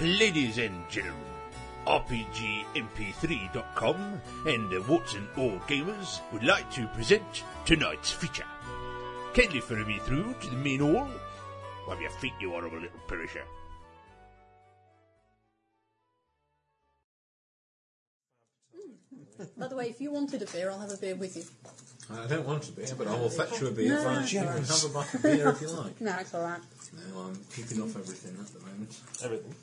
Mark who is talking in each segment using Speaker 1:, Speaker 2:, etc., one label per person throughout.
Speaker 1: Ladies and gentlemen, RPGMP3.com and the Watson All Gamers would like to present tonight's feature. Kindly follow me through to the main hall. Wipe your feet, you horrible little perisher.
Speaker 2: By the way, if you wanted a beer, I'll have a beer with you.
Speaker 3: I don't want a beer, but I will fetch you a beer if I have a bucket of beer if you like.
Speaker 2: No, it's all right.
Speaker 3: No, I'm keeping off everything at the moment.
Speaker 4: Everything.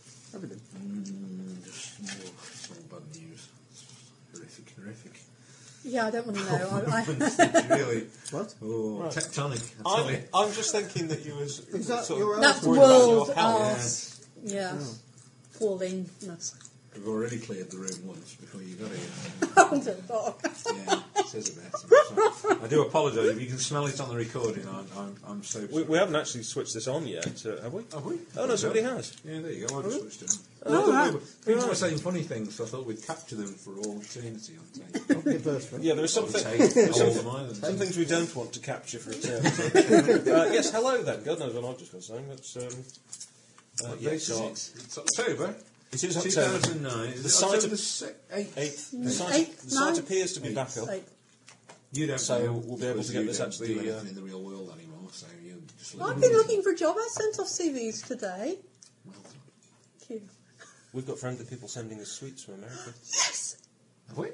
Speaker 3: Mm, just more, it's all bad news. It's horrific, horrific.
Speaker 2: Yeah, I don't want to know. I, I,
Speaker 3: It's really,
Speaker 5: What?
Speaker 3: oh, tectonic, I tell
Speaker 4: I'm,
Speaker 3: you.
Speaker 4: I'm just thinking that you was
Speaker 5: Is that
Speaker 4: sort
Speaker 5: your
Speaker 4: of
Speaker 2: that's
Speaker 4: worried about
Speaker 2: world uh,
Speaker 4: your
Speaker 2: art.
Speaker 4: health.
Speaker 2: Yeah.
Speaker 4: Oh.
Speaker 2: Falling. That's
Speaker 3: We've already cleared the room once before you got here.
Speaker 2: Hold on, Bob.
Speaker 3: Yeah, it says about it. I do apologise if you can smell it on the recording. I'm, I'm, I'm so
Speaker 4: We, we haven't actually switched this on yet, uh, have we?
Speaker 3: Have we?
Speaker 4: Oh no, somebody has.
Speaker 3: Yeah, there you go. I just switched it.
Speaker 2: Oh,
Speaker 3: Oh,
Speaker 2: right.
Speaker 3: People were saying funny things, so I thought we'd capture them for all eternity on tape.
Speaker 5: The first one.
Speaker 4: Yeah, there are some,
Speaker 3: Tape,
Speaker 4: thi- there's
Speaker 3: all of
Speaker 4: some,
Speaker 3: mine,
Speaker 4: some
Speaker 3: and-
Speaker 4: things we don't want to capture for eternity. uh, yes, hello then. God knows what I've just got saying. That's um, uh,
Speaker 3: What date
Speaker 4: yes,
Speaker 3: is it? It's October.
Speaker 4: It is October.
Speaker 3: 2009. Is
Speaker 4: The
Speaker 3: it
Speaker 4: site
Speaker 3: October
Speaker 4: of-
Speaker 3: the se- eighth?
Speaker 4: Eighth. The
Speaker 2: Mm,
Speaker 4: site,
Speaker 2: eighth,
Speaker 4: the site
Speaker 2: ninth.
Speaker 4: appears to be back up.
Speaker 2: Like,
Speaker 3: You don't
Speaker 4: So
Speaker 3: know,
Speaker 4: we'll be able
Speaker 3: because
Speaker 4: to get
Speaker 3: you
Speaker 4: this
Speaker 3: don't
Speaker 4: actually,
Speaker 3: do anything
Speaker 4: uh,
Speaker 3: in the real world anymore, so you just
Speaker 2: I've
Speaker 3: live
Speaker 2: been
Speaker 3: in-
Speaker 2: looking for a job. I sent off CVs today.
Speaker 3: Well,
Speaker 2: Thank you.
Speaker 4: We've got friendly people sending us sweets from America.
Speaker 2: Yes.
Speaker 3: Have we?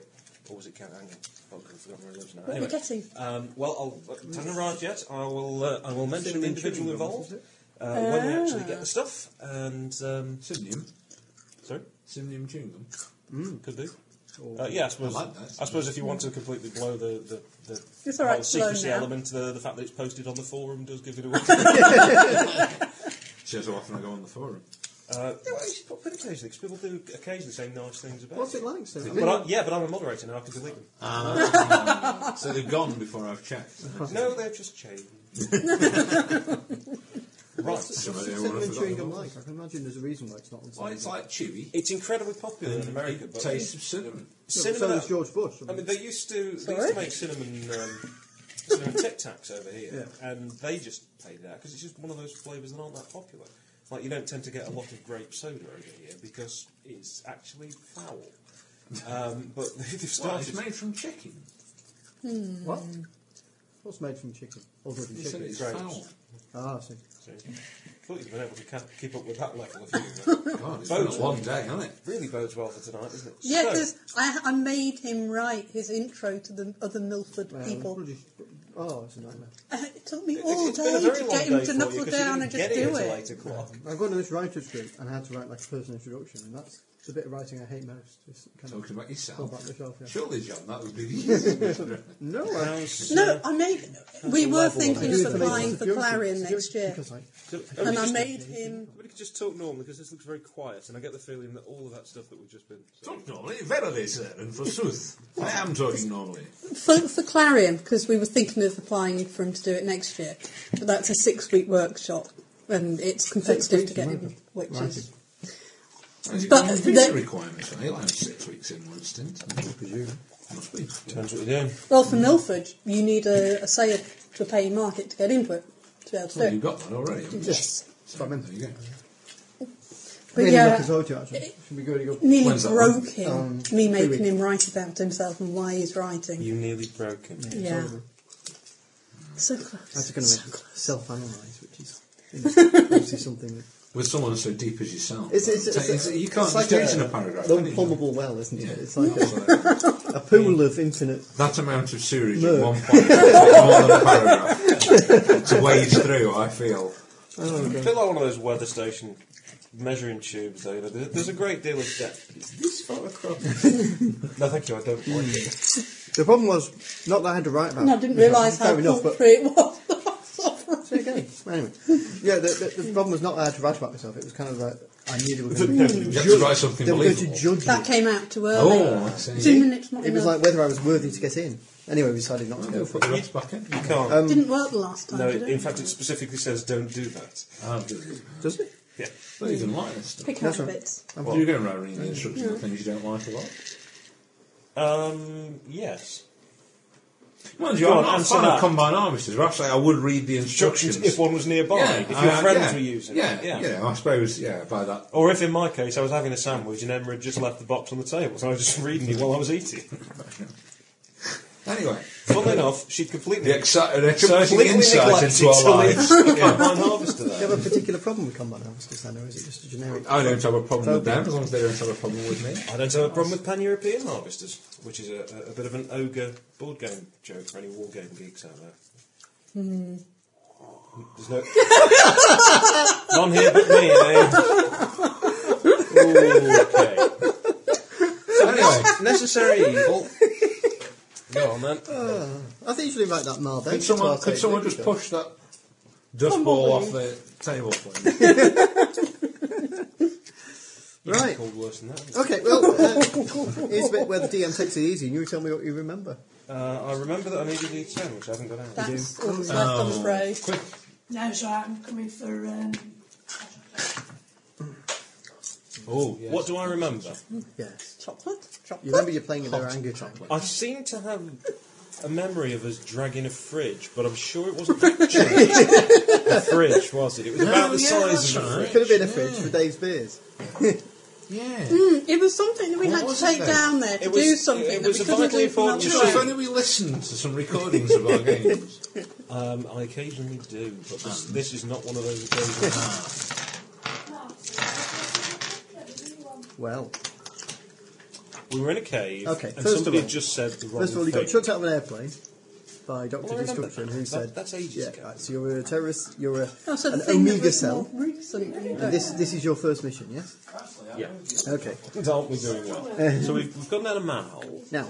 Speaker 4: Or was it Count Angle? Oh, God, I've forgotten where he lives now.
Speaker 2: What are we getting?
Speaker 4: Um, well, I'll, it hasn't arrived yet. I will. Uh, I will mention the individual
Speaker 5: individual
Speaker 4: involved uh, when we actually get the stuff. And um,
Speaker 3: Synonym.
Speaker 4: sorry,
Speaker 3: Synonym chewing gum.
Speaker 4: could do. Uh, yeah, I suppose.
Speaker 3: I like that.
Speaker 4: I suppose if you want to completely blow the the, the
Speaker 2: It's all right
Speaker 4: whole
Speaker 2: to blow
Speaker 4: secrecy
Speaker 2: now.
Speaker 4: element, the, the fact that it's posted on the forum does give it away.
Speaker 3: Shows how often I go on the forum.
Speaker 4: uh, well, you should put put occasionally, because people do occasionally say nice things about.
Speaker 5: What's
Speaker 4: it.
Speaker 5: it like, sir? I
Speaker 4: But
Speaker 5: mean,
Speaker 4: I, yeah, but I'm a moderator now. I can delete them.
Speaker 3: so they've gone before I've checked.
Speaker 4: No, they've just changed. right.
Speaker 5: what's
Speaker 3: Somebody
Speaker 5: the
Speaker 3: who would have
Speaker 5: cinnamon chewing gum
Speaker 3: forgotten.
Speaker 5: like? I can imagine there's a reason why it's not on
Speaker 3: Well,
Speaker 5: cinnamon.
Speaker 3: it's like chewy.
Speaker 4: It's incredibly popular in America,
Speaker 3: It
Speaker 4: but
Speaker 3: tastes of cinnamon.
Speaker 4: cinnamon.
Speaker 5: so is George Bush.
Speaker 4: I mean, they used to they used
Speaker 2: Sorry?
Speaker 4: to make cinnamon um, cinnamon Tic Tacs over here, and they just played it out because it's just one of those flavours that aren't that popular. Like you don't tend to get a lot of grape soda over here because it's actually foul. Um, but they've
Speaker 3: Well,
Speaker 4: started.
Speaker 3: it's made from chicken.
Speaker 5: what? What's made from chicken? Other than
Speaker 3: You said
Speaker 5: chicken.
Speaker 3: it's
Speaker 4: grapes.
Speaker 3: foul.
Speaker 5: Ah, I see.
Speaker 4: so, thought you'd been able to ca- keep up with that level of humour.
Speaker 3: God, it's been a
Speaker 4: Both.
Speaker 3: long day, hasn't it?
Speaker 4: really bodes well for tonight, doesn't it?
Speaker 2: Yeah,
Speaker 4: So-
Speaker 2: because I, I made him write his intro to the other Milford
Speaker 5: Well,
Speaker 2: people.
Speaker 5: Um,
Speaker 2: Uh,
Speaker 5: bloody- Oh, it's a nightmare.
Speaker 2: It took me
Speaker 4: It-
Speaker 2: all
Speaker 4: it's been a
Speaker 2: day
Speaker 4: very
Speaker 2: to
Speaker 4: long
Speaker 2: get him
Speaker 4: day for
Speaker 2: to
Speaker 4: you
Speaker 2: knuckle
Speaker 4: 'cause you
Speaker 2: down
Speaker 4: didn't
Speaker 2: and just
Speaker 4: get here
Speaker 2: do
Speaker 4: till
Speaker 2: it.
Speaker 4: Eight o'clock.
Speaker 5: I got into this writer's group and I had to write like a personal introduction, and that's the bit of writing I hate most. It's kind of
Speaker 3: Talking about
Speaker 5: all about
Speaker 3: yourself.
Speaker 5: myself. Yeah.
Speaker 3: Surely, John, that would be easy.
Speaker 5: No, I.
Speaker 4: How's,
Speaker 2: No,
Speaker 4: uh,
Speaker 2: I made. We
Speaker 4: a
Speaker 2: were
Speaker 4: level
Speaker 2: thinking
Speaker 5: do
Speaker 2: of
Speaker 5: for me.
Speaker 2: applying for
Speaker 5: Security-
Speaker 2: Clarion
Speaker 5: security,
Speaker 2: next year,
Speaker 5: Because I,
Speaker 4: so-
Speaker 2: and I made him.
Speaker 4: We could just talk normally because this looks very quiet, and I get the feeling that all of that stuff that we've just been.
Speaker 3: Talk normally, verily, sir, and forsooth. I am talking normally.
Speaker 2: For, for Clarion, because we were thinking of applying for him to do it next year, but that's a six week workshop and it's competitive to
Speaker 5: weeks,
Speaker 2: get him,
Speaker 5: imagine.
Speaker 2: which
Speaker 5: Right.
Speaker 2: is.
Speaker 3: Has it
Speaker 2: But
Speaker 3: got
Speaker 2: the-
Speaker 3: visa requirements? I only have six weeks in one stint. Must be.
Speaker 4: Depends what you're doing.
Speaker 2: Well, for Milford, you need a, a sale to a paying market to get into it, to be able to
Speaker 3: Well,
Speaker 2: do
Speaker 3: you've
Speaker 2: it.
Speaker 3: got that already. haven't you?
Speaker 2: Yes.
Speaker 3: So,
Speaker 5: I mean-
Speaker 3: there you go.
Speaker 2: But
Speaker 5: really
Speaker 2: yeah,
Speaker 5: looking forward to it, actually.
Speaker 2: it-
Speaker 5: Should be good to go.
Speaker 2: nearly
Speaker 3: When's that
Speaker 2: broke
Speaker 3: one?
Speaker 2: him,
Speaker 5: Um,
Speaker 2: me
Speaker 5: three
Speaker 2: making
Speaker 5: weeks.
Speaker 2: him write about himself and why he's writing.
Speaker 4: You nearly broke him.
Speaker 2: yeah.
Speaker 5: horrible.
Speaker 2: So close.
Speaker 5: That's going to
Speaker 2: so
Speaker 5: make
Speaker 2: close.
Speaker 5: self analyse, which is you know, obviously something that.
Speaker 3: With someone so deep as yourself,
Speaker 5: It's, it's, it's,
Speaker 3: you can't
Speaker 5: it's
Speaker 3: just
Speaker 5: like
Speaker 3: do
Speaker 5: a-
Speaker 3: it in a paragraph.
Speaker 5: The
Speaker 3: can you?
Speaker 5: unplumbable well, isn't
Speaker 3: Yeah.
Speaker 5: it? It's like a,
Speaker 3: So,
Speaker 5: a pool of infinite.
Speaker 3: that amount of sewerage in
Speaker 5: No.
Speaker 3: one point, more than a paragraph to wade through. I feel.
Speaker 5: Oh,
Speaker 4: I
Speaker 5: God.
Speaker 4: feel like one of those weather station measuring tubes, though. You know, there- there's a great deal of depth. Is this far across? no, thank you, I don't like it.
Speaker 5: The problem was not that I had to write about.
Speaker 2: And I
Speaker 5: it,
Speaker 2: didn't
Speaker 5: which
Speaker 2: realise
Speaker 5: fair
Speaker 2: how
Speaker 5: enough, but
Speaker 2: contrary it was. Sorry.
Speaker 5: say again. Anyway, yeah, the, the, the problem was not that I had to write about myself. It was kind of like I knew they were going to
Speaker 3: You have to write something
Speaker 5: they were going to
Speaker 3: believable.
Speaker 5: judge
Speaker 2: That
Speaker 5: me.
Speaker 2: came out too early.
Speaker 3: Oh, I see.
Speaker 2: Two minutes, not
Speaker 5: It was
Speaker 2: enough.
Speaker 5: like whether I was worthy to get in. Anyway, we decided not to
Speaker 3: We'll
Speaker 5: go.
Speaker 3: put the rest back in.
Speaker 4: You can't.
Speaker 5: um,
Speaker 2: didn't work the last time,
Speaker 4: no,
Speaker 2: did it?
Speaker 4: in fact, it specifically says don't do that.
Speaker 3: Ah, good.
Speaker 5: Does it?
Speaker 4: Yeah.
Speaker 3: Don't even like this stuff.
Speaker 2: Pick out
Speaker 5: That's right.
Speaker 2: bits.
Speaker 3: Well, you're going around reading the instructions on things you don't like a lot.
Speaker 4: Um, yes.
Speaker 3: Mind you,
Speaker 4: Go
Speaker 3: I'm
Speaker 4: on,
Speaker 3: not a
Speaker 4: answer
Speaker 3: fan
Speaker 4: that.
Speaker 3: of combined armister. but Actually, I would read the instructions.
Speaker 4: Instructions if one was nearby, if your
Speaker 3: I-
Speaker 4: friends
Speaker 3: yeah,
Speaker 4: were using
Speaker 3: yeah,
Speaker 4: it. Yeah.
Speaker 3: yeah, I suppose, yeah, by that.
Speaker 4: Or if, in my case, I was having a sandwich and Emma had just left the box on the table, so I was just reading it while I was eating.
Speaker 3: Anyway,
Speaker 4: Funnily enough, she'd completely
Speaker 3: the exci- the
Speaker 4: So
Speaker 3: exciting
Speaker 4: completely
Speaker 3: insight
Speaker 4: neglected
Speaker 3: into our
Speaker 4: to
Speaker 3: lives.
Speaker 4: leave Combine Harvester
Speaker 5: Do you
Speaker 4: there.
Speaker 5: have a particular problem with combined harvesters then, or is it just a generic?
Speaker 3: I don't have a problem with them as long as they don't have a problem with me.
Speaker 4: I don't have a problem with pan-European harvesters, which is a, a, a bit of an ogre board game joke for any war game geeks out there. Hmm. There's no none here but me. Eh? Ooh, okay.
Speaker 3: Anyway,
Speaker 4: Necessary evil. Go on then.
Speaker 5: I think you should write that mild.
Speaker 3: could someone, could someone just push that dust ball off the table, please?
Speaker 5: Right.
Speaker 4: Called worse than that.
Speaker 5: Okay, well, uh, here's a bit where the DM takes it easy, and you tell me what you remember.
Speaker 4: Uh, I remember that I needed a ten, which I haven't got out.
Speaker 2: That's all that's
Speaker 3: Oh.
Speaker 2: left, I'm afraid.
Speaker 3: Quick.
Speaker 6: No, so I'm coming for. Um,
Speaker 4: Oh, what do I remember?
Speaker 5: Yes.
Speaker 2: Chocolate?
Speaker 5: You
Speaker 2: Chocolate?
Speaker 5: remember you're playing in their anger chocolate.
Speaker 4: I seem to have a memory of us dragging a fridge, but I'm sure it wasn't actually a fridge, was it? It was about the
Speaker 3: yeah,
Speaker 4: size of
Speaker 3: that's
Speaker 4: a
Speaker 3: right.
Speaker 4: fridge.
Speaker 5: It could have been a fridge for Dave's beers.
Speaker 3: Yeah.
Speaker 4: Mm,
Speaker 2: It was something that we
Speaker 3: What
Speaker 2: had
Speaker 3: was
Speaker 2: to
Speaker 3: it
Speaker 2: take
Speaker 3: then?
Speaker 2: down there to
Speaker 4: It was-
Speaker 2: do
Speaker 4: it
Speaker 2: something that
Speaker 4: was
Speaker 2: we
Speaker 4: a
Speaker 2: couldn't
Speaker 4: vitally
Speaker 2: do from
Speaker 4: important
Speaker 2: elsewhere.
Speaker 3: So if only we listened to some recordings of our games.
Speaker 4: Um, I occasionally do, but this, this is not one of those occasions.
Speaker 5: Well,
Speaker 4: we were in a cave,
Speaker 5: Okay,
Speaker 4: and
Speaker 5: first of
Speaker 4: somebody
Speaker 5: all-
Speaker 4: had just said the wrong
Speaker 5: first of all, you
Speaker 4: thing.
Speaker 5: got chucked out of an airplane by Dr.
Speaker 4: Well, I remember
Speaker 5: Destruction,
Speaker 4: that.
Speaker 5: who
Speaker 4: That-
Speaker 5: said...
Speaker 4: that's ages
Speaker 5: yeah,
Speaker 4: ago.
Speaker 5: Right, so you're a terrorist, you're a,
Speaker 2: Oh, so the
Speaker 5: an
Speaker 2: thing that
Speaker 5: Omega
Speaker 2: was more
Speaker 5: cell.
Speaker 2: recent, you
Speaker 5: And
Speaker 2: don't
Speaker 5: this, this is your first mission, yes?
Speaker 4: yeah,
Speaker 5: Okay.
Speaker 4: aren't we doing well? so we've, we've gone down a manhole.
Speaker 5: Now,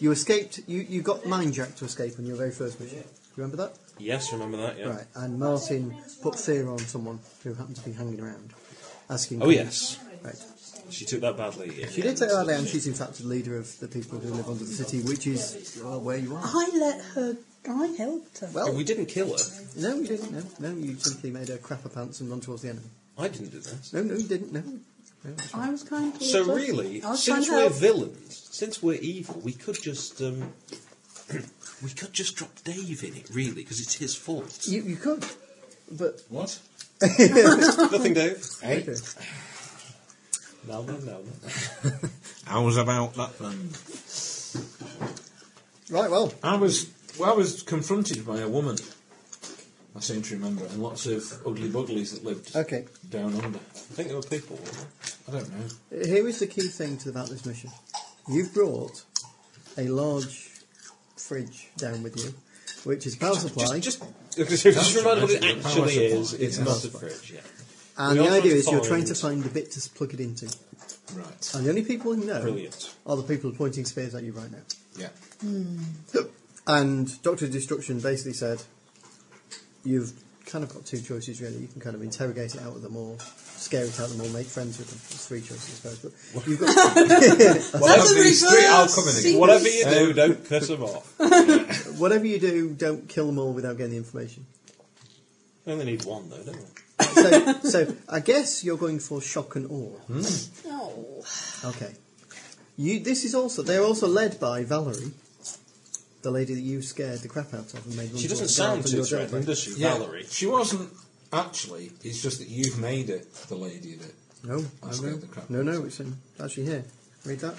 Speaker 5: you escaped, you, you got Mindjack to escape on your very first mission. Remember that?
Speaker 4: Yes, remember that? Yeah.
Speaker 5: Right, and Martin put fear on someone who happened to be hanging around, asking...
Speaker 4: Oh yes,
Speaker 5: Right.
Speaker 4: she took that badly.
Speaker 5: She did take that down. She's in fact the leader of the people who live under the city, which is well, where you
Speaker 4: Uh-huh.
Speaker 5: are.
Speaker 2: I let her. I helped her.
Speaker 5: Well,
Speaker 4: We didn't kill her.
Speaker 5: no, you didn't. No, no, you simply made her crap her pants and run towards the enemy.
Speaker 4: I didn't do that.
Speaker 5: No, no, you didn't. No.
Speaker 2: I was kind of.
Speaker 4: So really,
Speaker 2: I was trying
Speaker 4: since
Speaker 2: to
Speaker 4: we're
Speaker 2: help.
Speaker 4: villains, since we're evil, we could just um, we could just drop Dave in it, really, because it's his fault.
Speaker 5: You, you could, but
Speaker 3: What?
Speaker 4: Nothing, Dave.
Speaker 3: Hey,
Speaker 5: okay.
Speaker 4: No, no, no. no.
Speaker 3: I was about that then.
Speaker 5: right. Well,
Speaker 3: I was well, I was confronted by a woman. I seem to remember, and lots of ugly buglies that lived
Speaker 5: okay.
Speaker 3: down under.
Speaker 4: I think there were people. weren't there?
Speaker 3: I don't know.
Speaker 5: Here is the key thing to about this mission. You've brought a large fridge down with you, which is power supply,
Speaker 4: Just, just, just
Speaker 3: That's
Speaker 4: remind what
Speaker 3: right,
Speaker 4: it
Speaker 3: it's a power
Speaker 4: actually
Speaker 3: supply,
Speaker 4: is. It's
Speaker 3: yeah.
Speaker 4: not a fridge. Yeah. we
Speaker 5: and the
Speaker 4: are trying
Speaker 5: idea
Speaker 4: to
Speaker 5: is you're trying
Speaker 4: find-
Speaker 5: to find the bit to plug it into.
Speaker 3: Right.
Speaker 5: And the only people who
Speaker 4: Um,
Speaker 5: know
Speaker 4: Brilliant.
Speaker 5: are the people pointing spears at you right now.
Speaker 3: Yeah.
Speaker 5: And Doctor Destruction basically said, you've kind of got two choices really. You can kind of interrogate it out of them or scare it out of them or make friends with them. There's three choices, I suppose. But you've got,
Speaker 3: Whatever
Speaker 2: the
Speaker 3: these three, I'll
Speaker 2: reverse
Speaker 3: come in again.
Speaker 2: sequence.
Speaker 4: Whatever you do, don't cut them off.
Speaker 5: whatever you do, don't kill them all without getting the information.
Speaker 4: We only need one, though, don't we?
Speaker 5: So, so I guess you're going for shock and awe.
Speaker 4: Hmm.
Speaker 2: Oh.
Speaker 5: Okay. You, this is also, they're also led by Valerie, the lady that you scared the crap out of and made run
Speaker 4: She doesn't
Speaker 5: towards
Speaker 4: sound
Speaker 5: Gareth
Speaker 4: too
Speaker 5: and your
Speaker 4: threatening,
Speaker 5: dad.
Speaker 4: does she,
Speaker 3: Yeah,
Speaker 4: Valerie?
Speaker 3: She wasn't actually. It's just that you've made her the lady that.
Speaker 5: No,
Speaker 3: I
Speaker 5: no,
Speaker 3: scared
Speaker 5: no.
Speaker 3: the crap
Speaker 5: No,
Speaker 3: out
Speaker 5: no,
Speaker 3: of
Speaker 5: it's in, actually here. Read that.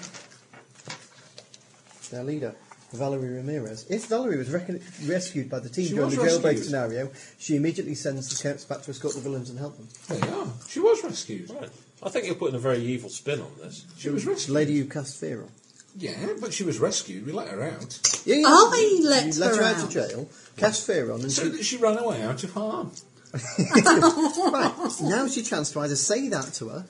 Speaker 5: Their leader, Valerie Ramirez. If Valerie was recon rescued by the team
Speaker 3: She
Speaker 5: during
Speaker 3: was
Speaker 5: the jailbreak
Speaker 3: rescued.
Speaker 5: scenario, she immediately sends the scouts back to escort the villains and help them.
Speaker 3: There you are. She was rescued.
Speaker 4: Right. I think you're putting a very evil spin on this.
Speaker 3: She was
Speaker 5: It's
Speaker 3: rescued.
Speaker 5: the lady you cast fear on.
Speaker 3: Yeah, but she was rescued. We let her out.
Speaker 5: Yeah, yeah,
Speaker 2: I
Speaker 5: you-
Speaker 2: Oh, let
Speaker 5: you let
Speaker 2: her
Speaker 5: her out,
Speaker 2: out.
Speaker 5: of jail, cast fear on, and
Speaker 3: So
Speaker 5: she,
Speaker 3: that she ran away out of harm.
Speaker 5: right, now she chanced to either say that to her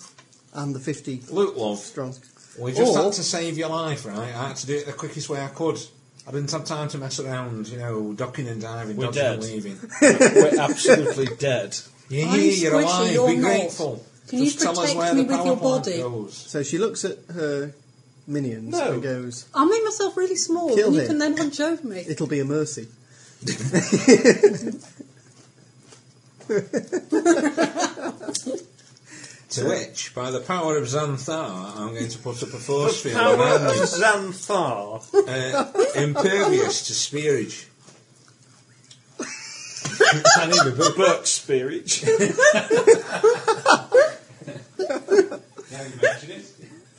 Speaker 5: and the 50
Speaker 3: Look, love.
Speaker 5: strong.
Speaker 3: We just
Speaker 5: Or-
Speaker 3: had to save your life, right? I had to do it the quickest way I could. I didn't have time to mess around, you know, docking and diving,
Speaker 4: We're
Speaker 3: dodging and
Speaker 4: dead.
Speaker 3: leaving.
Speaker 4: We're absolutely dead.
Speaker 3: Yeah,
Speaker 2: I'm
Speaker 3: you're
Speaker 2: squishy,
Speaker 3: alive.
Speaker 2: you're
Speaker 3: Be
Speaker 2: not.
Speaker 3: grateful.
Speaker 2: Can you
Speaker 3: just tell us
Speaker 2: protect
Speaker 3: where
Speaker 2: me
Speaker 3: the
Speaker 2: with
Speaker 3: power
Speaker 2: your
Speaker 3: plant
Speaker 2: body?
Speaker 3: goes.
Speaker 5: So she looks at her minions
Speaker 4: No.
Speaker 5: and goes,
Speaker 2: I'll make myself really small
Speaker 5: Kill
Speaker 2: and you
Speaker 5: him.
Speaker 2: can then hunch over me.
Speaker 5: It'll be a mercy.
Speaker 3: To which, by the power of Xanthar, I'm going to put up a force field
Speaker 4: Power of
Speaker 3: around you,
Speaker 4: Xanthar.
Speaker 3: uh, impervious to spearage.
Speaker 4: My name is Burke Spearage.
Speaker 3: Now you mention it.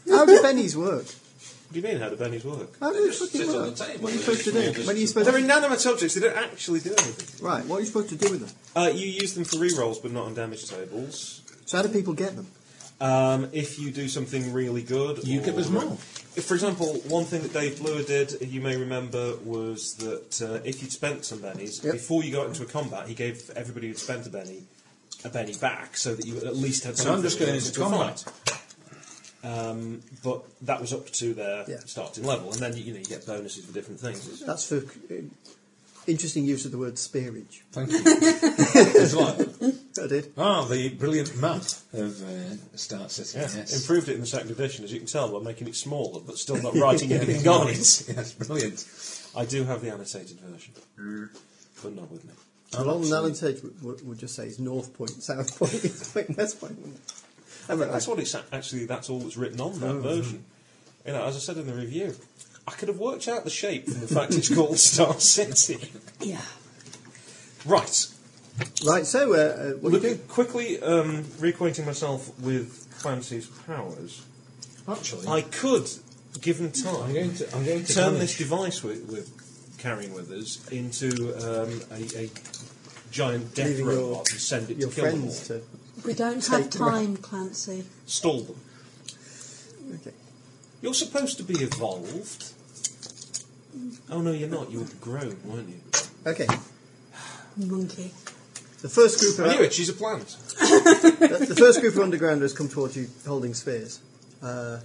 Speaker 5: How do bennies work?
Speaker 4: What do you mean, how do bennies work?
Speaker 5: How do they fucking
Speaker 3: sits on
Speaker 5: work?
Speaker 3: the table,
Speaker 5: What are you
Speaker 3: they
Speaker 5: supposed to
Speaker 3: just-
Speaker 5: do?
Speaker 3: they
Speaker 5: When are you
Speaker 3: just-
Speaker 5: supposed
Speaker 4: They're inanimate objects, they don't actually do anything.
Speaker 5: Right, what are you supposed to do with them?
Speaker 4: Uh, you use them for rerolls, but not on damage tables.
Speaker 5: So how do people get them?
Speaker 4: Um, if you do something really good,
Speaker 3: You
Speaker 4: or-
Speaker 3: give us more.
Speaker 4: If, for example, one thing that Dave Bluer did, you may remember, was that uh, if you'd spent some bennies
Speaker 5: Yep.
Speaker 4: before you got into a combat, he gave everybody who'd spent a benny a benny back, so that you at least had.
Speaker 3: So
Speaker 4: something
Speaker 3: I'm just going
Speaker 4: to
Speaker 3: into
Speaker 4: use to
Speaker 3: combat.
Speaker 4: fight. Um, but that was up to their
Speaker 5: Yeah.
Speaker 4: starting level, and then you, know you get bonuses for different things. It's-
Speaker 5: That's for uh, interesting use of the word spearage.
Speaker 3: Thank you. It's like,
Speaker 5: I did.
Speaker 3: ah, the brilliant map of uh, Start City.
Speaker 4: Yeah,
Speaker 3: Yes.
Speaker 4: improved it in the second edition, as you can tell, by making it smaller, but still not writing anything on it.
Speaker 3: Yes, brilliant.
Speaker 4: I do have the annotated version,
Speaker 5: Mm.
Speaker 4: but not with me.
Speaker 5: Along that annotated would, would, would just say it's North Point, South Point, East Point, West Point. wouldn't it? I mean,
Speaker 4: That's
Speaker 5: I-
Speaker 4: what it's actually. That's all that's written on that
Speaker 5: Oh,
Speaker 4: version.
Speaker 5: mm.
Speaker 4: You know, as I said in the review, I could have worked out the shape from the fact it's called Star City.
Speaker 2: Yeah.
Speaker 4: Right.
Speaker 5: Right, so uh, uh, what do
Speaker 4: Look,
Speaker 5: you do?
Speaker 4: quickly um, reacquainting myself with Clancy's powers.
Speaker 3: Actually,
Speaker 4: I could, given
Speaker 3: I'm
Speaker 4: time,
Speaker 3: going to. I'm going to
Speaker 4: turn
Speaker 3: manage-
Speaker 4: this device we we're carrying with us into um, a, a giant death
Speaker 5: Leaving your-
Speaker 4: robot and send it
Speaker 5: Your
Speaker 4: to kill them
Speaker 5: friends
Speaker 4: all.
Speaker 5: to.
Speaker 2: We don't
Speaker 5: Take
Speaker 2: have
Speaker 5: the rest.
Speaker 2: time, Clancy.
Speaker 4: Stall them.
Speaker 5: Okay.
Speaker 4: You're supposed to be evolved. Oh no, you're not. You were grown, weren't you?
Speaker 5: Okay.
Speaker 2: Monkey.
Speaker 5: The first group
Speaker 4: I knew
Speaker 5: of
Speaker 4: it. She's a plant.
Speaker 5: the, the first group of undergrounders come towards you holding spears. Uh,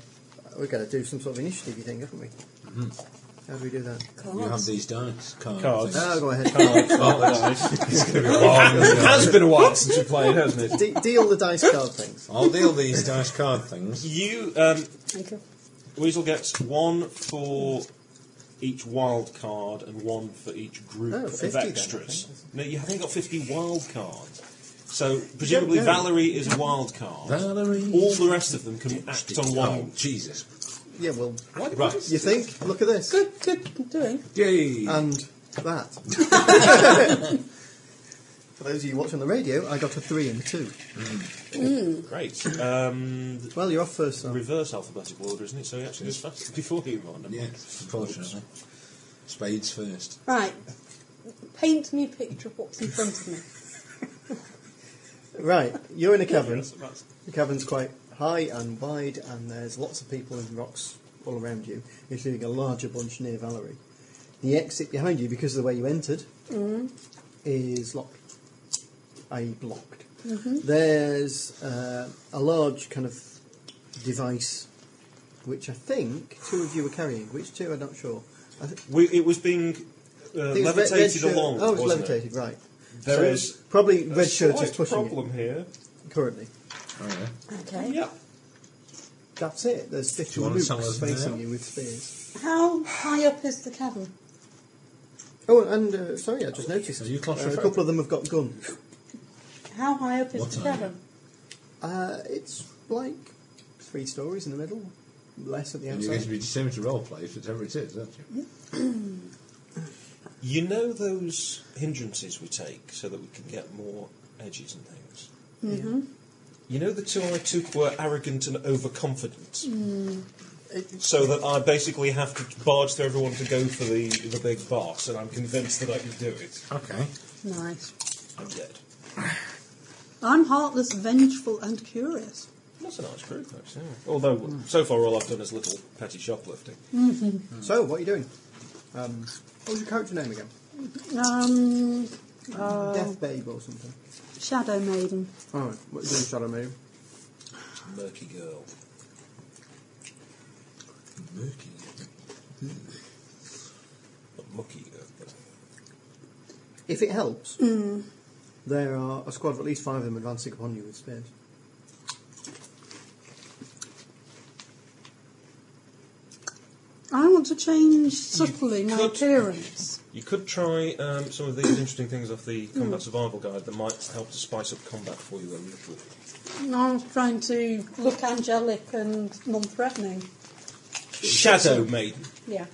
Speaker 5: we've got to do some sort of initiative, you think, haven't we?
Speaker 4: Mm-hmm.
Speaker 5: How do we do that?
Speaker 3: You have
Speaker 2: Cards.
Speaker 3: these dice cards.
Speaker 4: Cards.
Speaker 3: I
Speaker 5: Oh,
Speaker 3: think.
Speaker 5: go ahead.
Speaker 3: it's going to be a long.
Speaker 4: it has been a while since you played, hasn't it?
Speaker 5: De- deal the dice card things.
Speaker 3: I'll deal these dice card things.
Speaker 4: You, um,
Speaker 2: Thank you.
Speaker 4: Weasel gets one for each wild card and one for each group
Speaker 5: Oh, 50
Speaker 4: of
Speaker 5: then, I
Speaker 4: extras. No, you haven't got 50 wild cards. So presumably
Speaker 5: know.
Speaker 4: Valerie is a wild card.
Speaker 3: Valerie.
Speaker 4: All the rest of them can act on
Speaker 3: Oh,
Speaker 4: one.
Speaker 3: Jesus.
Speaker 5: Yeah, well,
Speaker 3: Right.
Speaker 5: you think? Look at this.
Speaker 2: Good, good doing.
Speaker 3: Yay.
Speaker 4: Um,
Speaker 5: And that. For those of you watching the radio, I got a three and a two.
Speaker 4: Great. Um,
Speaker 5: Well, you're off first, son.
Speaker 4: reverse alphabetical order, isn't it? So he actually goes faster before you, Martin.
Speaker 3: yeah, unfortunately. Spades first.
Speaker 2: Right. Paint me a picture of what's in front of me.
Speaker 5: Right, you're in a cavern.
Speaker 4: That's- that's-
Speaker 5: The cavern's quite high and wide, and there's lots of people and rocks all around you, including a larger bunch near Valerie. The exit behind you, because of the way you entered, is locked, i.e., blocked. There's uh, a large kind of device, which I think two of you were carrying. Which two? I'm not sure. I think
Speaker 4: We, it was being uh,
Speaker 5: I think it was red- red
Speaker 4: levitated
Speaker 5: shirt-
Speaker 4: along.
Speaker 5: Oh, it's
Speaker 4: wasn't it?
Speaker 5: levitated, right.
Speaker 4: There
Speaker 5: so
Speaker 4: is
Speaker 5: probably
Speaker 4: A
Speaker 5: red shirt is
Speaker 4: slight
Speaker 5: pushing
Speaker 4: problem here.
Speaker 5: it currently.
Speaker 3: Oh, yeah.
Speaker 2: Okay.
Speaker 4: Yeah.
Speaker 5: That's it. There's 50
Speaker 3: you wanna
Speaker 5: loops
Speaker 3: tell us
Speaker 5: facing
Speaker 3: now?
Speaker 5: you with spears.
Speaker 2: How high up is the cavern?
Speaker 5: Oh, and uh, sorry, I just noticed.
Speaker 3: Are you
Speaker 5: uh, a
Speaker 3: claustrophobic?
Speaker 5: couple of them have got guns.
Speaker 2: How high up is
Speaker 3: What
Speaker 2: the
Speaker 3: are you?
Speaker 2: cavern?
Speaker 5: Uh, it's like three stories in the middle, less at the
Speaker 3: And you're going to
Speaker 5: outside.
Speaker 3: be determined to roleplay if whatever it is, aren't you?
Speaker 4: You know those hindrances we take so that we can get more edges and things?
Speaker 5: Yeah.
Speaker 4: You know the two I took were arrogant and overconfident.
Speaker 5: Mm. It-
Speaker 4: So that I basically have to barge through everyone to go for the, the big boss, and I'm convinced that I can do it.
Speaker 3: Okay.
Speaker 2: Nice.
Speaker 4: I'm dead.
Speaker 2: I'm heartless, vengeful, and curious.
Speaker 4: That's a nice group, actually. Although, so far, all I've done is little petty shoplifting.
Speaker 5: So, what are you doing? Um, what was your character name again?
Speaker 2: Um, uh,
Speaker 5: Death Babe or something.
Speaker 2: Shadow Maiden.
Speaker 5: All right, what are you doing, Shadow Maiden?
Speaker 4: Murky girl.
Speaker 3: Murky.
Speaker 4: Not mucky girl, but
Speaker 5: If it helps, there are a squad of at least five of them advancing upon you with spears.
Speaker 2: I want to change subtly my
Speaker 4: could-
Speaker 2: appearance.
Speaker 4: You could try um, some of these interesting things off the combat survival guide that might help to spice up combat for you a little.
Speaker 2: I was trying to look angelic and non-threatening.
Speaker 4: Shadow Maiden.
Speaker 2: Yeah.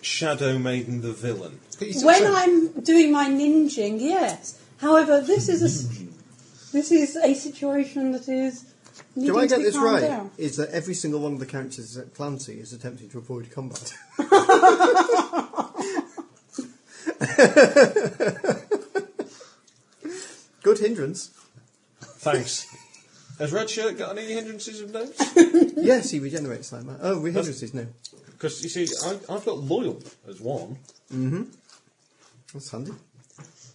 Speaker 4: Shadow Maiden the villain.
Speaker 2: When I'm doing my ninjing, yes. However, this is a s- this is a situation that is.
Speaker 5: Do
Speaker 2: needing
Speaker 5: I
Speaker 2: to
Speaker 5: get
Speaker 2: be
Speaker 5: this
Speaker 2: calmed
Speaker 5: right?
Speaker 2: down.
Speaker 5: Is that every single one of the characters except Clancy is attempting to avoid combat? Good hindrance.
Speaker 4: Thanks. Has Red Shirt got any hindrances of notes?
Speaker 5: Yes, he regenerates like that. Oh, re- hindrances, no.
Speaker 4: Because you see, I, I've got loyal as one.
Speaker 5: That's handy.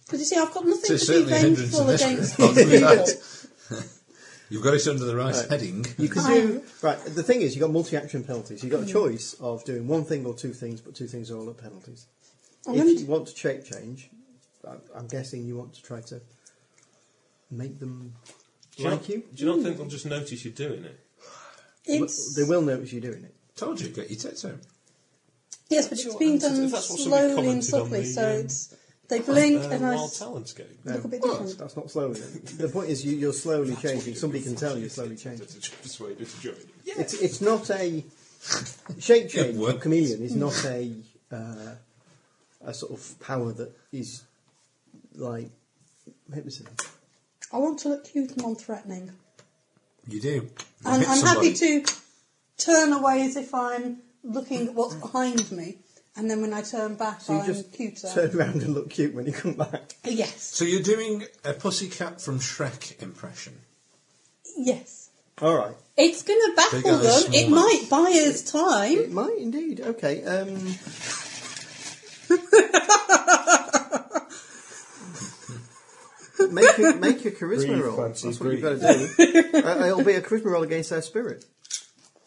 Speaker 2: Because you see, I've got nothing
Speaker 3: It's
Speaker 2: to be
Speaker 3: certainly a hindrance
Speaker 2: vengeful
Speaker 3: in this
Speaker 2: against.
Speaker 3: room, I'll give you that.
Speaker 2: people.
Speaker 3: You've got it under the right, heading.
Speaker 5: You can do right. The thing is, you have got multi-action penalties. You have got a choice of doing one thing or two things, but two things are all at penalties.
Speaker 2: I'm
Speaker 5: if you
Speaker 2: gonna-
Speaker 5: want to shape change, I- I'm guessing you want to try to make them
Speaker 4: you
Speaker 5: like
Speaker 4: not-
Speaker 5: you.
Speaker 4: Do you not think they'll just notice you doing it?
Speaker 2: It's,
Speaker 5: They will notice you doing it.
Speaker 3: Told you, get your tits out.
Speaker 2: yes, but it's
Speaker 4: Sure,
Speaker 2: being
Speaker 4: and
Speaker 2: done
Speaker 4: that's what somebody
Speaker 2: slowly and
Speaker 4: commented on
Speaker 2: subtly,
Speaker 4: the,
Speaker 2: so
Speaker 4: um,
Speaker 2: it's they blink
Speaker 4: Uh,
Speaker 2: and I
Speaker 4: wild
Speaker 2: s-
Speaker 4: talents game.
Speaker 5: No,
Speaker 2: look a bit
Speaker 5: well,
Speaker 2: different.
Speaker 5: Um, that's not slowly. the point is, you, you're slowly changing. Somebody can tell you're slowly changing.
Speaker 4: Persuaded to join. Yeah.
Speaker 5: It's it's not a shape change. or
Speaker 3: works.
Speaker 5: chameleon is not a uh, a sort of power that is like hypnotism.
Speaker 2: I want to look cute and non-threatening,
Speaker 3: You do.
Speaker 2: and
Speaker 3: Hit
Speaker 2: I'm
Speaker 3: somebody.
Speaker 2: happy to turn away as if I'm looking at what's behind me, and then when I turn back,
Speaker 5: So you
Speaker 2: I'm
Speaker 5: just
Speaker 2: cuter.
Speaker 5: turn around and look cute when you come back.
Speaker 2: Yes,
Speaker 3: So you're doing a pussycat from Shrek impression.
Speaker 2: yes.
Speaker 5: All right.
Speaker 2: It's going to
Speaker 3: Big
Speaker 2: baffle
Speaker 3: eyes,
Speaker 2: them.
Speaker 3: small
Speaker 2: It might
Speaker 3: mouth.
Speaker 2: buy us time.
Speaker 5: It might indeed. Okay. Um, make your, make your charisma
Speaker 4: Breathe,
Speaker 5: roll.
Speaker 4: Francie,
Speaker 5: That's what you've got to do. uh, it'll be a charisma roll against their spirit,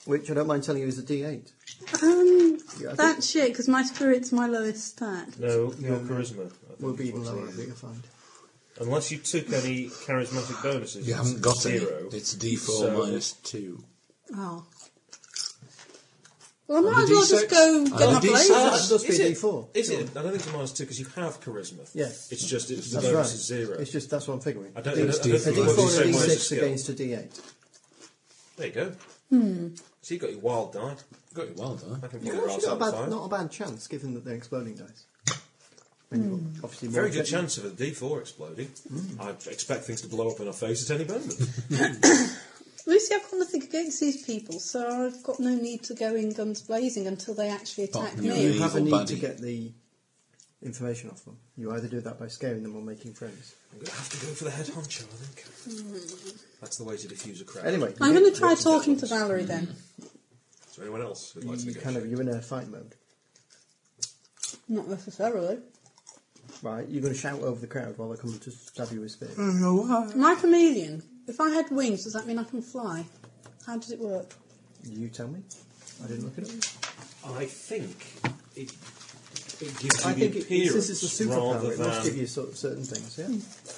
Speaker 5: which I don't mind telling you is a D8.
Speaker 2: Um,
Speaker 5: Yeah, I think
Speaker 2: that's shit because my spirit's my lowest stat.
Speaker 4: No, your charisma. I think
Speaker 5: will be
Speaker 4: is
Speaker 5: even
Speaker 4: what's
Speaker 5: lower. I
Speaker 4: needed.
Speaker 5: think I find.
Speaker 4: Unless you took any charismatic bonuses.
Speaker 3: You
Speaker 4: it's
Speaker 3: haven't got any.
Speaker 4: zero.
Speaker 3: It's D4
Speaker 4: So-
Speaker 3: minus 2.
Speaker 2: Oh. Well, I might
Speaker 3: the
Speaker 2: as well just
Speaker 3: D6?
Speaker 2: go
Speaker 3: Oh,
Speaker 2: get my
Speaker 3: D6.
Speaker 2: blazer.
Speaker 5: That does
Speaker 4: Is
Speaker 5: be
Speaker 4: it-
Speaker 5: D4.
Speaker 4: Is it? I don't think it's minus two because you have charisma.
Speaker 5: Yeah.
Speaker 4: It's just it's the
Speaker 5: That's
Speaker 4: bonus
Speaker 5: right.
Speaker 4: is zero.
Speaker 5: It's just that's what I'm figuring.
Speaker 4: I don't,
Speaker 5: D-
Speaker 4: I don't, I don't
Speaker 5: a
Speaker 4: think it works the
Speaker 5: D4
Speaker 4: same
Speaker 5: and a
Speaker 4: way as a
Speaker 5: D6
Speaker 4: skill.
Speaker 5: against a D8.
Speaker 4: There you go. So you got your wild die. Got your
Speaker 3: Well done.
Speaker 4: I can
Speaker 5: You've
Speaker 4: put your
Speaker 5: actually
Speaker 4: arse
Speaker 5: Hmm. got a
Speaker 4: out of
Speaker 5: bad,
Speaker 4: fire.
Speaker 5: not a bad chance, given that they're exploding dice. And you've got Obviously,
Speaker 4: Very
Speaker 5: more
Speaker 4: good
Speaker 5: effect-
Speaker 4: chance of a D4 exploding.
Speaker 5: Hmm.
Speaker 4: I expect things to blow up in our face at any moment.
Speaker 2: Lucy, I've got nothing against these people, so I've got no need to go in guns blazing until they actually attack
Speaker 3: Oh,
Speaker 5: You
Speaker 2: me.
Speaker 3: yeah.
Speaker 5: have a
Speaker 3: Evil
Speaker 5: need to
Speaker 3: buddy.
Speaker 5: get the information off them. You either do that by scaring them or making friends.
Speaker 4: I'm going to have to go for the head honcho, I think. That's the way to defuse a crowd.
Speaker 5: Hmm. Anyway,
Speaker 2: I'm going to try
Speaker 4: Lots of
Speaker 2: talking to
Speaker 4: different
Speaker 2: Valerie then.
Speaker 4: ones. Is there anyone else who'd like to
Speaker 5: you
Speaker 4: negotiate?
Speaker 5: kind of you're in a fight mode,
Speaker 2: Not necessarily.
Speaker 5: right? You're going to shout over the crowd while they come to stab you with spears.
Speaker 2: Mm-hmm. My chameleon. If I had wings, does that mean I can fly? How does it work?
Speaker 5: You tell me. I didn't look at it.
Speaker 4: I think it, it gives you
Speaker 5: I
Speaker 4: the
Speaker 5: think it,
Speaker 4: appearance
Speaker 5: since this is a superpower,
Speaker 4: rather
Speaker 5: it must
Speaker 4: than...
Speaker 5: give you sort of certain things.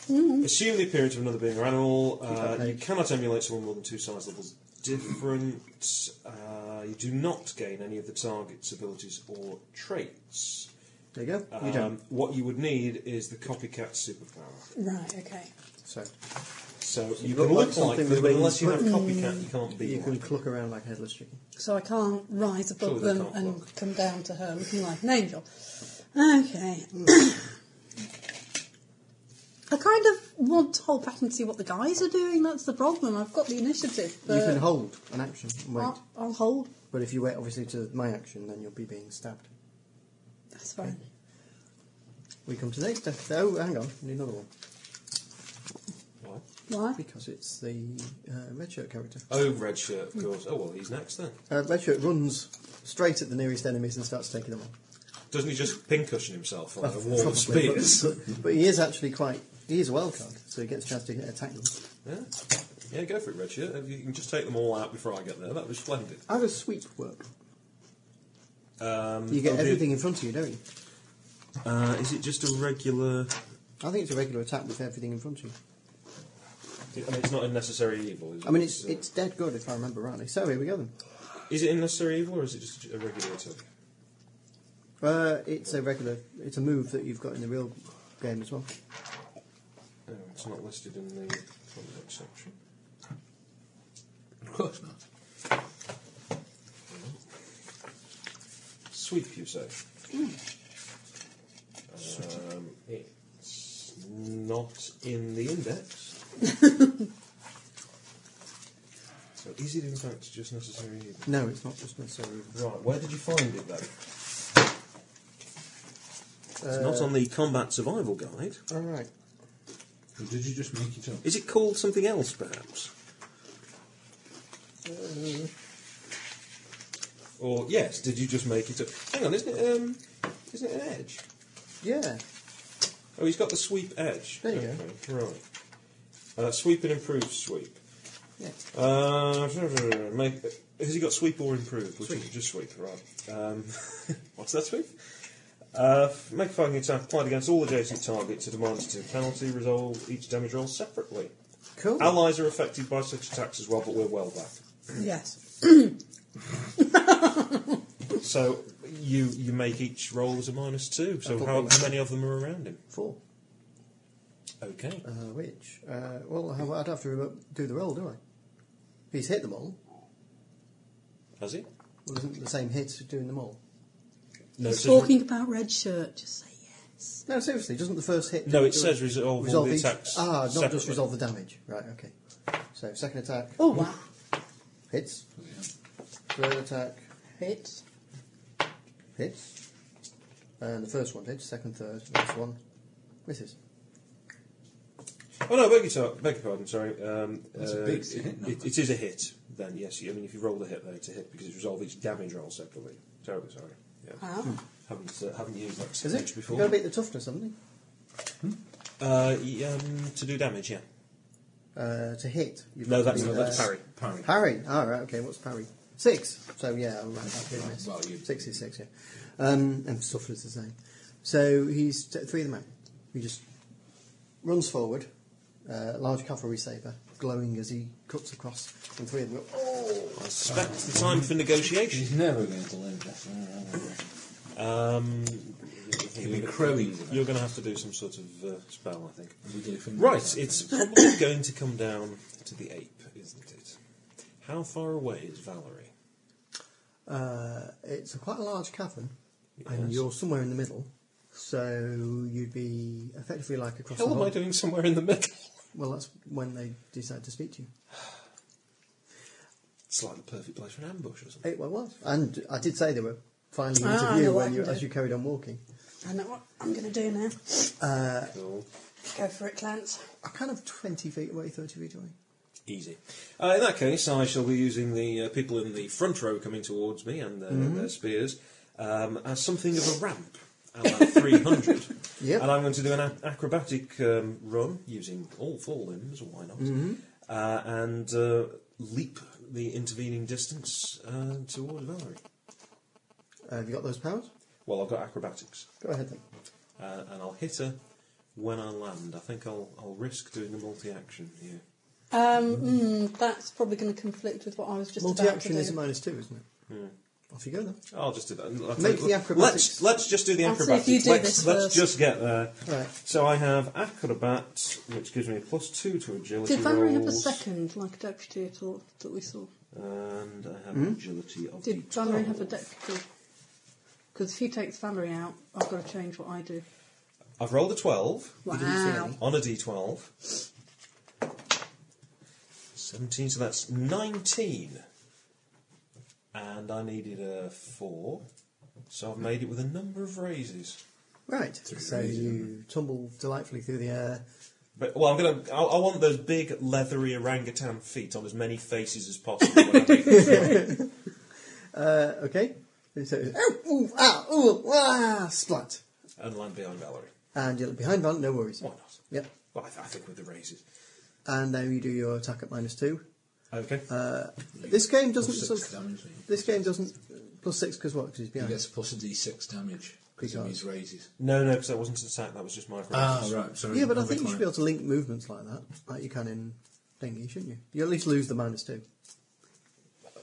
Speaker 5: Yeah.
Speaker 4: Assume the appearance of another being or animal. Uh,
Speaker 5: Okay.
Speaker 4: you cannot emulate someone more than two size levels different. Uh, you do not gain any of the target's abilities or traits.
Speaker 5: There you go. you
Speaker 4: Um,
Speaker 5: don't.
Speaker 4: What you would need is the copycat superpower.
Speaker 2: Right, okay.
Speaker 5: So
Speaker 4: So you,
Speaker 5: look
Speaker 4: can
Speaker 5: like
Speaker 4: look like
Speaker 5: something
Speaker 4: them,
Speaker 5: with
Speaker 4: but unless you have
Speaker 5: wings.
Speaker 4: copycat, you can't be
Speaker 5: you
Speaker 4: like
Speaker 5: can
Speaker 4: them.
Speaker 5: cluck around like a headless chicken.
Speaker 2: So I can't rise above
Speaker 4: Surely they
Speaker 2: them
Speaker 4: can't
Speaker 2: and
Speaker 4: work.
Speaker 2: come down to her looking like an angel. Okay. I kind of want to hold back and see what the guys are doing. That's the problem. I've got the initiative, but
Speaker 5: you can hold an action and wait,
Speaker 2: I'll, I'll hold.
Speaker 5: but if you wait, obviously to my action, then you'll be being stabbed.
Speaker 2: That's fine.
Speaker 5: We come to the next. death. Oh, hang on, we need another one
Speaker 4: Why?
Speaker 2: Why?
Speaker 5: because it's the uh, red shirt character.
Speaker 4: Oh, red shirt, of course. Oh well, he's next then.
Speaker 5: Uh, Red Shirt runs straight at the nearest enemies and starts taking them on.
Speaker 4: Doesn't he just pincushion himself like a wall
Speaker 5: Probably,
Speaker 4: of spears?
Speaker 5: But, but he is actually quite. He is a wild card, so he gets a chance to attack them.
Speaker 4: yeah. yeah, go for it, red shirt. If You can just take them all out before I get there. That was splendid.
Speaker 5: How does sweep work?
Speaker 4: Um,
Speaker 5: You get
Speaker 4: that'll be-
Speaker 5: everything in front of you, don't you?
Speaker 4: Uh, is it just a regular?
Speaker 5: I think it's a regular attack with everything in front of you.
Speaker 4: I mean, it's not a necessary evil. Is it?
Speaker 5: I mean, it's
Speaker 4: uh,
Speaker 5: it's dead good if I remember rightly. So here we go then.
Speaker 4: Is it a necessary evil or is it just a regular attack?
Speaker 5: Uh, it's a regular. It's a move that you've got in the real game as well.
Speaker 4: No, it's not listed in the conduct section.
Speaker 3: Of course not.
Speaker 4: Sweep, you say? Um, it's not in the index. so is it in fact just necessary evil?
Speaker 5: No, it's not just necessarily.
Speaker 4: Right, where did you find it though? It's not
Speaker 5: Uh,
Speaker 4: on the combat survival guide.
Speaker 5: All right.
Speaker 3: Or did you just make it up?
Speaker 4: Is it called something else perhaps? Uh, Or yes, did you just make it up? Hang on, isn't it um isn't it an edge?
Speaker 5: Yeah.
Speaker 4: Oh, he's got the sweep edge.
Speaker 5: There you
Speaker 4: okay. Right. Uh, sweep and improve sweep.
Speaker 5: Yeah.
Speaker 4: Uh, make, has he got sweep or improved? Which is just sweep, right. Um, what's that sweep? Uh, f- make a fighting attack applied against all adjacent targets at a minus two penalty. Resolve each damage roll separately.
Speaker 5: Cool.
Speaker 4: Allies are affected by such attacks as well, but we're well back.
Speaker 2: Yes.
Speaker 4: So you you make each roll as a minus two. So how, how many of them are around him?
Speaker 5: Four.
Speaker 4: Okay.
Speaker 5: Uh, which? Uh, well, how- I'd have to remo- do the roll, do I? He's hit them all.
Speaker 4: Has he?
Speaker 5: Well, isn't it the same hit doing them all?
Speaker 4: No, it
Speaker 2: He's
Speaker 4: says-
Speaker 2: talking about red shirt. Just say yes.
Speaker 5: No, seriously, doesn't the first hit?
Speaker 4: No, it
Speaker 5: do
Speaker 4: says resolve, all
Speaker 5: resolve
Speaker 4: the
Speaker 5: each-
Speaker 4: attacks.
Speaker 5: Ah, not
Speaker 4: separately.
Speaker 5: just resolve the damage. Right. Okay. So second attack
Speaker 2: Oh wow!
Speaker 5: hits. Third attack
Speaker 2: Hit.
Speaker 5: hits. And the first one hits. Second, third, next one misses.
Speaker 4: Oh no, beg your, tar- beg your pardon. Sorry, um,
Speaker 3: That's
Speaker 4: uh,
Speaker 3: a big
Speaker 4: it-
Speaker 3: hit number.
Speaker 4: it, it is a hit. Then yes, I mean if you roll the hit, then it's a hit because it's resolved each damage roll separately. Terribly sorry. Yeah.
Speaker 2: Wow.
Speaker 5: Hmm.
Speaker 4: Haven't uh, haven't used that
Speaker 5: Is
Speaker 4: stage
Speaker 5: it?
Speaker 4: before.
Speaker 5: You've got to beat the toughness, haven't
Speaker 4: Uh, y- um, to do damage, yeah.
Speaker 5: you? Uh, to hit. You've
Speaker 4: No,
Speaker 5: got
Speaker 4: that's
Speaker 5: to
Speaker 4: not,
Speaker 5: beat,
Speaker 4: that's
Speaker 5: uh,
Speaker 4: parry.
Speaker 3: Parry.
Speaker 5: Parry. All right. Okay. What's parry? Six. So yeah, I'll write that for you, miss.
Speaker 3: Well, you-
Speaker 5: Six is six. Yeah. Um, and stuff is the same. So he's t- three of them out. He just runs forward. Uh, large cavalry saber glowing as he cuts across, and three of them. Go, oh,
Speaker 4: I suspect the time for negotiation.
Speaker 3: She's never going to live this. uh,
Speaker 4: Um,
Speaker 3: He'll be crowing.
Speaker 4: You're going to have to do some sort of uh, spell, I think.
Speaker 3: wiggly fingers
Speaker 4: Right,
Speaker 3: like
Speaker 4: it's
Speaker 3: that.
Speaker 4: probably going to come down to the ape, isn't it? How far away is Valerie?
Speaker 5: Uh, it's a quite a large cavern,
Speaker 4: Yes.
Speaker 5: and you're somewhere in the middle. So you'd be effectively like across.
Speaker 4: Hell
Speaker 5: the
Speaker 4: am
Speaker 5: hall.
Speaker 4: I doing somewhere in the middle?
Speaker 5: Well, that's when they decide to speak to you.
Speaker 4: It's like the perfect place for an ambush or something.
Speaker 5: It was, and I did say they were finally
Speaker 2: Ah, I
Speaker 5: into view
Speaker 2: know what I
Speaker 5: when you,
Speaker 2: can
Speaker 5: as
Speaker 2: do.
Speaker 5: you carried on walking.
Speaker 2: I know what I'm going to do now.
Speaker 4: Cool.
Speaker 2: Go for it, Clance.
Speaker 5: I'm kind of 20 feet away, 30 feet away.
Speaker 4: Easy. Uh, in that case, I shall be using the uh, people in the front row coming towards me and their, their spears um, as something of a ramp, a la 300.
Speaker 5: Yep.
Speaker 4: And I'm going to do an ac- acrobatic um, run using all four limbs, why not? Uh, and uh, leap the intervening distance uh, toward Valerie.
Speaker 5: Uh, have you got those powers?
Speaker 4: Well, I've got acrobatics,
Speaker 5: Go ahead then.
Speaker 4: uh, and I'll hit her when I land. I think I'll, I'll risk doing a multi action here.
Speaker 2: Um, mm, that's probably going to conflict with what I was just
Speaker 5: Multi
Speaker 2: about to
Speaker 5: action
Speaker 2: do.
Speaker 5: is a minus two, isn't it? Off you go then.
Speaker 4: I'll just do that. I'll
Speaker 5: Make
Speaker 4: tell
Speaker 5: the
Speaker 4: you-
Speaker 5: acrobatics.
Speaker 4: Let's, let's just do the
Speaker 2: I'll see if
Speaker 4: acrobatics.
Speaker 2: you do
Speaker 4: let's
Speaker 2: this
Speaker 4: let's
Speaker 2: first.
Speaker 4: just get there.
Speaker 5: Right.
Speaker 4: So I have acrobat, which gives me a plus two to agility
Speaker 2: Did Valerie have a
Speaker 4: rolls,
Speaker 2: second, like a deputy at all, that we saw?
Speaker 4: and I
Speaker 5: Hmm?
Speaker 4: have agility of
Speaker 2: Did
Speaker 4: the
Speaker 2: Valerie have a
Speaker 4: 12.
Speaker 2: deputy? Because if he takes Valerie out, I've got to change what I do.
Speaker 4: I've rolled a twelve
Speaker 2: Wow.
Speaker 4: on a d twelve. Seventeen, so that's nineteen, and I needed a four, so I've made it with a number of raises.
Speaker 5: Right. So you tumble delightfully through the air.
Speaker 4: But, well, I'm gonna. I, I want those big leathery orangutan feet on as many faces as possible. when I make this roll.
Speaker 5: Uh, okay. And So, oh, ooh, ah, ooh, ah, splat.
Speaker 4: and land behind Valerie.
Speaker 5: And you're behind Van, no worries.
Speaker 4: Why not?
Speaker 5: Yep.
Speaker 4: Well, I, th- I think with the raises.
Speaker 5: And now you do your attack at minus two.
Speaker 4: Okay.
Speaker 5: Uh, This game doesn't.
Speaker 3: Plus
Speaker 5: sort
Speaker 3: six
Speaker 5: of-
Speaker 3: damage.
Speaker 5: this game doesn't. Plus six because what? 'Cause he's
Speaker 3: He
Speaker 5: behind.
Speaker 3: gets plus a d6 damage because of
Speaker 5: Because-
Speaker 3: his raises.
Speaker 4: no, no, because that wasn't an attack. That was just my.
Speaker 3: Ah,
Speaker 4: raises.
Speaker 3: right. Sorry.
Speaker 5: Yeah, but I
Speaker 3: I'm
Speaker 5: think you should be able
Speaker 3: declining.
Speaker 5: to link movements like that, like you can in Thingy, shouldn't you? You at least lose the minus two.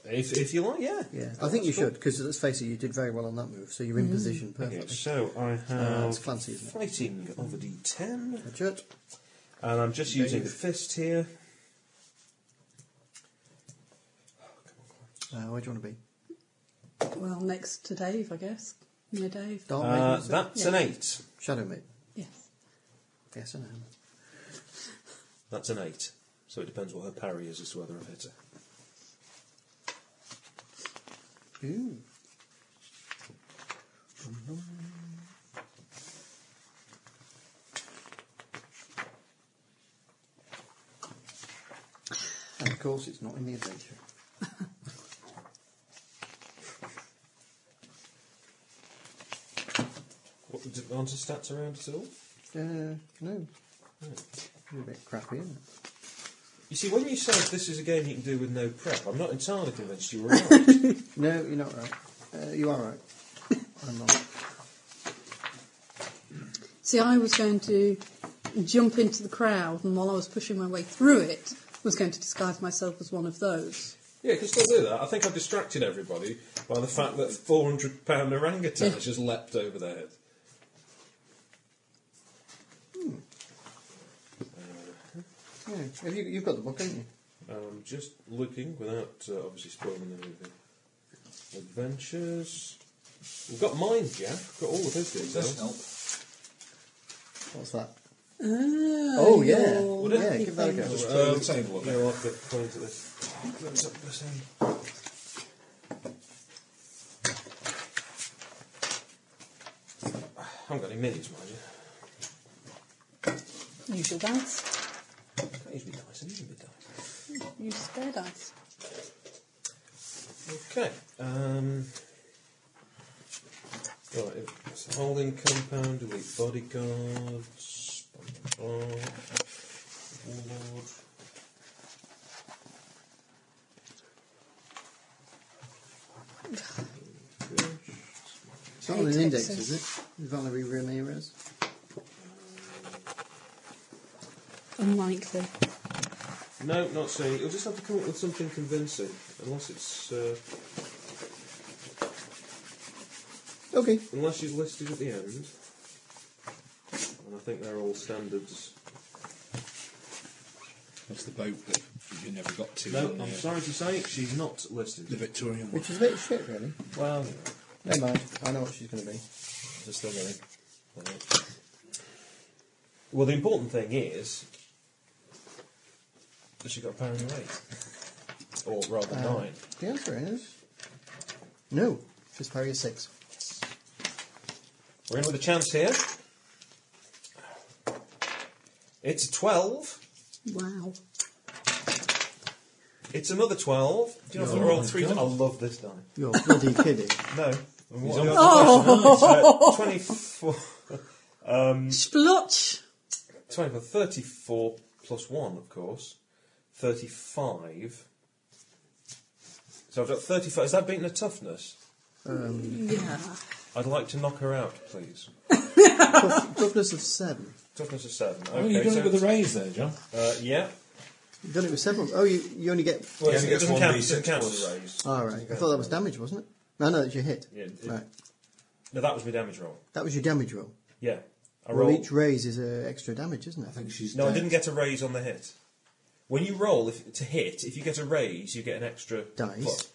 Speaker 4: If, if you like, yeah.
Speaker 5: Yeah, I think you should because let's face it, you did very well on that move, so you're in position
Speaker 4: Okay,
Speaker 5: perfectly.
Speaker 4: so I
Speaker 5: Uh, it's
Speaker 4: have
Speaker 5: fancy, isn't it?
Speaker 4: fighting of a d10,
Speaker 5: Richard,
Speaker 4: and I'm just using the fist here.
Speaker 5: uh, where do you want to be?
Speaker 2: Well, next to Dave, I guess. Yeah, Dave.
Speaker 5: Dark
Speaker 4: Uh,
Speaker 5: mage, is it?
Speaker 4: that's an
Speaker 2: Yeah.
Speaker 4: eight.
Speaker 5: shadow mage.
Speaker 2: Yes.
Speaker 5: Yes, I know.
Speaker 4: That's an eight. So it depends what her parry is as to whether I've hit her.
Speaker 5: Ooh, and of course, it's not in the adventure.
Speaker 4: What, d- aren't her stats around at all?
Speaker 5: Uh, no, You're a bit crappy, isn't it?
Speaker 4: You see, when you said this is a game you can do with no prep, I'm not entirely convinced you were right.
Speaker 5: No, you're not right. Uh, you are right. I'm not.
Speaker 2: See, I was going to jump into the crowd, and while I was pushing my way through it, was going to disguise myself as one of those.
Speaker 4: yeah, you can still do that. I think I've distracted everybody by the fact that 400 pound orangutan has just leapt over their head.
Speaker 5: Yeah, have you, you've got the book, haven't you?
Speaker 4: I'm just looking, without uh, obviously spoiling the movie. Adventures. We've got mine, Jack. We've got all of his
Speaker 3: Does
Speaker 4: details.
Speaker 3: help.
Speaker 5: What's that?
Speaker 2: Oh,
Speaker 5: yeah.
Speaker 2: your
Speaker 5: Would it?
Speaker 2: happy
Speaker 5: Give that a go.
Speaker 2: thing.
Speaker 3: Just
Speaker 4: Uh,
Speaker 3: turn the table a
Speaker 4: You
Speaker 3: bit.
Speaker 4: know, I've got to point at this. Close up the same. I haven't got any minis, mind you.
Speaker 2: Usual dice.
Speaker 4: Can't use me dice, I need me dice.
Speaker 2: Use spare dice.
Speaker 4: Okay. Um, right, it's a holding compound, elite bodyguards, blah, blah, blah, warlord.
Speaker 5: It's not on an
Speaker 2: Hey,
Speaker 5: index,
Speaker 2: Texas.
Speaker 5: is it? Valerie Ramirez.
Speaker 2: Unlikely.
Speaker 4: No, not saying. You'll just have to come up with something convincing, unless it's uh,
Speaker 5: Okay.
Speaker 4: unless she's listed at the end. And I think they're all standards.
Speaker 3: That's the boat that you never got to.
Speaker 4: No,
Speaker 3: on
Speaker 4: I'm
Speaker 3: the-
Speaker 4: sorry to say she's not
Speaker 3: The
Speaker 4: listed.
Speaker 3: Victorian one.
Speaker 5: Which is a bit shit, really.
Speaker 4: Well,
Speaker 5: Never mind. I know what she's going to be.
Speaker 3: Just still going.
Speaker 4: well, the important thing is that she got a power in weight, or rather nine.
Speaker 5: Um, The answer is no. She's parry is six.
Speaker 4: We're in with a chance here. It's a twelve.
Speaker 2: Wow.
Speaker 4: It's another twelve. Do you know what? We're all three. I love this die.
Speaker 5: You're bloody kidding.
Speaker 4: No.
Speaker 2: Oh!
Speaker 4: Uh, 24,
Speaker 2: Splotch!
Speaker 4: 24, 34 plus 1, of course. 35. So I've got 35. Is that beating a toughness?
Speaker 5: Um,
Speaker 2: Yeah.
Speaker 4: I'd like to knock her out, please.
Speaker 5: Tough, toughness of seven.
Speaker 4: Toughness of 7. Okay,
Speaker 3: Oh, you're doing
Speaker 4: so,
Speaker 3: it with the raise there, John.
Speaker 4: uh, yeah.
Speaker 5: You've done it with several. Oh, you, you only get.
Speaker 4: Well,
Speaker 3: Yeah,
Speaker 4: it
Speaker 3: it gets
Speaker 4: doesn't
Speaker 3: one
Speaker 4: count,
Speaker 3: D6
Speaker 4: doesn't count
Speaker 3: plus.
Speaker 4: as a raise.
Speaker 5: All right. I thought that was damage, wasn't it? No, no, that's your hit.
Speaker 4: Yeah, it-
Speaker 5: right.
Speaker 4: No, that was my damage roll.
Speaker 5: That was your damage roll.
Speaker 4: Yeah. I
Speaker 5: Well,
Speaker 4: rolled.
Speaker 5: each raise is uh, extra damage, isn't it?
Speaker 3: I think she's.
Speaker 4: No, I
Speaker 3: dead.
Speaker 4: didn't get a raise on the hit. When you roll if, to hit, if you get a raise, you get an extra
Speaker 5: Dice.
Speaker 4: plus.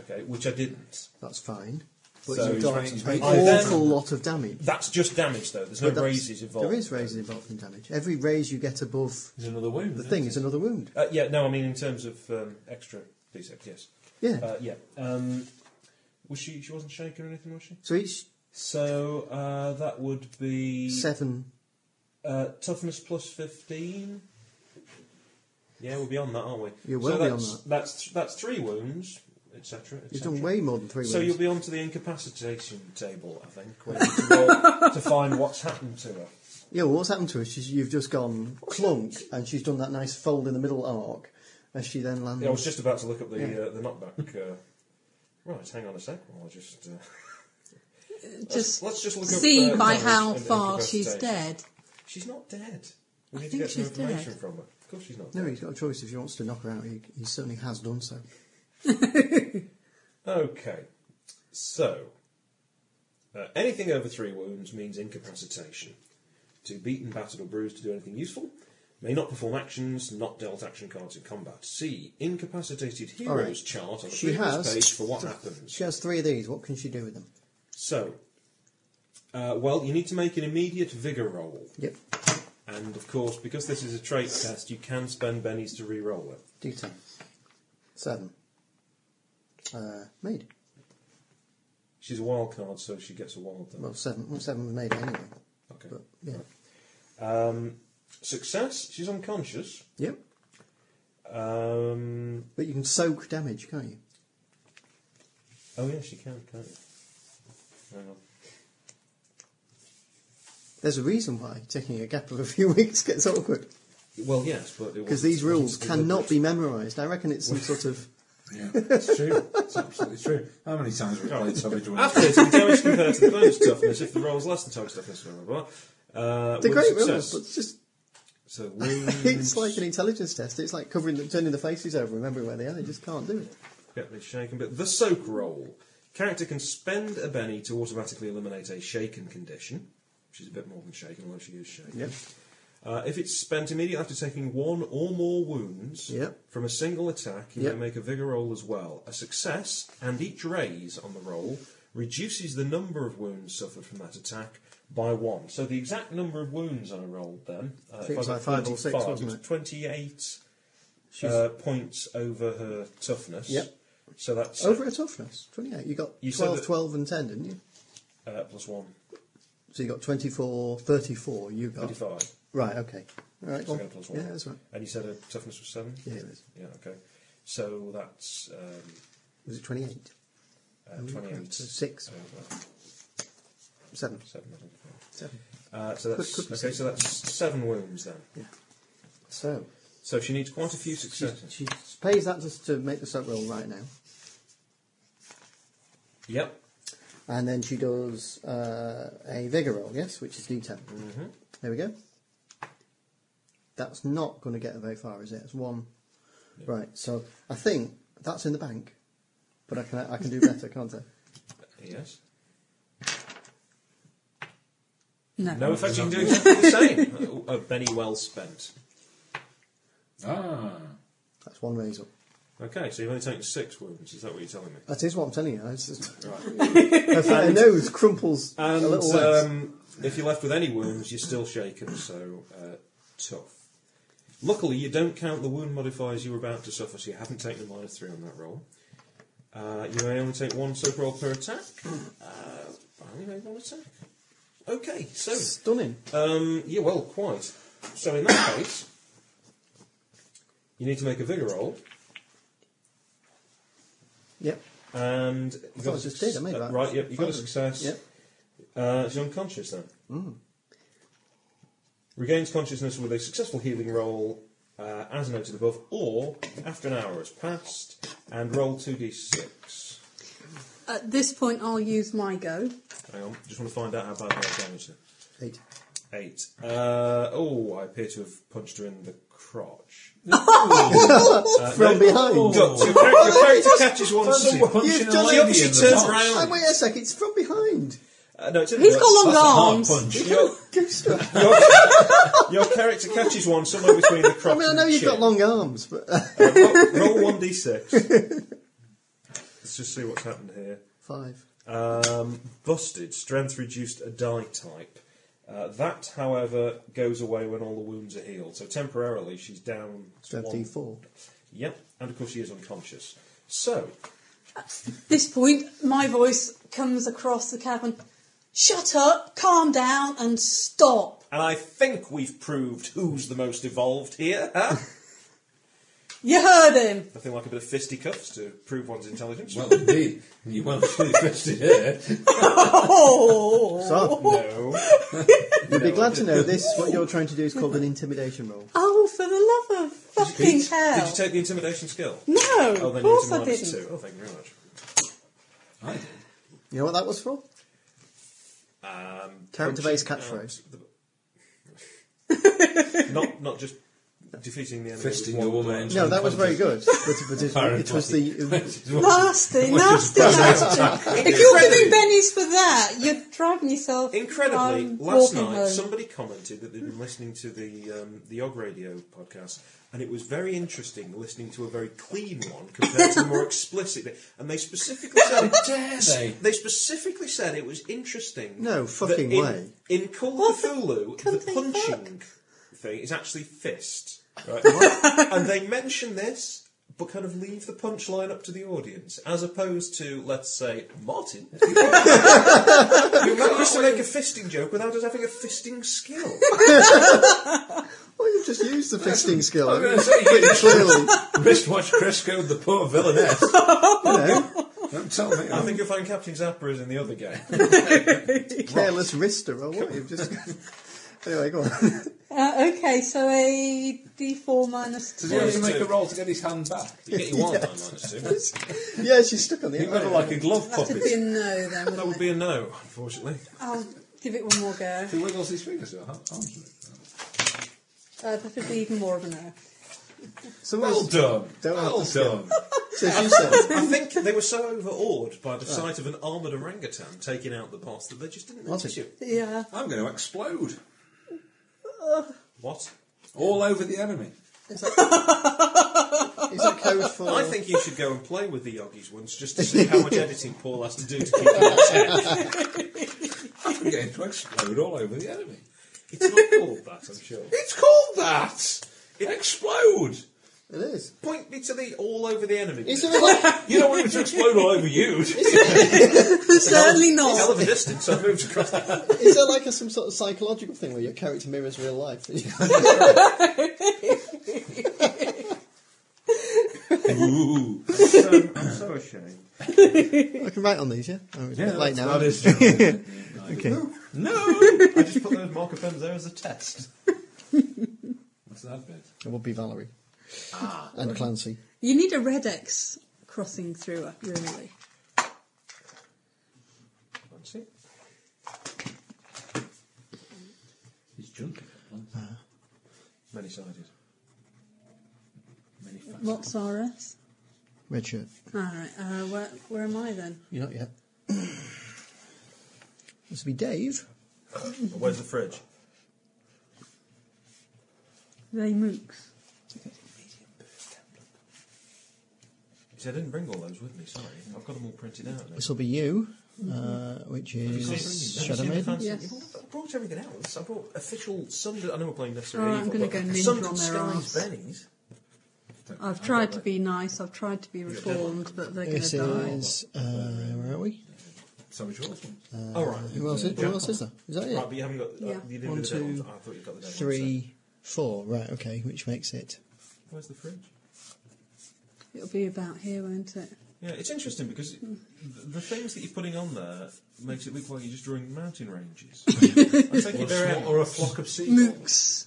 Speaker 4: Okay, which I didn't.
Speaker 5: That's fine. But
Speaker 4: So
Speaker 5: you've
Speaker 4: you
Speaker 5: done
Speaker 3: make- you
Speaker 5: an
Speaker 3: make-
Speaker 5: awful
Speaker 4: I then-
Speaker 5: lot of damage.
Speaker 4: That's just damage, though. There's no
Speaker 5: But that's-
Speaker 4: raises involved.
Speaker 5: There is raises involved in damage. Every raise you get above
Speaker 3: There's another wound.
Speaker 5: the
Speaker 3: isn't
Speaker 5: thing
Speaker 3: it?
Speaker 5: is another wound.
Speaker 4: Uh, yeah, no, I mean in terms of um, extra D6, yes.
Speaker 5: Yeah.
Speaker 4: Uh, yeah. Um, was she? She wasn't shaken or anything, was she?
Speaker 5: so each
Speaker 4: So uh, that would be
Speaker 5: seven.
Speaker 4: uh, toughness plus fifteen. Yeah, we're beyond that, aren't we?
Speaker 5: You're well
Speaker 4: so
Speaker 5: beyond
Speaker 4: that's,
Speaker 5: that.
Speaker 4: That's that's three wounds, etc. Et
Speaker 5: You've
Speaker 4: cetera.
Speaker 5: done way more than three
Speaker 4: so
Speaker 5: wounds.
Speaker 4: you'll be on to the incapacitation table, I think, when you roll to find what's happened to her.
Speaker 5: Yeah, well, what's happened to her? She's, you've just gone clunk, and she's done that nice fold in the middle arc, and she then lands.
Speaker 4: Yeah, I was just about to look up the uh, the knockback. Uh, right, hang on a sec. I'll just. Uh,
Speaker 2: Just
Speaker 4: let's just look up,
Speaker 2: see
Speaker 4: uh,
Speaker 2: by
Speaker 4: damage
Speaker 2: how
Speaker 4: and
Speaker 2: far she's
Speaker 4: incapacitation.
Speaker 2: dead.
Speaker 4: She's not dead. We
Speaker 2: I
Speaker 4: need to
Speaker 2: think
Speaker 4: get some
Speaker 2: she's
Speaker 4: information
Speaker 2: dead.
Speaker 4: from her. Of course she's not
Speaker 5: No,
Speaker 4: dead.
Speaker 5: he's got a choice. If he wants to knock her out, he, he certainly has done so.
Speaker 4: Okay, so uh, anything over three wounds means incapacitation. To beaten, battered, or bruised to do anything useful. May not perform actions, not dealt action cards in combat. See incapacitated heroes
Speaker 5: Alright.
Speaker 4: chart on the
Speaker 5: She
Speaker 4: previous
Speaker 5: has-
Speaker 4: page for what happens.
Speaker 5: She has three of these. What can she do with them?
Speaker 4: So, uh, well, you need to make an immediate vigor roll,
Speaker 5: Yep.
Speaker 4: and of course, because this is a trait test, you can spend bennies to re-roll it.
Speaker 5: D10. Seven. Uh, made.
Speaker 4: She's a wild card, so she gets a wild die.
Speaker 5: Well, seven. Well, seven was made anyway.
Speaker 4: Okay.
Speaker 5: But yeah.
Speaker 4: Success. She's unconscious.
Speaker 5: Yep.
Speaker 4: Um,
Speaker 5: But you can soak damage, can't you?
Speaker 4: oh yes, she can, can't you? Hang on.
Speaker 5: There's a reason why taking a gap of a few weeks gets awkward
Speaker 4: Well, yes, but it
Speaker 5: because
Speaker 4: wasn't-
Speaker 5: these rules
Speaker 4: wasn't
Speaker 5: cannot be memorised. I reckon it's some sort of
Speaker 3: Yeah, it's true. It's absolutely true. How many times have we played Savage Wars?
Speaker 4: After this, the damage compared to the bonus toughness. If the roll's less than target toughness, blah blah blah. Uh,
Speaker 5: the
Speaker 4: with
Speaker 5: great
Speaker 4: success.
Speaker 5: rules, but it's just
Speaker 4: So wounds.
Speaker 5: it's like an intelligence test. It's like covering them, turning the faces over, remembering where they are. They just can't do it.
Speaker 4: Get me shaken, but the soak roll. Character can spend a penny to automatically eliminate a shaken condition. She's a bit more than shaken, although she is shaken. Uh, if it's spent immediately after taking one or more wounds
Speaker 5: Yep.
Speaker 4: from a single attack, you
Speaker 5: Yep.
Speaker 4: may make a vigor roll as well. A success and each raise on the roll reduces the number of wounds suffered from that attack by one. So the exact number of wounds on a roll then, uh,
Speaker 5: I think it was
Speaker 4: if I got
Speaker 5: like five or six,
Speaker 4: 35,
Speaker 5: wasn't
Speaker 4: was
Speaker 5: it?
Speaker 4: 28 uh, points over her toughness.
Speaker 5: Yep.
Speaker 4: So that's
Speaker 5: Over a toughness, twenty-eight. You got
Speaker 4: You said
Speaker 5: 12,
Speaker 4: that-
Speaker 5: 12 and ten, didn't you?
Speaker 4: uh, plus one,
Speaker 5: So you got 24, 34, You got
Speaker 4: 35.
Speaker 5: right. Okay. All right.
Speaker 4: So I
Speaker 5: Well,
Speaker 4: got plus one.
Speaker 5: yeah, that's right.
Speaker 4: And you said her toughness was seven?
Speaker 5: Yeah, it is.
Speaker 4: Yeah, okay. So that's um,
Speaker 5: Was it twenty-eight?
Speaker 4: uh, 28.
Speaker 5: So six,
Speaker 4: So, uh,
Speaker 5: seven,
Speaker 4: seven, I think.
Speaker 5: seven.
Speaker 4: Uh, so that's
Speaker 5: Could- could be
Speaker 4: okay. So that's seven wounds then.
Speaker 5: So
Speaker 4: So she needs quite a few
Speaker 5: she,
Speaker 4: successes.
Speaker 5: she pays that just to make the soap roll right now,
Speaker 4: Yep.
Speaker 5: and then she does uh, a vigor roll, yes, which is D10. Mm-hmm. There we go. That's not going to get her very far, is it? It's one. Right. So I think that's in the bank, but I can I can do better, can't I?
Speaker 4: Yes.
Speaker 2: No.
Speaker 4: No effect. You can do exactly the
Speaker 5: Oh,
Speaker 4: same. A penny well spent.
Speaker 3: Ah,
Speaker 5: That's one raise up.
Speaker 4: Okay, so you've only taken six wounds. Is that what you're telling me?
Speaker 5: That is what I'm telling you. It's just,
Speaker 4: Right.
Speaker 5: her nose crumples a
Speaker 4: And
Speaker 5: little less.
Speaker 4: um, if you're left with any wounds, you're still shaken, so uh, tough. Luckily, you don't count the wound modifiers you were about to suffer, so you haven't taken a minus three on that roll. Uh, you may only take one soak roll per attack. Uh, I only made one attack. Okay, so
Speaker 5: Stunning.
Speaker 4: Um, yeah, well, quite. So in that case, you need to make a vigor roll,
Speaker 5: Yep.
Speaker 4: and you
Speaker 5: I thought I just did. I made that.
Speaker 4: right. Yep, you got a
Speaker 5: Fine.
Speaker 4: success.
Speaker 5: Yep.
Speaker 4: Uh, she's unconscious then. Regains consciousness with a successful healing roll, uh, as noted above, or after an hour has passed, and roll two d six.
Speaker 2: At this point, I'll use my go.
Speaker 4: Hang on, just want to find out how badly I damaged her.
Speaker 5: Eight.
Speaker 4: Eight. Uh, oh, I appear to have punched her in the crotch. Uh,
Speaker 5: From
Speaker 4: oh,
Speaker 5: behind.
Speaker 4: Got two. Your character catches one.
Speaker 3: fancy
Speaker 4: super-
Speaker 3: punching
Speaker 5: You've
Speaker 3: a
Speaker 5: done
Speaker 3: lady
Speaker 5: it.
Speaker 3: in the
Speaker 4: She turns
Speaker 3: box.
Speaker 4: around.
Speaker 5: Oh, wait a sec, it's from behind.
Speaker 4: Uh, no, it's in
Speaker 2: He's
Speaker 4: the-
Speaker 2: got long
Speaker 3: That's a hard
Speaker 2: arms.
Speaker 3: punch.
Speaker 4: Your,
Speaker 5: Goose to her.
Speaker 4: your, your character catches one somewhere between the crotch
Speaker 5: I mean, I
Speaker 4: and
Speaker 5: know
Speaker 4: the
Speaker 5: you've got
Speaker 4: chin.
Speaker 5: long arms, but uh,
Speaker 4: roll, roll 1d6. Let's just see what's happened here.
Speaker 5: five.
Speaker 4: Um, busted. Strength reduced a die type. Uh, that, however, goes away when all the wounds are healed. So temporarily, she's down to
Speaker 5: Strength
Speaker 2: E
Speaker 4: one.
Speaker 5: D4.
Speaker 4: Yep, and of course she is unconscious. So,
Speaker 2: this point, my voice comes across the cabin. Shut up, calm down, and stop.
Speaker 4: and I think we've proved who's the most evolved here. Huh?
Speaker 2: You heard him.
Speaker 4: Nothing like a bit of fisticuffs to prove one's intelligence.
Speaker 3: Well, indeed. You well should have invested here.
Speaker 2: Oh,
Speaker 5: So,
Speaker 4: no.
Speaker 5: you'd be glad to know this, what you're trying to do is called an intimidation roll.
Speaker 2: oh, for the love of fucking hell!
Speaker 4: Did you take the intimidation skill?
Speaker 2: no,
Speaker 4: Oh,
Speaker 2: of
Speaker 4: then
Speaker 2: course
Speaker 4: you're
Speaker 2: I
Speaker 4: into minus
Speaker 2: didn't.
Speaker 4: two. Oh, thank you very much.
Speaker 3: I did.
Speaker 5: You know what that was for?
Speaker 4: Um,
Speaker 5: Character-based
Speaker 4: punching Oh.
Speaker 5: catchphrase.
Speaker 4: out the- not not just defeating the enemy. with
Speaker 3: Fisting
Speaker 4: one
Speaker 3: a woman
Speaker 4: blow.
Speaker 3: in
Speaker 5: No, that was very good. But, but it, it was the.
Speaker 2: Nasty, nasty, nasty. if you're giving pennies for that, you're driving yourself.
Speaker 4: Incredibly,
Speaker 2: um,
Speaker 4: last
Speaker 2: walking
Speaker 4: night
Speaker 2: home.
Speaker 4: somebody commented that they'd been listening to the um, the Og Radio podcast, and it was very interesting listening to a very clean one compared to the more explicit. And they specifically said,
Speaker 3: they?
Speaker 4: they specifically said it was interesting.
Speaker 5: No
Speaker 4: that
Speaker 5: fucking
Speaker 4: in,
Speaker 5: way.
Speaker 4: In Call
Speaker 2: What
Speaker 4: of
Speaker 2: the
Speaker 4: Cthulhu, the
Speaker 2: cunting
Speaker 4: punching thing is actually fist, right? and they mention this. But kind of leave the punchline up to the audience, as opposed to, let's say, Martin, you managed to make a fisting joke without us having a fisting skill.
Speaker 5: Well, you've just used the fisting skill.
Speaker 3: I was going to say, you
Speaker 5: haven't you? Clearly.
Speaker 3: wristwatch Crisco, the poor villainess. Don't tell me.
Speaker 4: I think you'll find Captain Zapper is in the other game.
Speaker 5: careless wrister or what? You've just. anyway, go on.
Speaker 2: Uh, okay, so a d4 minus
Speaker 3: Does
Speaker 2: 2.
Speaker 3: he have to make a roll to get his hand back? You get your one hand, honestly.
Speaker 5: yeah, she's stuck on the
Speaker 3: You've got it like a glove
Speaker 2: That would
Speaker 3: puppet.
Speaker 2: be a no then.
Speaker 4: That would
Speaker 2: Wouldn't
Speaker 4: be
Speaker 2: it?
Speaker 4: a no, unfortunately.
Speaker 2: I'll give it one more go.
Speaker 3: He wiggles his fingers. huh? Oh,
Speaker 2: Uh, that would be even more of a no.
Speaker 5: So what
Speaker 3: Well
Speaker 5: was,
Speaker 3: done.
Speaker 5: Don't have
Speaker 3: Well
Speaker 5: to skip.
Speaker 3: done.
Speaker 5: so she said,
Speaker 4: I think they were so overawed by the sight of an armoured orangutan taking out the boss that they just didn't
Speaker 5: Was
Speaker 4: notice
Speaker 5: it?
Speaker 4: you.
Speaker 2: Yeah.
Speaker 3: I'm going to explode
Speaker 4: What?
Speaker 3: all over the enemy.
Speaker 5: "Is that code for?"
Speaker 4: I think you should go and play with the Yogis once just to see how much editing Paul has to do to keep them on track.
Speaker 3: I'm going to explode all over the enemy.
Speaker 4: It's not called that, I'm sure.
Speaker 3: It's called that. It explode.
Speaker 5: it is.
Speaker 4: Point me to the all over the enemy.
Speaker 5: Is there like,
Speaker 3: You don't want it to explode all over you.
Speaker 2: Certainly
Speaker 4: Hell
Speaker 2: not.
Speaker 4: of a distance I moved across the
Speaker 5: is there like a, some sort of psychological thing where your character mirrors real life?
Speaker 3: Ooh.
Speaker 4: I'm so ashamed.
Speaker 5: I can write on these, yeah. Oh, it's a bit late now.
Speaker 3: That is true.
Speaker 5: okay.
Speaker 3: no.
Speaker 4: I just put those marker pens there as a test.
Speaker 3: What's that bit?
Speaker 5: It will be Valerie and Clancy.
Speaker 2: You need a red X crossing through it, really.
Speaker 4: Fancy.
Speaker 3: He's junking.
Speaker 2: Uh-huh.
Speaker 4: Many sided.
Speaker 3: Many facets.
Speaker 2: What's RS?
Speaker 5: Red shirt.
Speaker 2: Alright, uh, where, where am I then?
Speaker 5: You're not yet. This will be Dave.
Speaker 4: Oh, Where's the fridge?
Speaker 2: They mooks.
Speaker 4: See, I didn't bring all those with me, sorry. I've got them all printed out now.
Speaker 5: This will be you, uh, which is Shadow Maiden.
Speaker 2: Yes.
Speaker 4: I brought everything else. I brought official Sundered. I know we're playing necessary.
Speaker 2: Alright, Oh, I'm
Speaker 4: Evil,
Speaker 2: gonna
Speaker 4: but
Speaker 2: go ninja
Speaker 4: Sundered
Speaker 2: on their
Speaker 4: Skies
Speaker 2: arse.
Speaker 4: Bennies.
Speaker 2: I've tried to be nice, I've tried to be reformed, but they're going
Speaker 5: This
Speaker 2: to die.
Speaker 5: is uh, where are we?
Speaker 3: So which one's one?
Speaker 4: All right.
Speaker 5: Who else is? Who else is there? Is that it?
Speaker 4: Right, but you haven't got. Uh,
Speaker 2: Yeah.
Speaker 4: You didn't
Speaker 5: One,
Speaker 4: do the dead
Speaker 5: two,
Speaker 4: ones. I thought you got the dead ones.
Speaker 5: Three, four. Right. Okay. Which makes it.
Speaker 4: Where's the fridge?
Speaker 2: It'll be about here, won't it?
Speaker 4: Yeah, it's interesting because th- the things that you're putting on there makes it look like you're just drawing mountain ranges. I take it they're out.
Speaker 3: Or a flock of seagulls.
Speaker 2: Mooks.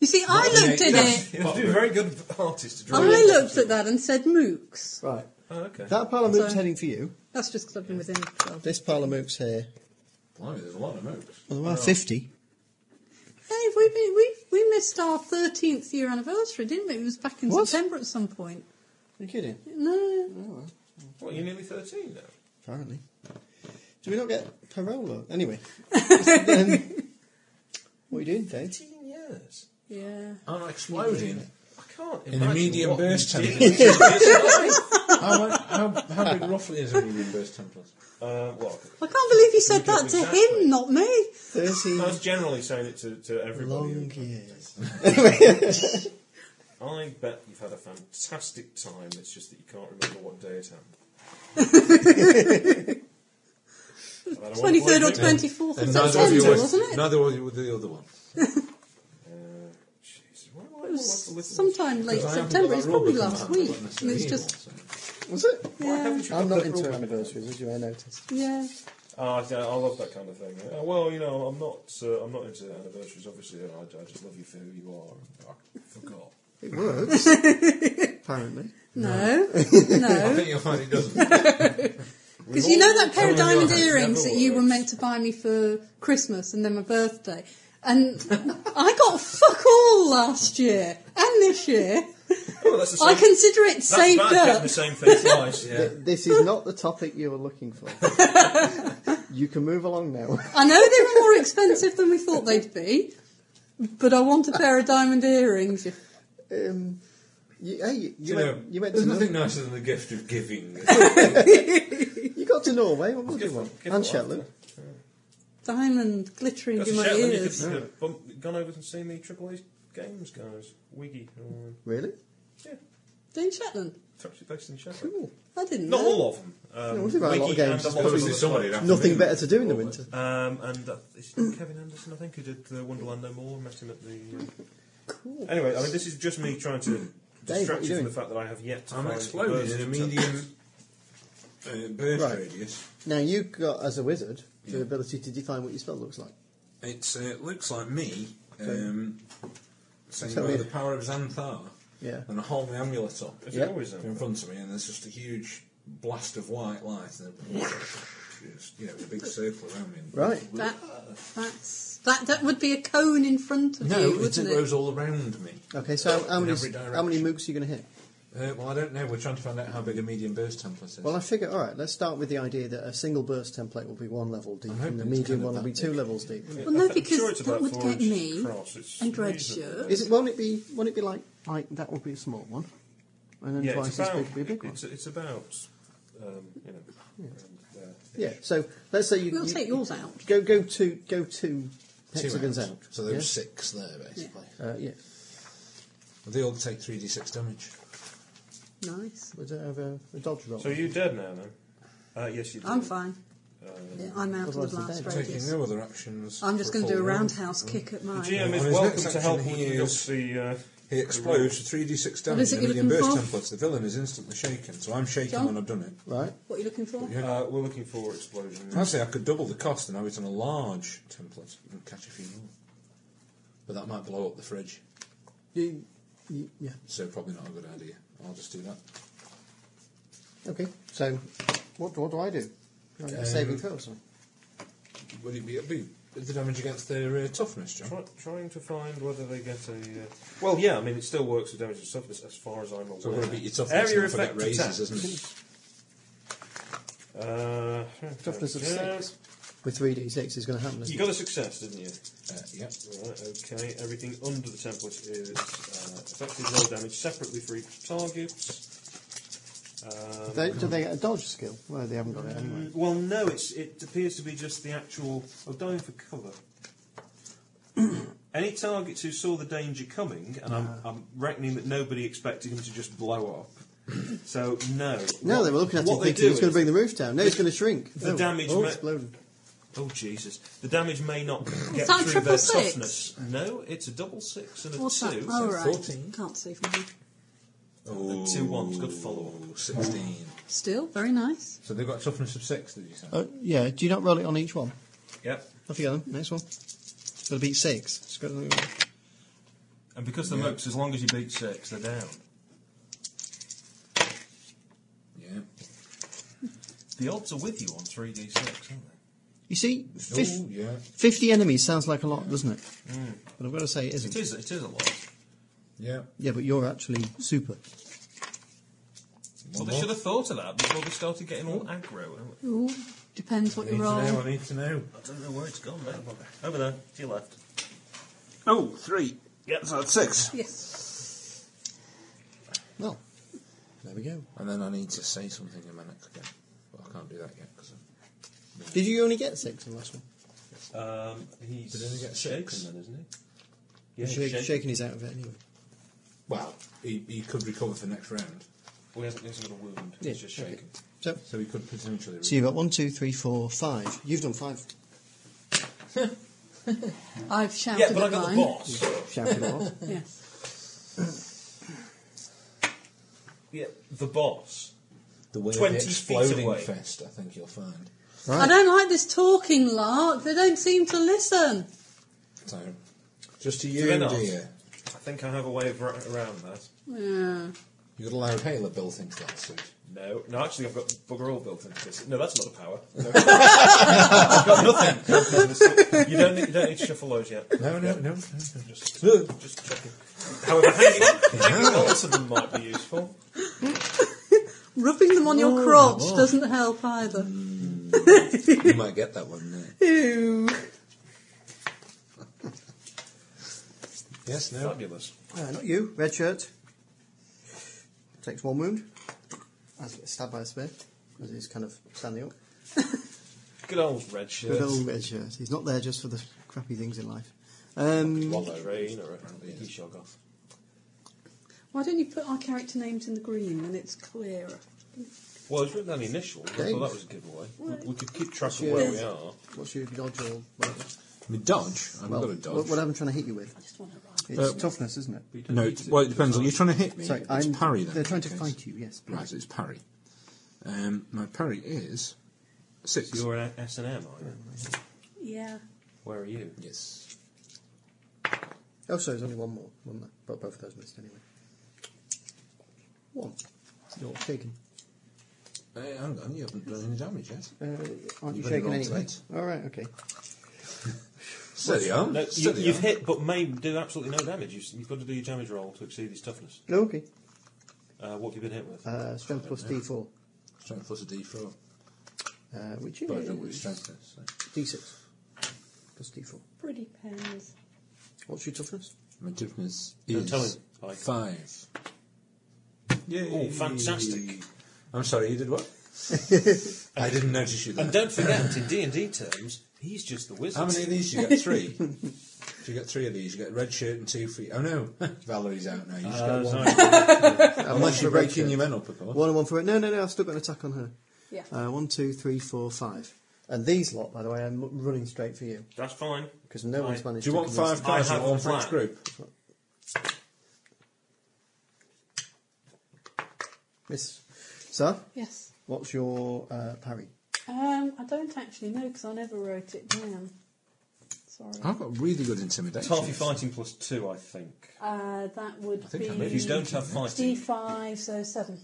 Speaker 2: You see, I looked at it.
Speaker 4: You have to be a very good artist to draw.
Speaker 2: I looked at that and said mooks.
Speaker 5: Right.
Speaker 4: Oh, okay.
Speaker 5: That pile of moocs
Speaker 2: So-
Speaker 5: heading for you.
Speaker 2: That's just because I've been within 12.
Speaker 5: This pile of moocs here.
Speaker 3: Blimey, there's a lot of oaks.
Speaker 5: Well, there are fifty.
Speaker 2: Hey, we, we, we, we missed our 13th year anniversary, didn't we? It was back in
Speaker 5: What?
Speaker 2: September at some point.
Speaker 5: Are you kidding?
Speaker 2: No.
Speaker 4: What, you're nearly 13 now?
Speaker 5: Apparently. Do we not get parole? though? Anyway. um, what are you doing, Dave?
Speaker 4: 13 years?
Speaker 2: Yeah.
Speaker 3: I'm exploding.
Speaker 4: I can't
Speaker 3: In a
Speaker 4: imagine
Speaker 3: medium
Speaker 4: what
Speaker 3: burst
Speaker 4: you did.
Speaker 3: template. how, mu- how, how big roughly is a medium burst template?
Speaker 4: Uh, well,
Speaker 2: I can't believe you said
Speaker 4: Look at
Speaker 2: that to
Speaker 4: exactly.
Speaker 2: him, not me.
Speaker 5: Thirty
Speaker 4: I was generally saying it to, to everybody.
Speaker 5: long years.
Speaker 4: I bet you've had a fantastic time. It's just that you can't remember what day it happened. I've had a
Speaker 2: 23rd or
Speaker 4: wonderful evening.
Speaker 2: 24th of
Speaker 3: And neither of you
Speaker 2: September,
Speaker 3: were-
Speaker 2: wasn't it?
Speaker 3: Neither of you were the other one.
Speaker 4: Uh, Jesus, why do I
Speaker 2: It
Speaker 4: lots
Speaker 2: was
Speaker 4: of little-
Speaker 2: sometime late
Speaker 3: I haven't
Speaker 2: September.
Speaker 3: got
Speaker 2: It's
Speaker 3: that
Speaker 2: probably
Speaker 3: rule book
Speaker 2: last
Speaker 3: in my hand,
Speaker 2: week.
Speaker 3: I've got
Speaker 2: And it's
Speaker 3: necessarily
Speaker 2: just,
Speaker 3: one, so-
Speaker 5: Was it?
Speaker 4: Why
Speaker 2: yeah,
Speaker 4: haven't you got
Speaker 5: I'm not
Speaker 4: that
Speaker 5: into
Speaker 4: rule book?
Speaker 5: anniversaries, as you may notice.
Speaker 2: yeah.
Speaker 4: Oh, I, I love that kind of thing. Uh, well, you know, I'm not. Uh, I'm not into anniversaries. Obviously, I, I just love you for who you are. I forgot.
Speaker 5: It works. Apparently.
Speaker 2: No,
Speaker 3: I
Speaker 2: no.
Speaker 3: think you'll find it doesn't.
Speaker 2: Because you know that pair of
Speaker 3: Tell me
Speaker 2: diamond
Speaker 3: why it
Speaker 2: earrings
Speaker 4: never
Speaker 2: that you were
Speaker 4: works.
Speaker 2: meant to buy me for Christmas and then my birthday? And I got fuck all last year and this year.
Speaker 4: Well, Oh, that's the
Speaker 2: I consider it
Speaker 4: that's
Speaker 2: saved
Speaker 4: bad, getting
Speaker 2: up.
Speaker 4: the same thing twice. Yeah.
Speaker 5: Th- This is not the topic you were looking for. you can move along now.
Speaker 2: I know they're more expensive than we thought they'd be, but I want a pair of diamond earrings.
Speaker 5: Um, you, hey, you, you
Speaker 3: You know,
Speaker 5: went, you went to
Speaker 3: there's nothing
Speaker 5: Nor-
Speaker 3: nicer than the gift of giving.
Speaker 5: you got to Norway. What would you
Speaker 4: Give-
Speaker 5: want?
Speaker 4: give
Speaker 5: And
Speaker 4: what?
Speaker 5: Shetland.
Speaker 2: Diamond glittering
Speaker 4: That's
Speaker 2: in
Speaker 4: a
Speaker 2: my
Speaker 4: Shetland. You
Speaker 2: ears.
Speaker 4: could have bump, gone over and seen the Triple A's games, guys. Wiggy. Um,
Speaker 5: Really?
Speaker 4: yeah,
Speaker 2: They're in Shetland.
Speaker 4: it's actually based in Shetland.
Speaker 5: Cool.
Speaker 2: I didn't
Speaker 4: Not
Speaker 2: know.
Speaker 4: all of them. Um,
Speaker 5: No, we've had a lot of
Speaker 4: Wiggy
Speaker 5: games.
Speaker 4: and a lot of
Speaker 3: Obviously,
Speaker 4: other
Speaker 3: somebody'd have to
Speaker 5: Nothing
Speaker 3: move.
Speaker 5: better to do in the winter.
Speaker 4: Um, and uh, it's Kevin Anderson, I think, who did the Wonderland No More, met him at the. Uh...
Speaker 5: Cool.
Speaker 4: Anyway, I mean, this is just me trying to
Speaker 5: Dave, what
Speaker 4: distract
Speaker 5: are you
Speaker 4: you from
Speaker 5: doing?
Speaker 4: the fact that I have yet to
Speaker 3: I'm
Speaker 4: find
Speaker 3: exploding
Speaker 4: birds
Speaker 3: in a
Speaker 4: to-
Speaker 3: medium uh, burst
Speaker 5: Right.
Speaker 3: radius.
Speaker 5: Now you've got, as a wizard, the
Speaker 3: Yeah.
Speaker 5: ability to define what your spell looks like.
Speaker 3: It's, uh, it looks like me um, saying
Speaker 5: Tell
Speaker 3: about
Speaker 5: me.
Speaker 3: the power of Xanthar,
Speaker 5: Yeah.
Speaker 3: and I hold my amulet up
Speaker 4: Is
Speaker 5: Yep.
Speaker 4: it always
Speaker 3: in
Speaker 4: them?
Speaker 3: front of me, and there's just a huge blast of white light, and then it's, you know, a big circle around me.
Speaker 5: Right.
Speaker 2: That, that's, that, that would be a cone in front of
Speaker 3: No,
Speaker 2: you,
Speaker 3: it, it
Speaker 2: wouldn't it?
Speaker 3: goes all around me.
Speaker 5: Okay, so how
Speaker 3: In
Speaker 5: many,
Speaker 3: every
Speaker 5: how many moocs are you going to hit?
Speaker 3: Uh, well, I don't know. We're trying to find out how big a medium burst template is.
Speaker 5: Well, I figure, all right, let's start with the idea that a single burst template will be one level deep,
Speaker 3: hoping
Speaker 5: and the
Speaker 3: it's
Speaker 5: medium
Speaker 3: kind of
Speaker 5: one will be
Speaker 3: that
Speaker 5: two
Speaker 3: big.
Speaker 5: levels deep.
Speaker 2: Well, no,
Speaker 4: I'm
Speaker 2: because
Speaker 4: sure it's
Speaker 2: that
Speaker 4: about
Speaker 2: would
Speaker 4: four
Speaker 2: get
Speaker 4: inches
Speaker 2: me
Speaker 4: across. It's
Speaker 2: and red
Speaker 4: reasonable.
Speaker 2: shirt.
Speaker 5: Is it? Won't it be? Won't it be like like that? Will be a small one, and then
Speaker 4: Yeah,
Speaker 5: twice
Speaker 4: it's
Speaker 5: as
Speaker 4: about.
Speaker 5: big will be a big one.
Speaker 4: it's, it's about. Um, you know. uh, around there.
Speaker 5: Yeah. So let's say you.
Speaker 2: We'll
Speaker 5: you-
Speaker 2: take yours out.
Speaker 5: Go go two go
Speaker 3: Two
Speaker 5: two hexagons
Speaker 3: outs.
Speaker 5: out.
Speaker 3: So there's six there, basically.
Speaker 5: yeah? Uh, yeah.
Speaker 3: They all take 3d6 damage.
Speaker 2: Nice.
Speaker 5: We don't have a, a dodge roll.
Speaker 4: So you're dead now, then? Uh, yes, you do.
Speaker 2: I'm fine. Yeah, I'm out of the
Speaker 5: Otherwise they're
Speaker 2: blast
Speaker 5: dead.
Speaker 3: Taking
Speaker 2: radius.
Speaker 3: no other actions.
Speaker 2: I'm just
Speaker 3: for
Speaker 2: going to do a
Speaker 3: full round.
Speaker 2: roundhouse kick at
Speaker 4: The
Speaker 2: mine.
Speaker 4: GM
Speaker 3: Well,
Speaker 4: is
Speaker 3: his
Speaker 4: welcome
Speaker 3: next
Speaker 4: to
Speaker 3: action
Speaker 4: help
Speaker 3: he
Speaker 4: with
Speaker 3: is-
Speaker 4: the. Uh,
Speaker 3: He explodes to 3d6
Speaker 2: What is
Speaker 3: damage.
Speaker 2: it
Speaker 3: The
Speaker 2: you're
Speaker 3: medium
Speaker 2: looking
Speaker 3: burst
Speaker 2: for?
Speaker 3: template. The villain is instantly shaken, so I'm shaken
Speaker 2: John?
Speaker 3: when I've done it.
Speaker 5: Right.
Speaker 2: What are you looking for?
Speaker 3: Yeah.
Speaker 4: uh, we're looking for explosions.
Speaker 3: I say I could double the cost and have it on a large template and catch a few more. But that might blow up the fridge,
Speaker 5: You, you, yeah.
Speaker 3: so probably not a good idea. I'll just do that.
Speaker 5: Okay. So what what do I do? Can
Speaker 3: Um,
Speaker 5: I get a saving throw or something?
Speaker 3: Would it be, it'd be the damage against their uh, toughness, John?
Speaker 4: Try, trying to find whether they get a. Uh, well, yeah, I mean, it still works with damage and toughness as far as I'm aware.
Speaker 3: So we're going to beat your toughness
Speaker 4: Area
Speaker 3: and forget
Speaker 4: effect
Speaker 3: raises,
Speaker 4: attack.
Speaker 3: isn't it?
Speaker 4: Uh,
Speaker 5: Toughness of
Speaker 4: okay.
Speaker 5: six with three d six is going to happen. isn't
Speaker 4: You
Speaker 5: it?
Speaker 4: got a success, didn't you?
Speaker 3: Uh, yeah.
Speaker 4: Right, okay. Everything under the template is uh, effective no damage separately for each target. Um,
Speaker 5: They, do they get a dodge skill? Well, they haven't got it anyway.
Speaker 4: mm, well, no, it's, it appears to be just the actual. Oh, diving for cover. Any targets who saw the danger coming, and I'm,
Speaker 5: Ah.
Speaker 4: I'm reckoning that nobody expected him to just blow up. So no.
Speaker 5: No,
Speaker 4: What-
Speaker 5: they were looking at
Speaker 4: what
Speaker 5: him
Speaker 4: they
Speaker 5: thinking
Speaker 4: do
Speaker 5: he's going
Speaker 4: is-
Speaker 5: to bring the roof down. No, it's going to shrink.
Speaker 4: the
Speaker 5: oh,
Speaker 4: damage
Speaker 5: oh,
Speaker 4: ma-
Speaker 5: exploded.
Speaker 4: Oh Jesus! The damage may not get
Speaker 2: that a
Speaker 4: through
Speaker 2: triple
Speaker 4: their
Speaker 2: six?
Speaker 4: toughness. No, it's a double six and a
Speaker 2: What's that?
Speaker 4: two.
Speaker 2: Oh,
Speaker 4: so
Speaker 2: right.
Speaker 3: fourteen.
Speaker 2: Can't see from here.
Speaker 3: Oh,
Speaker 4: two ones, good follow-up.
Speaker 3: 16.
Speaker 2: Still, very nice.
Speaker 3: Oh, So they've got a toughness of 6, did you say?
Speaker 5: Uh, yeah, do you not roll it on each one?
Speaker 4: Yep.
Speaker 5: Off you go then, next one. Gotta beat six. It's got to-
Speaker 4: And because the
Speaker 3: Yeah.
Speaker 4: mooks, as long as you beat six, they're down.
Speaker 3: Yeah.
Speaker 4: The odds are with you on three d six, aren't they?
Speaker 5: You see, fif-
Speaker 3: Oh, yeah.
Speaker 5: 50 enemies sounds like a lot, doesn't it?
Speaker 4: Mm.
Speaker 5: But I've got to say it
Speaker 4: It
Speaker 5: isn't.
Speaker 4: is. It is a lot.
Speaker 3: Yeah.
Speaker 5: Yeah, but you're actually super.
Speaker 4: Well,
Speaker 3: One
Speaker 4: they
Speaker 3: more.
Speaker 4: should have thought of that before they started getting all aggro.
Speaker 2: Ooh, depends what
Speaker 3: I need
Speaker 2: you
Speaker 3: to know,
Speaker 2: roll.
Speaker 3: I need to know.
Speaker 4: I don't know where it's gone. There. Over there, to your left.
Speaker 3: Oh, three. Yep, so that's six.
Speaker 2: Yes.
Speaker 5: Well, there we go.
Speaker 3: And then I need to say something in my next game. But I can't do that yet because I'm.
Speaker 5: Did you only get six in the last one?
Speaker 4: Um, he's
Speaker 3: Did he get
Speaker 4: shaken
Speaker 3: six?
Speaker 4: then, isn't he? Yeah, he's
Speaker 5: Shake,
Speaker 4: shaken.
Speaker 5: shaking is out of it anyway.
Speaker 3: Well, he, he could recover for next round,
Speaker 4: Well, he hasn't, he hasn't got a wound.
Speaker 5: Yeah,
Speaker 4: He's just shaken.
Speaker 5: okay. So,
Speaker 3: so he could potentially.
Speaker 5: so you've got one, two, three, four, five. You've done five.
Speaker 2: I've shouted
Speaker 4: Yeah, but I
Speaker 2: at
Speaker 4: got the
Speaker 2: mine.
Speaker 4: boss.
Speaker 5: Shouting off.
Speaker 2: Yes.
Speaker 4: Yeah, the boss.
Speaker 3: the way
Speaker 4: 20
Speaker 3: of the
Speaker 4: feet
Speaker 3: exploding
Speaker 4: away.
Speaker 3: fest, I think you'll find.
Speaker 2: I
Speaker 5: Right.
Speaker 2: don't like this talking lark. They don't seem to listen.
Speaker 3: So, just to
Speaker 4: they're
Speaker 3: you,
Speaker 4: not?
Speaker 3: dear.
Speaker 4: I think I have a way of ra- around that.
Speaker 2: Yeah.
Speaker 3: You got a loud hailer built into that suit.
Speaker 4: No, no, actually, I've got bugger all built into this. No, that's not a power. No. I've got nothing. you, don't need, you don't need to shuffle those yet.
Speaker 7: No, no, no.
Speaker 4: Just, just checking. However, hanging, hanging lots of them might be useful.
Speaker 2: Rubbing them on your crotch
Speaker 5: Oh.
Speaker 2: doesn't help either.
Speaker 7: You might get that one there.
Speaker 2: Ew.
Speaker 7: Yes, no.
Speaker 4: Fabulous.
Speaker 5: Uh, not you, red shirt. Takes one wound. As gets stabbed by a spear, as he's kind of standing up.
Speaker 4: Good old red shirt.
Speaker 5: Good old red shirt. He's not there just for the crappy things in life. Um,
Speaker 4: Wallow Rain or a Hishogoth.
Speaker 2: Why don't you put our character names in the green and it's clearer?
Speaker 4: Well, it's written down initials. I
Speaker 5: Dave.
Speaker 4: thought that was a giveaway. We, we could keep track of
Speaker 5: Yeah.
Speaker 4: where we are.
Speaker 5: what's your dodge or whatever?
Speaker 7: I mean, dodge. I've
Speaker 5: Well,
Speaker 7: got a dodge.
Speaker 5: what, what I'm trying to hit you with.
Speaker 2: I just want to run.
Speaker 5: It's toughness, isn't it?
Speaker 7: no, it, well, it depends. Are you trying to hit me?
Speaker 5: Sorry,
Speaker 7: it's
Speaker 5: I'm,
Speaker 7: parry then.
Speaker 5: They're trying to
Speaker 7: Okay.
Speaker 5: fight you. Yes.
Speaker 7: Right, so it's parry. Um, my parry is six.
Speaker 4: You're an S and M, are you?
Speaker 2: Yeah.
Speaker 4: Mm-hmm. Where are you?
Speaker 7: yes.
Speaker 5: Oh, so there's only one more, wasn't there? But both of those missed anyway. One. You're shaken.
Speaker 7: Uh, hang on, you haven't done any damage yet.
Speaker 5: Uh, aren't you
Speaker 7: You've only
Speaker 5: shaken
Speaker 7: rolled
Speaker 5: anyway?
Speaker 7: eight.
Speaker 5: All right. Okay.
Speaker 7: Steady on.
Speaker 4: No, you,
Speaker 7: steady
Speaker 4: you've
Speaker 7: on.
Speaker 4: hit, but may do absolutely no damage. You've, you've got to do your damage roll to exceed his toughness.
Speaker 5: No. Okay.
Speaker 4: Uh, what have you been hit with?
Speaker 5: Uh, strength plus D4,
Speaker 7: Strength plus a d4.
Speaker 5: uh, which
Speaker 7: But I don't know what
Speaker 5: is
Speaker 7: your strength is. So.
Speaker 5: D6 plus D4.
Speaker 2: Pretty pens.
Speaker 5: What's your toughness?
Speaker 7: My toughness
Speaker 4: Don't
Speaker 7: is
Speaker 4: tell him, Spike.
Speaker 7: five. Yay.
Speaker 4: Oh, fantastic.
Speaker 7: I'm sorry, you did what? I didn't notice you
Speaker 4: And
Speaker 7: there.
Speaker 4: don't forget, in D and D terms, he's just the wizard.
Speaker 7: How many of these you got? Three. so you got three of these. You got red shirt and two feet. Oh no, Valerie's out now. You just
Speaker 4: Uh,
Speaker 7: got one. Uh, Unless you're
Speaker 5: For red
Speaker 7: breaking
Speaker 5: shirt.
Speaker 7: your men up, of course.
Speaker 5: One and one for it. No, no, no. I've still got an attack on her.
Speaker 2: Yeah.
Speaker 5: Uh, one, two, three, four, five. And these lot, by the way, I'm running straight for you
Speaker 4: That's fine.
Speaker 5: because no one's
Speaker 4: Fine.
Speaker 5: managed.
Speaker 7: Do you
Speaker 5: to
Speaker 7: want
Speaker 5: convince
Speaker 7: five
Speaker 4: I
Speaker 7: cards
Speaker 4: have
Speaker 7: or one
Speaker 4: a
Speaker 7: for each
Speaker 4: plan.
Speaker 7: group?
Speaker 5: them. Miss, sir,
Speaker 2: Yes.
Speaker 5: what's your uh, parry?
Speaker 2: Um, I don't actually know because I never wrote it down. Sorry.
Speaker 5: Uh.
Speaker 7: I've got really good intimidation.
Speaker 4: It's half your fighting plus two, I think.
Speaker 2: Uh, that would
Speaker 7: think
Speaker 2: be
Speaker 7: I
Speaker 4: If you don't have fighting,
Speaker 2: D5, so 7.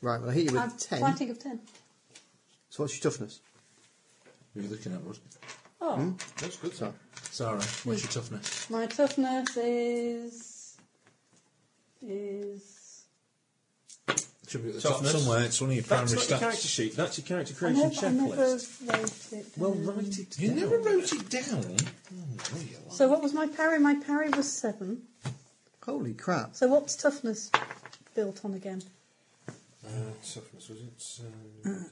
Speaker 5: Right, well, I hit you with
Speaker 2: I've
Speaker 5: ten.
Speaker 2: Fighting of 10.
Speaker 5: So what's your toughness?
Speaker 7: You're looking at what?
Speaker 2: Oh,
Speaker 4: that's good.
Speaker 5: Sorry.
Speaker 7: Sarah, what's your toughness?
Speaker 2: my toughness is. is.
Speaker 7: It should be at the
Speaker 4: Toughness.
Speaker 7: top somewhere. It's one of your primary
Speaker 4: That's not your character
Speaker 7: stats.
Speaker 4: sheet. That's your character
Speaker 2: I
Speaker 4: creation
Speaker 2: never, I never
Speaker 4: checklist.
Speaker 2: wrote it.
Speaker 4: Well,
Speaker 2: down.
Speaker 4: write it.
Speaker 7: You
Speaker 4: down.
Speaker 7: never wrote it down. Oh, real.
Speaker 2: So what was my parry? My parry was 7.
Speaker 5: Holy crap!
Speaker 2: So what's toughness built on again?
Speaker 4: Uh, toughness was it? Um,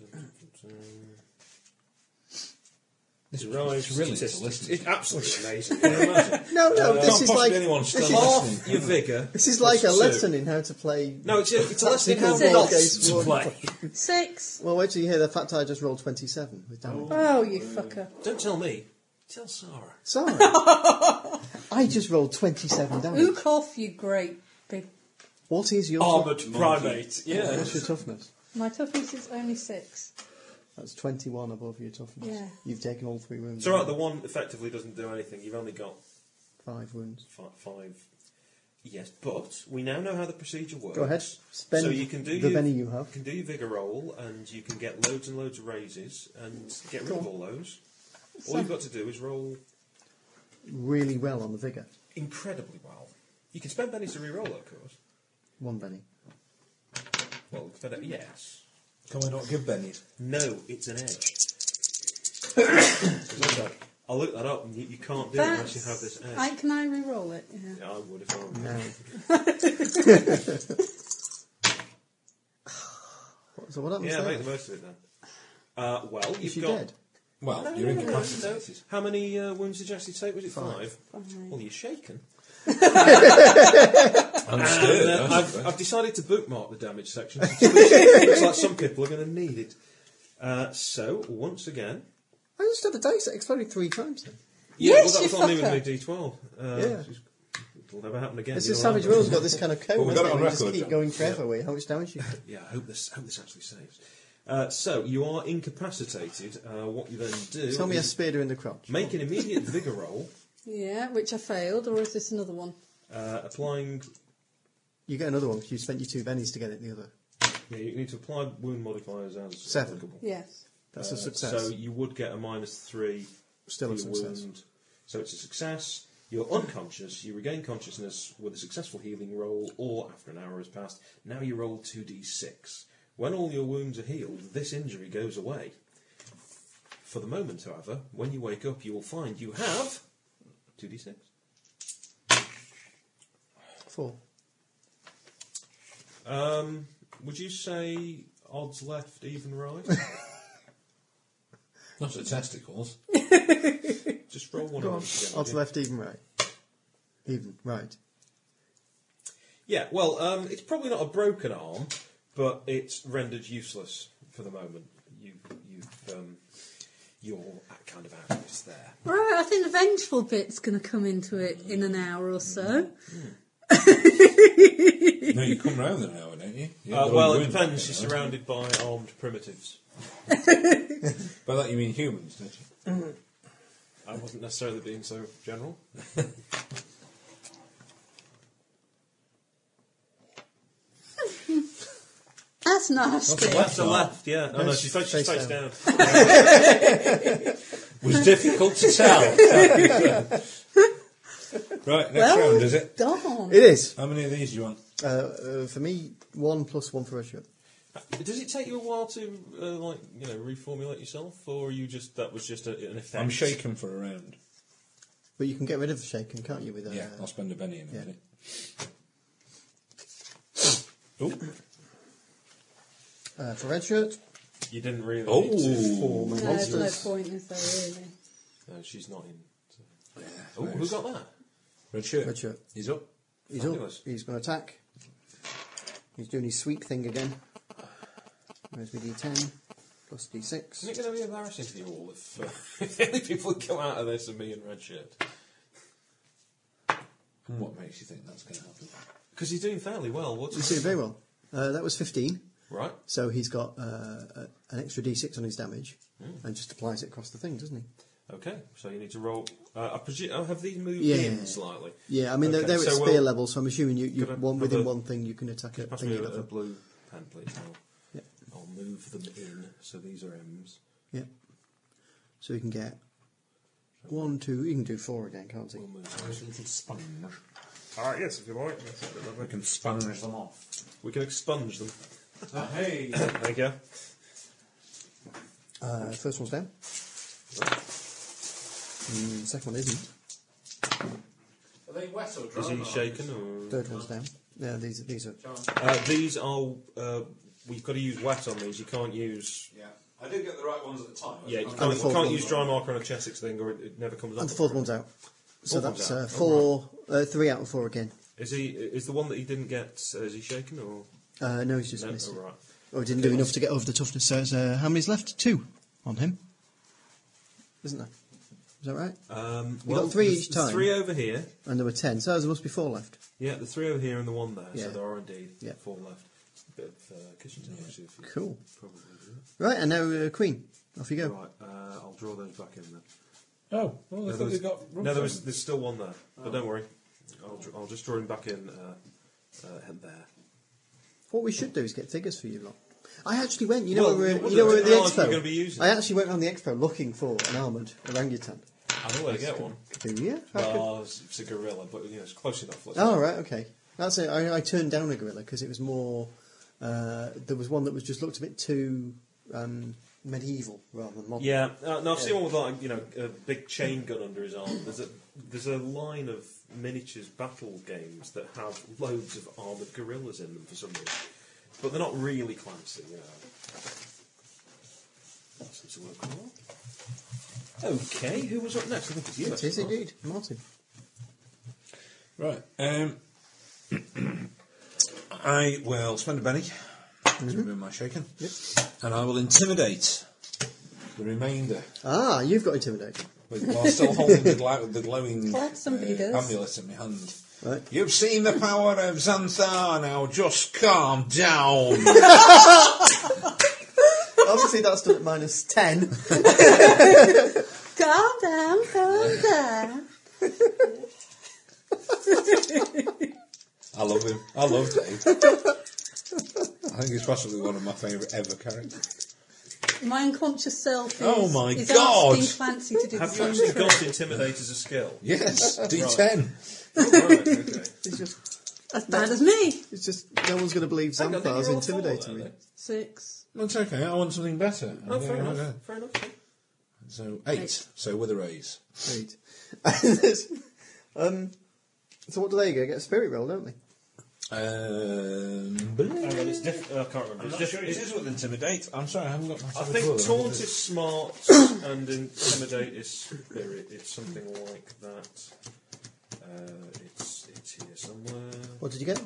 Speaker 7: This
Speaker 4: Derived
Speaker 7: is really
Speaker 4: statistics.
Speaker 7: to listen to.
Speaker 4: It's absolutely amazing. Can you imagine?
Speaker 5: No, no,
Speaker 4: Uh,
Speaker 5: this
Speaker 7: Can't
Speaker 5: is
Speaker 7: possibly
Speaker 5: like
Speaker 7: anyone still
Speaker 5: this is-
Speaker 7: listening.
Speaker 4: Your vigour.
Speaker 5: This is like a
Speaker 4: Plus two.
Speaker 5: lesson in how to play.
Speaker 4: No, it's a, it's a lesson in how
Speaker 5: Tactical
Speaker 4: not
Speaker 5: games.
Speaker 4: to play.
Speaker 2: 6.
Speaker 5: Well, wait till you hear the fact I just rolled twenty-seven with damage.
Speaker 2: Oh, you fucker.
Speaker 4: Don't tell me. Tell Sarah.
Speaker 5: Sorry, I just rolled twenty-seven damage.
Speaker 2: Ook off, you great big.
Speaker 5: What is your
Speaker 4: Armoured
Speaker 5: tough-
Speaker 4: primate. Yeah.
Speaker 5: What's your toughness?
Speaker 2: My toughness is only 6.
Speaker 5: That's 21 above your toughness.
Speaker 2: Yeah.
Speaker 5: You've taken all three wounds.
Speaker 4: It's alright, the one effectively doesn't do anything. You've only got
Speaker 5: Five wounds.
Speaker 4: fi- five. Yes, but we now know how the procedure works.
Speaker 5: Go ahead. Spend
Speaker 4: so you can do
Speaker 5: the
Speaker 4: your,
Speaker 5: many you have.
Speaker 4: can do your vigour roll, and you can get loads and loads of raises, and get rid of all those. All you've got to do is roll
Speaker 5: Really well on the vigour.
Speaker 4: incredibly well. You can spend pennies to re-roll, of course.
Speaker 5: One Benny.
Speaker 4: Well, but, uh, yes.
Speaker 7: Can we not give Benny?
Speaker 4: No, it's an edge. I'll look that up, and you, you can't do it unless you have this edge.
Speaker 2: I, can I re-roll it? Yeah.
Speaker 4: Yeah, I would if I were you.
Speaker 5: No. What- so what happens
Speaker 4: Yeah,
Speaker 5: there?
Speaker 4: make the most of it then. Uh, well,
Speaker 5: Is
Speaker 4: you've
Speaker 5: she
Speaker 4: got.
Speaker 5: dead?
Speaker 7: Well,
Speaker 4: No, no,
Speaker 7: you're
Speaker 4: no, no, no, no.
Speaker 7: incapacitated.
Speaker 4: How many uh, wounds did you actually take? Was it five?
Speaker 2: Five.
Speaker 4: Well, you're shaken.
Speaker 7: I'm
Speaker 4: And,
Speaker 7: scared.
Speaker 4: uh,
Speaker 7: I'm
Speaker 4: I've,
Speaker 7: scared.
Speaker 4: I've decided to bookmark the damage section. Looks like some people are going to need it. Uh, so once again,
Speaker 5: I just had a dice that exploded three times then.
Speaker 4: yeah,
Speaker 2: Yes,
Speaker 4: well, that
Speaker 2: you
Speaker 4: was on me with
Speaker 2: fucker.
Speaker 4: my D12. Uh,
Speaker 5: Yeah.
Speaker 4: just- It'll never happen again.
Speaker 5: This
Speaker 4: you
Speaker 5: is
Speaker 4: know
Speaker 5: Savage
Speaker 4: what I
Speaker 5: Will's got this kind of code.
Speaker 7: Well, we've got it
Speaker 5: hasn't
Speaker 7: on
Speaker 5: he? we just
Speaker 7: record,
Speaker 5: keep
Speaker 7: John.
Speaker 5: going forever. We How much damage you
Speaker 4: Yeah, I hope this hope this actually saves. Uh, so you are incapacitated. Uh, what you then do?
Speaker 5: Tell me I
Speaker 4: is
Speaker 5: speared her in the crotch.
Speaker 4: make an immediate vigor roll,
Speaker 2: Yeah, which I failed, or is this another one?
Speaker 4: uh, applying
Speaker 5: You get another one because you spent your two bennies to get it the other.
Speaker 4: Yeah, you need to apply wound modifiers as
Speaker 5: Seven.
Speaker 4: applicable.
Speaker 2: Yes.
Speaker 5: That's
Speaker 4: Uh,
Speaker 5: a success.
Speaker 4: So you would get a minus three.
Speaker 5: Still
Speaker 4: to
Speaker 5: a
Speaker 4: your
Speaker 5: success.
Speaker 4: Wound. So it's a success. You're unconscious. You regain consciousness with a successful healing roll, or after an hour has passed, now you roll two d6. When all your wounds are healed, this injury goes away. For the moment, however, when you wake up, you will find you have two d6.
Speaker 5: Four.
Speaker 4: Um, would you say odds left, even right?
Speaker 7: Not the testicles.
Speaker 4: Just roll one
Speaker 5: Go
Speaker 4: of
Speaker 5: on.
Speaker 4: them together.
Speaker 5: Odds
Speaker 4: yeah.
Speaker 5: left, even right. Even right.
Speaker 4: Yeah, well, um, it's probably not a broken arm, but it's rendered useless for the moment. You, you've, um, you're at kind of out of this there.
Speaker 2: Right, I think the vengeful bit's going to come into it in an hour or so.
Speaker 7: no, you come round an hour, don't you? You
Speaker 4: Uh,
Speaker 7: don't
Speaker 4: well,
Speaker 7: win.
Speaker 4: it depends. You're surrounded by armed primitives.
Speaker 7: By that you mean humans, don't you?
Speaker 4: I wasn't necessarily being so general.
Speaker 2: That's nasty.
Speaker 4: That's a left, yeah. Oh, no,
Speaker 5: No,
Speaker 4: she's
Speaker 5: she's
Speaker 4: face, she's
Speaker 5: face
Speaker 4: face down. Was difficult to tell.
Speaker 7: Right, next
Speaker 2: Well-
Speaker 7: round, is it?
Speaker 2: Gone.
Speaker 5: It is.
Speaker 7: How many of these do you want?
Speaker 5: Uh, uh, for me, one plus one for Edgewood.
Speaker 4: Does it take you a while to, uh, like, you know, reformulate yourself, or are you just that was just a, an effect?
Speaker 7: I'm shaken for a round.
Speaker 5: But you can get rid of the shaken, can't you? With uh,
Speaker 7: Yeah, I'll spend a penny in a
Speaker 5: yeah.
Speaker 7: minute. Oh,
Speaker 5: uh, for Edgewood.
Speaker 4: You didn't really.
Speaker 7: Oh.
Speaker 4: need to form a
Speaker 2: No, there's no
Speaker 4: monstrous-
Speaker 2: point, is there really?
Speaker 4: No, she's not in. so- Oh, who got that?
Speaker 7: red shirt.
Speaker 5: Red shirt.
Speaker 7: He's up.
Speaker 5: He's up.
Speaker 4: Fabulous.
Speaker 5: He's going to attack. He's doing his sweep thing again. Where's my d10 plus d6?
Speaker 4: Isn't it going to be embarrassing for you all if, uh, if any people come out of this and me in red shirt? Hmm.
Speaker 7: And what makes you think that's going to happen?
Speaker 4: Because he's doing fairly well. What's
Speaker 5: He's doing very well. Uh, that was 15.
Speaker 4: Right.
Speaker 5: So he's got uh, a- an extra d6 on his damage
Speaker 4: Hmm.
Speaker 5: and just applies it across the thing, doesn't he?
Speaker 4: Okay. So you need to roll. Uh, I presume. Oh, have these moved
Speaker 5: Yeah.
Speaker 4: in slightly?
Speaker 5: Yeah, I mean,
Speaker 4: Okay,
Speaker 5: they're, they're at
Speaker 4: so
Speaker 5: spear
Speaker 4: we'll-
Speaker 5: level, so I'm assuming you, you
Speaker 4: Could I
Speaker 5: one,
Speaker 4: have
Speaker 5: within
Speaker 4: a-
Speaker 5: one thing you can attack a
Speaker 4: Pass me
Speaker 5: thingy
Speaker 4: a, a
Speaker 5: level.
Speaker 4: blue pen, please. and I'll,
Speaker 5: Yeah.
Speaker 4: I'll move them in. So these are M's.
Speaker 5: Yeah. So you can get one, two, you can do four again, can't you?
Speaker 4: We'll move
Speaker 7: There's a little sponge.
Speaker 4: Ah, yes, if you like. That's a bit lovely.
Speaker 7: We can sponge them off.
Speaker 4: We can expunge them.
Speaker 7: hey!
Speaker 4: Thank you.
Speaker 5: Uh, first one's down. Mm, second one isn't.
Speaker 7: Are they wet or
Speaker 4: Is he shaken or?
Speaker 5: Third one's down. Yeah, these are, these are.
Speaker 4: Uh, these are. Uh, we've got to use wet on these. You can't use.
Speaker 7: Yeah. I did get the right ones at the time.
Speaker 4: Yeah, you
Speaker 7: I-
Speaker 4: can't,
Speaker 5: the fourth
Speaker 4: can't
Speaker 5: one.
Speaker 4: use dry marker on a Chessex thing, or it, it never comes up.
Speaker 5: And the fourth one's out. So
Speaker 4: Fourth one's
Speaker 5: that's
Speaker 4: out.
Speaker 5: uh, four, uh, three out of four again.
Speaker 4: Is he? Is the one that he didn't get? Uh, is he shaken or?
Speaker 5: Uh, no, he's just
Speaker 4: No,
Speaker 5: missed
Speaker 4: all
Speaker 5: it.
Speaker 4: right.
Speaker 5: Or he didn't do enough to get over the toughness. So it's, uh, how many's left? Two on him. Isn't there? Is that right?
Speaker 4: Um,
Speaker 5: You
Speaker 4: well,
Speaker 5: got three
Speaker 4: there's-
Speaker 5: each
Speaker 4: there's
Speaker 5: time?
Speaker 4: Three over here.
Speaker 5: And there were ten, so there must be four left.
Speaker 4: Yeah, the three over here and the one there.
Speaker 5: Yeah.
Speaker 4: So there are indeed
Speaker 5: Yeah.
Speaker 4: four left. It's a bit of uh, kitchen table, actually. If you
Speaker 5: Cool.
Speaker 4: Probably. do that.
Speaker 5: Right, and now uh, Queen. Off you go.
Speaker 4: Right. Uh, I'll draw those back in then.
Speaker 7: Oh, well, I
Speaker 4: No,
Speaker 7: thought
Speaker 4: was-
Speaker 7: they got.
Speaker 4: no, there was, there's still one there, but don't worry. I'll, dr- I'll just draw him back in uh, uh, and there.
Speaker 5: What we should do is get figures for you lot. I actually went. You know,
Speaker 4: Well,
Speaker 5: we
Speaker 4: you
Speaker 5: were,
Speaker 4: wouldn't
Speaker 5: you know, we were at
Speaker 4: have
Speaker 5: the
Speaker 4: realised you
Speaker 5: expo.
Speaker 4: were gonna be using
Speaker 5: I
Speaker 4: it.
Speaker 5: actually went around the expo looking for an armoured orangutan.
Speaker 4: Oh, I know where to get one.
Speaker 5: Do you? How could-
Speaker 4: Well, uh, it's it's a gorilla, but you know, it's close enough. Let's
Speaker 5: Oh right, okay. That's it. I, I turned down a gorilla because it was more. Uh, there was one that was just looked a bit too um, medieval rather than modern.
Speaker 4: Yeah, uh, no, I've seen
Speaker 5: Yeah.
Speaker 4: one with like you know a big chain gun under his arm. There's a there's a line of miniatures battle games that have loads of armored gorillas in them for some reason, but they're not really Clancy, you know. That seems to work well. Okay, who was up next? I think it's you.
Speaker 5: it is
Speaker 4: actually,
Speaker 5: indeed, Martin.
Speaker 7: Right. Um, I will spend a penny to remove my shaken, and I will intimidate the remainder
Speaker 5: Ah, you've got intimidate.
Speaker 7: with, while still holding the, glow, the glowing uh,
Speaker 2: Glad somebody does.
Speaker 7: amulet in my hand.
Speaker 5: Right.
Speaker 7: You've seen the power of Xanthar, now just calm down.
Speaker 5: Obviously, that's done at minus ten.
Speaker 2: Calm down, calm down.
Speaker 7: I love him. I love Dave.
Speaker 3: I think it's possibly one of my favourite ever characters.
Speaker 2: My unconscious self is,
Speaker 3: Oh my
Speaker 2: is
Speaker 3: God.
Speaker 2: asking Clancy to do
Speaker 4: Have you
Speaker 2: the
Speaker 4: actually
Speaker 2: same
Speaker 4: got
Speaker 2: trick.
Speaker 4: Intimidate as a skill?
Speaker 3: Yes, D10.
Speaker 4: Right, okay.
Speaker 5: It's just,
Speaker 2: As bad as me.
Speaker 5: it's just no one's going to believe
Speaker 4: Hang on, didn't you
Speaker 5: Xanthar's
Speaker 4: roll a
Speaker 5: intimidating
Speaker 4: four
Speaker 5: me.
Speaker 4: there,
Speaker 2: Six.
Speaker 3: That's okay, I want something better.
Speaker 4: though? Oh, fair
Speaker 3: Yeah,
Speaker 4: enough.
Speaker 3: yeah.
Speaker 4: Fair enough.
Speaker 3: So, eight.
Speaker 2: Eight.
Speaker 3: So, with a raise.
Speaker 5: Great. um, so what do they get? Get a spirit roll, don't they?
Speaker 3: Um,
Speaker 4: Hang on, it's diff- oh, I can't remember. It's diff-
Speaker 8: It is with intimidate.
Speaker 3: I'm sorry, I haven't got my
Speaker 4: I
Speaker 3: tablet
Speaker 4: think
Speaker 3: with me.
Speaker 4: taunt is smart and intimidate is spirit. It's something like that. Uh, it's it's here somewhere.
Speaker 5: What did you get?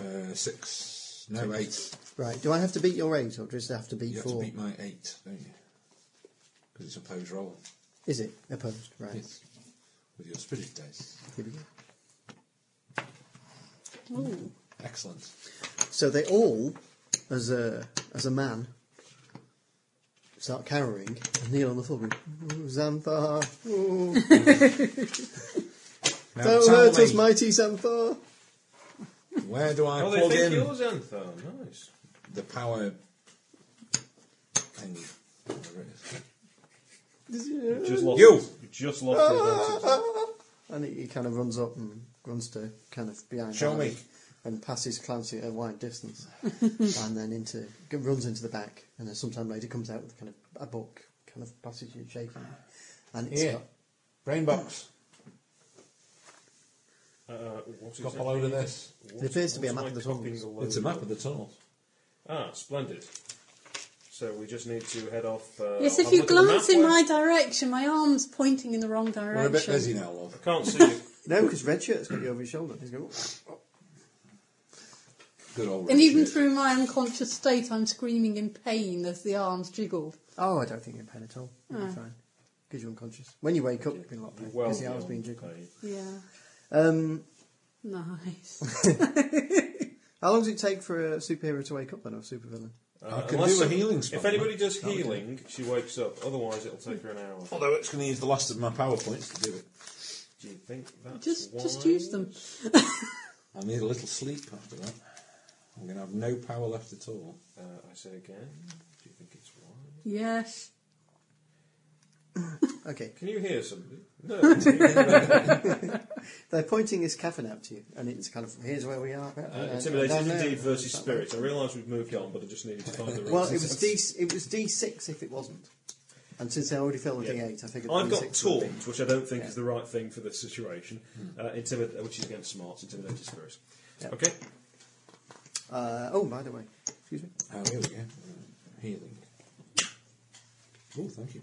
Speaker 3: Uh, six. No, eight.
Speaker 5: Right. Do I have to beat your eight, or does it have to beat
Speaker 3: You have
Speaker 5: four?
Speaker 3: to beat my eight, don't you? Because it's a pose roll.
Speaker 5: Is it opposed? Right.
Speaker 3: Yes. With your spirit dice.
Speaker 5: Here we go.
Speaker 3: Excellent.
Speaker 5: So they all, as a as a man, start cowering and kneel on the floor. going, "Ooh, Xanthar, ooh,
Speaker 3: Now,
Speaker 5: don't
Speaker 3: tell
Speaker 5: hurt us,
Speaker 3: me,
Speaker 5: mighty Xanthar.
Speaker 3: Where do I
Speaker 4: Oh, they
Speaker 3: plug
Speaker 4: think
Speaker 3: in
Speaker 4: you're Xanthar. Nice.
Speaker 3: the power thing? Whatever it is.
Speaker 4: You've Just lost
Speaker 3: You!
Speaker 4: You've Just lost the advantage.
Speaker 5: And he, he kind of runs up and runs to kind of behind.
Speaker 3: Show
Speaker 5: Harry
Speaker 3: me.
Speaker 5: And passes Clancy at a wide distance, and then into g- runs into the back, and then sometime later comes out with kind of a book, kind of passes you shaking, and it's
Speaker 3: Here.
Speaker 5: got
Speaker 3: Brain box.
Speaker 4: Uh, what
Speaker 3: Got
Speaker 4: is
Speaker 3: a load of this.
Speaker 5: It appears to be a map
Speaker 4: what's
Speaker 5: of the
Speaker 4: my copying
Speaker 5: tunnels.
Speaker 4: a load
Speaker 3: It's a map
Speaker 4: of?
Speaker 3: of the tunnels.
Speaker 4: Ah, splendid. So we just need to head off. Uh,
Speaker 2: Yes,
Speaker 4: have
Speaker 2: if
Speaker 4: a
Speaker 2: you
Speaker 4: look at the
Speaker 2: glance
Speaker 4: map
Speaker 2: in
Speaker 4: where-
Speaker 2: my direction, my arm's pointing in the wrong
Speaker 3: We're a bit
Speaker 2: direction.
Speaker 3: busy now, love.
Speaker 4: I can't see you.
Speaker 5: no, because red shirt's got you over his shoulder. He's going. "Oh."
Speaker 3: Good old
Speaker 2: And even
Speaker 3: Richard.
Speaker 2: through my unconscious state, I'm screaming in pain as the arms jiggle.
Speaker 5: Oh, I don't think you're in pain at all. You'll be fine. Because you're unconscious. When you wake up, you'll be in a lot of pain.
Speaker 4: You're well
Speaker 5: Because the hour's been
Speaker 4: beyond
Speaker 5: jiggled.
Speaker 4: paid.
Speaker 2: Yeah,
Speaker 5: Um,
Speaker 2: nice.
Speaker 5: how long does it take for a superhero to wake up then, or a supervillain?
Speaker 4: Uh,
Speaker 3: I can
Speaker 4: unless
Speaker 3: do a
Speaker 4: some-
Speaker 3: healing spell.
Speaker 4: If anybody does healing, she wakes up. Otherwise, it'll take her an hour.
Speaker 3: Although it's going to use the last of my power points to do it.
Speaker 4: Do you think that's
Speaker 2: Just,
Speaker 4: why?
Speaker 2: just use them.
Speaker 3: I need a little sleep after that. I'm going to have no power left at all.
Speaker 4: Uh, I say again. Do you think it's why?
Speaker 2: Yes.
Speaker 5: Okay.
Speaker 4: Can you hear somebody? No. Uh,
Speaker 5: They're pointing this cavern out to you, and it's kind of, here's where we are. and-
Speaker 4: Intimidated
Speaker 5: and down there,
Speaker 4: Uh, indeed versus
Speaker 5: and that way.
Speaker 4: spirit. I realise we've moved on, but I just needed to find the.
Speaker 5: Well,
Speaker 4: right
Speaker 5: it was, D,
Speaker 4: sentence.
Speaker 5: it was D6 if it wasn't. And since I already fell with
Speaker 4: Yeah.
Speaker 5: D8, I figured
Speaker 4: I've got
Speaker 5: D6 would be-
Speaker 4: taunt, which I don't think is the right thing for this situation. Uh, intimid- which is against smarts, intimidated spirits.
Speaker 5: Yeah.
Speaker 4: Okay.
Speaker 5: Uh, oh, by the way. Excuse me.
Speaker 3: Oh, here we go. Healing. Oh, thank you.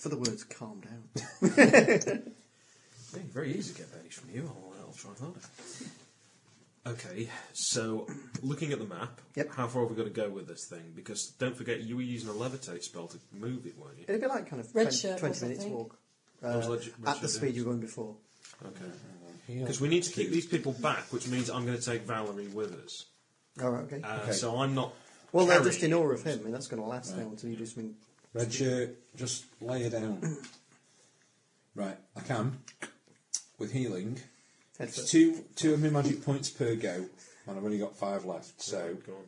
Speaker 5: For the words, calm down.
Speaker 4: Yeah, very easy to get pennies from you. I'll, I'll try that. Okay, so looking at the map,
Speaker 5: Yep.
Speaker 4: how far have we got to go with this thing? Because don't forget, you were using a levitate spell to move it, weren't you?
Speaker 5: It'd be like kind of
Speaker 2: Red
Speaker 5: 20,
Speaker 2: shirt,
Speaker 5: 20
Speaker 2: wasn't
Speaker 5: minutes
Speaker 2: it?
Speaker 5: walk.
Speaker 4: was
Speaker 5: Uh,
Speaker 4: red shirt,
Speaker 5: at the
Speaker 4: yeah.
Speaker 5: speed you were going before.
Speaker 4: Okay.
Speaker 3: Heal.
Speaker 4: Because we need to keep these people back, which means I'm going to take Valerie with us.
Speaker 5: All right, okay.
Speaker 4: Uh, So I'm not.
Speaker 5: Well, they're
Speaker 4: carrying
Speaker 5: just in awe of
Speaker 4: it.
Speaker 5: him, and that's going to last now until you do something.
Speaker 3: Red shirt, just lay her down. right, I can. With healing,
Speaker 5: Head
Speaker 3: it's
Speaker 5: first.
Speaker 3: two two of my magic points per go, and I've only got five left. So
Speaker 4: Go on.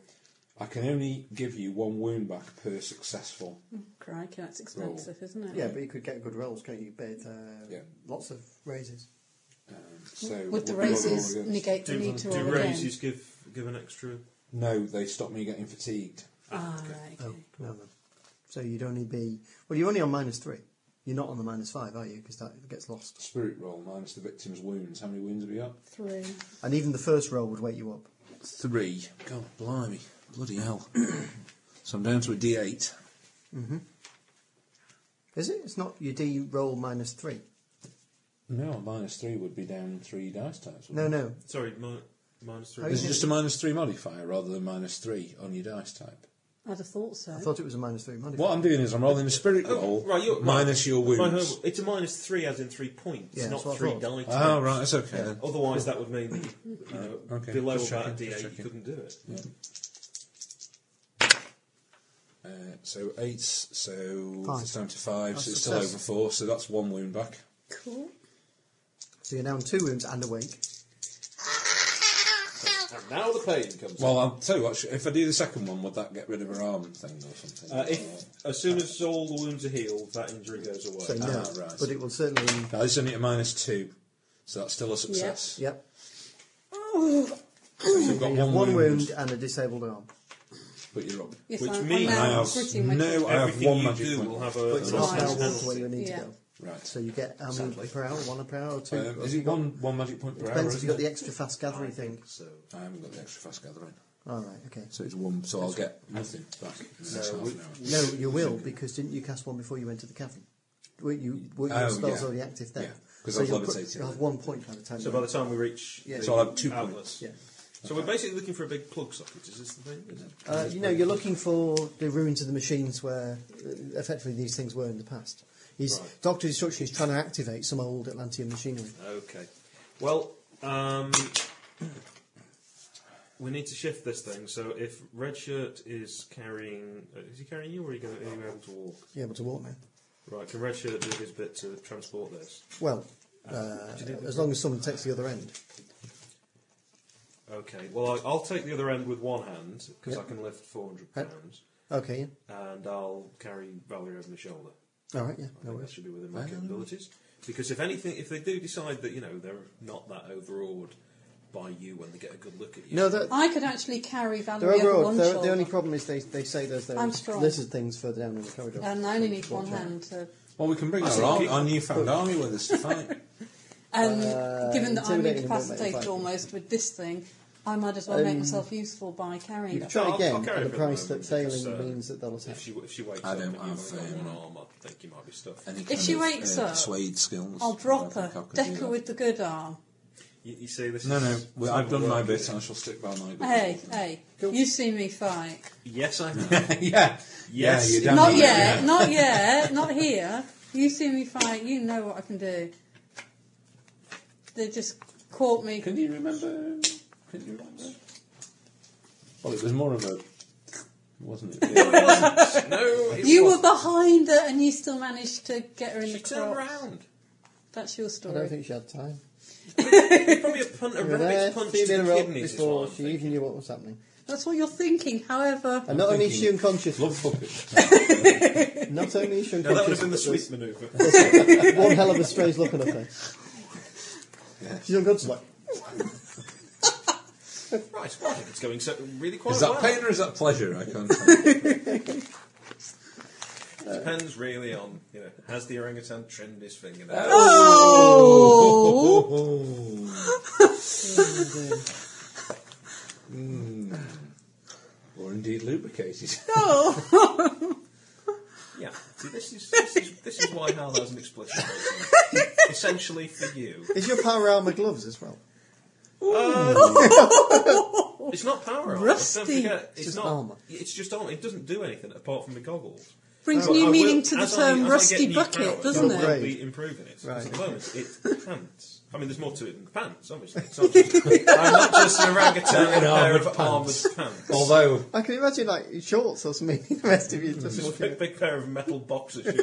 Speaker 3: I can only give you one wound back per successful.
Speaker 2: Crikey, that's expensive, isn't it?
Speaker 5: Yeah, but you could get good rolls, can't you? With uh,
Speaker 3: Yeah.
Speaker 5: lots of raises.
Speaker 3: Um, so
Speaker 2: Would the
Speaker 3: what-
Speaker 2: raises
Speaker 3: what-
Speaker 2: negate the
Speaker 4: Do,
Speaker 2: need to
Speaker 4: do
Speaker 2: roll again?
Speaker 4: raises give give an extra?
Speaker 3: No, they stop me getting fatigued.
Speaker 2: Ah, right, okay.
Speaker 5: No, no. So you'd only be well. You're only on minus three. You're not on the minus five, are you? Because that gets lost.
Speaker 3: Spirit roll minus the victim's wounds. How many wounds have you
Speaker 4: Oh.
Speaker 3: got?
Speaker 2: Three.
Speaker 5: And even the first roll would wake you up.
Speaker 3: Three. God, blimey. Bloody hell. so I'm down to a D8.
Speaker 5: Is it? It's not your D roll minus three.
Speaker 3: No, a minus three would be down three dice types.
Speaker 5: No,
Speaker 3: wouldn't it?
Speaker 5: no.
Speaker 4: Sorry, mi- minus three.
Speaker 5: Oh,
Speaker 3: Is
Speaker 5: yeah.
Speaker 3: it just a minus three modifier rather than minus three on your dice type?
Speaker 2: I'd have thought so.
Speaker 5: I thought it was a minus three modifier.
Speaker 3: What I'm doing is I'm rolling a spirit roll
Speaker 4: Oh, you're-
Speaker 3: minus your
Speaker 4: my
Speaker 3: wounds.
Speaker 4: herbal- It's a minus three, as in three points,
Speaker 5: Yeah,
Speaker 4: not
Speaker 5: that's what I
Speaker 4: three
Speaker 5: thought.
Speaker 4: die.
Speaker 3: Oh,
Speaker 4: types.
Speaker 3: right, that's okay then.
Speaker 4: Otherwise, that would mean that you know,
Speaker 3: okay,
Speaker 4: below
Speaker 3: just
Speaker 4: about a
Speaker 3: checking, just
Speaker 4: D8, you
Speaker 3: checking.
Speaker 4: couldn't do it.
Speaker 3: Uh, so eights, so
Speaker 5: Five.
Speaker 3: it's down to five,
Speaker 5: That's
Speaker 3: so it's still
Speaker 5: success.
Speaker 3: over four, so that's one wound back.
Speaker 2: Cool.
Speaker 5: So you're now in two wounds and awake.
Speaker 4: And now the pain comes.
Speaker 3: Well, I'll tell you what, sh- if I do the second one, would that get rid of her arm thing or something?
Speaker 4: uh, if as soon as all the wounds are healed, that injury goes away.
Speaker 5: So no,
Speaker 3: Ah, right.
Speaker 5: but it will certainly.
Speaker 3: No, this is only a minus two, so that's still a success.
Speaker 5: Yep.
Speaker 2: Oh,
Speaker 3: So you've got
Speaker 5: You have
Speaker 3: one,
Speaker 5: one
Speaker 3: wound,
Speaker 5: wound and a disabled arm.
Speaker 3: but you're up.
Speaker 2: yes,
Speaker 4: Which
Speaker 2: I'm,
Speaker 4: means
Speaker 2: I'm
Speaker 3: I
Speaker 2: now
Speaker 3: have
Speaker 2: gritting my
Speaker 3: no, I have
Speaker 4: Everything
Speaker 3: one
Speaker 4: you
Speaker 3: magic
Speaker 4: do
Speaker 3: point.
Speaker 4: will have
Speaker 5: But
Speaker 4: a.
Speaker 5: it's
Speaker 4: an
Speaker 5: not now
Speaker 4: offensive
Speaker 5: one to where
Speaker 4: penalty.
Speaker 5: you need
Speaker 2: Yeah.
Speaker 5: to go.
Speaker 3: Right.
Speaker 5: So you get how many per hour? One per hour? Two?
Speaker 3: Um, is it one, one magic point per hour?
Speaker 5: Depends if
Speaker 3: isn't
Speaker 5: you've got the
Speaker 3: it?
Speaker 5: extra fast gathering thing.
Speaker 3: I haven't got the extra fast gathering.
Speaker 5: All right, okay.
Speaker 3: So it's one, so I'll get nothing back in the next half an hour.
Speaker 5: No, you will because didn't you cast one before you went to the cavern? Were you were your
Speaker 3: Oh,
Speaker 5: spells
Speaker 3: yeah.
Speaker 5: already active then?
Speaker 3: Yeah, 'cause
Speaker 5: So
Speaker 3: I was
Speaker 5: you'll
Speaker 3: levitating.
Speaker 5: put- You'll have one point by the time.
Speaker 4: So
Speaker 5: you-
Speaker 4: by the time we reach,
Speaker 5: Yeah.
Speaker 4: the
Speaker 3: So I'll have two
Speaker 4: outlets.
Speaker 3: points.
Speaker 5: yeah.
Speaker 4: So we're basically looking for a big plug socket. Is this the thing? Is it?
Speaker 5: Uh, you know, you're looking for the ruins of the machines where uh, effectively these things were in the past. He's, Doctor Destruction is trying to activate some old Atlantean machinery.
Speaker 4: Okay. Well, um, we need to shift this thing. So if Red Shirt is carrying, uh, is he carrying you, or are you, gonna, are you able to walk?
Speaker 5: You're able to walk now.
Speaker 4: Right. Can Red Shirt do his bit to transport this?
Speaker 5: Well, uh, as long as someone takes the other end.
Speaker 4: Okay. Well, I, I'll take the other end with one hand because
Speaker 5: Yep.
Speaker 4: I can lift 400
Speaker 5: Yep.
Speaker 4: pounds,
Speaker 5: Okay,
Speaker 4: and I'll carry Valerie over my shoulder.
Speaker 5: yeah. All right, yeah,
Speaker 4: I
Speaker 5: no
Speaker 4: think that
Speaker 5: worries.
Speaker 4: should be within my capabilities. Because if anything, if they do decide that you know they're not that overawed by you when they get a good look at you,
Speaker 5: No, that,
Speaker 2: I could actually carry
Speaker 5: they're
Speaker 2: Valerie over
Speaker 5: overall.
Speaker 2: one
Speaker 5: They're,
Speaker 2: shoulder.
Speaker 5: the only problem is they, they say there's
Speaker 2: I'm
Speaker 5: those
Speaker 2: strong.
Speaker 5: littered things further down in the corridor.
Speaker 2: and I only need one hand to.
Speaker 3: Well, we can bring our, army, our newfound army with us to fight.
Speaker 2: And um, given that I'm
Speaker 5: Uh, intimidating, don't make me
Speaker 2: incapacitated
Speaker 5: fight. Um,
Speaker 2: almost with this thing, I might as well make myself useful by carrying
Speaker 5: You
Speaker 2: it.
Speaker 5: try
Speaker 4: I'll- I'll
Speaker 5: again
Speaker 4: carry
Speaker 5: at
Speaker 4: it
Speaker 5: a
Speaker 4: for the
Speaker 5: price
Speaker 4: moment,
Speaker 5: that failing
Speaker 4: because, uh,
Speaker 5: means that they'll attack.
Speaker 4: If she, if she wakes
Speaker 3: I
Speaker 4: up
Speaker 3: don't
Speaker 4: and you've
Speaker 3: have,
Speaker 4: only got
Speaker 3: um,
Speaker 4: one arm, I think you might be stuffed.
Speaker 3: Any
Speaker 2: If
Speaker 3: kind
Speaker 2: she
Speaker 3: of,
Speaker 2: wakes
Speaker 3: uh,
Speaker 2: up,
Speaker 3: persuade skills.
Speaker 2: I'll
Speaker 3: I
Speaker 2: drop
Speaker 3: think I
Speaker 2: her.
Speaker 3: could do
Speaker 2: Deck her
Speaker 3: that.
Speaker 2: with the good arm.
Speaker 4: You, you see, this
Speaker 3: No, no,
Speaker 4: is...
Speaker 3: well, I've done my bit and I shall stick by my bit.
Speaker 2: Hey, hey, you see me fight.
Speaker 4: Yes, I have.
Speaker 3: yeah.
Speaker 4: Yes.
Speaker 3: Yeah, you're damn
Speaker 2: not
Speaker 3: right,
Speaker 2: yet,
Speaker 3: yeah.
Speaker 2: not yet, not here. You see me fight, you know what I can do. They just caught me.
Speaker 3: Can you remember? Can you remember? Well, it was more of a, wasn't it?
Speaker 4: no, it
Speaker 2: You were
Speaker 4: wasn't.
Speaker 2: behind her and you still managed to get her in the
Speaker 4: She turned
Speaker 2: crop.
Speaker 4: around.
Speaker 2: That's your
Speaker 5: I don't
Speaker 2: story.
Speaker 5: think she had time.
Speaker 4: Probably a, punt, a
Speaker 5: You were there,
Speaker 4: rabbit's punch to
Speaker 5: feeling her
Speaker 4: the
Speaker 5: up
Speaker 4: kidneys is
Speaker 5: before
Speaker 4: what I'm
Speaker 5: she
Speaker 4: thinking.
Speaker 5: even knew what was happening.
Speaker 2: That's what you're thinking, however.
Speaker 5: And not only is she
Speaker 3: thinking-
Speaker 5: unconscious,
Speaker 3: Love puppet.
Speaker 5: not only is she
Speaker 4: No, that would have
Speaker 5: unconscious,
Speaker 4: been the
Speaker 5: but
Speaker 4: sweet manoeuvre.
Speaker 5: there's one hell of a strange look on her face. She's unconscious, like,
Speaker 4: right, well, I think it's going so, really quite
Speaker 3: Is
Speaker 4: well.
Speaker 3: that pain or is that pleasure? I can't tell.
Speaker 4: Depends really on, you know, has the orangutan trimmed his fingernail?
Speaker 2: Oh!
Speaker 3: Mm. or indeed lubricated.
Speaker 4: Yeah. See, this is, this is, this is why Hal has an explicit rating. Essentially for you.
Speaker 5: is your power armor gloves as well?
Speaker 4: It's not power armor.
Speaker 2: Oh. Rusty.
Speaker 4: Don't forget, it's,
Speaker 5: just
Speaker 4: not
Speaker 5: armour.
Speaker 4: It's just armor. It doesn't do anything apart from the goggles.
Speaker 2: Brings
Speaker 4: But I
Speaker 2: new
Speaker 4: will-
Speaker 2: meaning to the
Speaker 4: as I-
Speaker 2: term
Speaker 4: as I
Speaker 2: rusty
Speaker 4: get new
Speaker 2: bucket,
Speaker 4: powers,
Speaker 2: doesn't
Speaker 5: Oh,
Speaker 2: it?
Speaker 4: I will
Speaker 5: great.
Speaker 4: be improving it. 'Cause
Speaker 5: Right,
Speaker 4: At the moment, it's pants. I mean, there's more to it than pants, obviously. It's not just, I'm not just an orangutan in a pair of armoured pants.
Speaker 3: Although,
Speaker 5: I can imagine, like, shorts or something, the rest of you just
Speaker 4: Just a
Speaker 5: looking
Speaker 4: big,
Speaker 5: at
Speaker 4: big pair of metal boxers. shorts.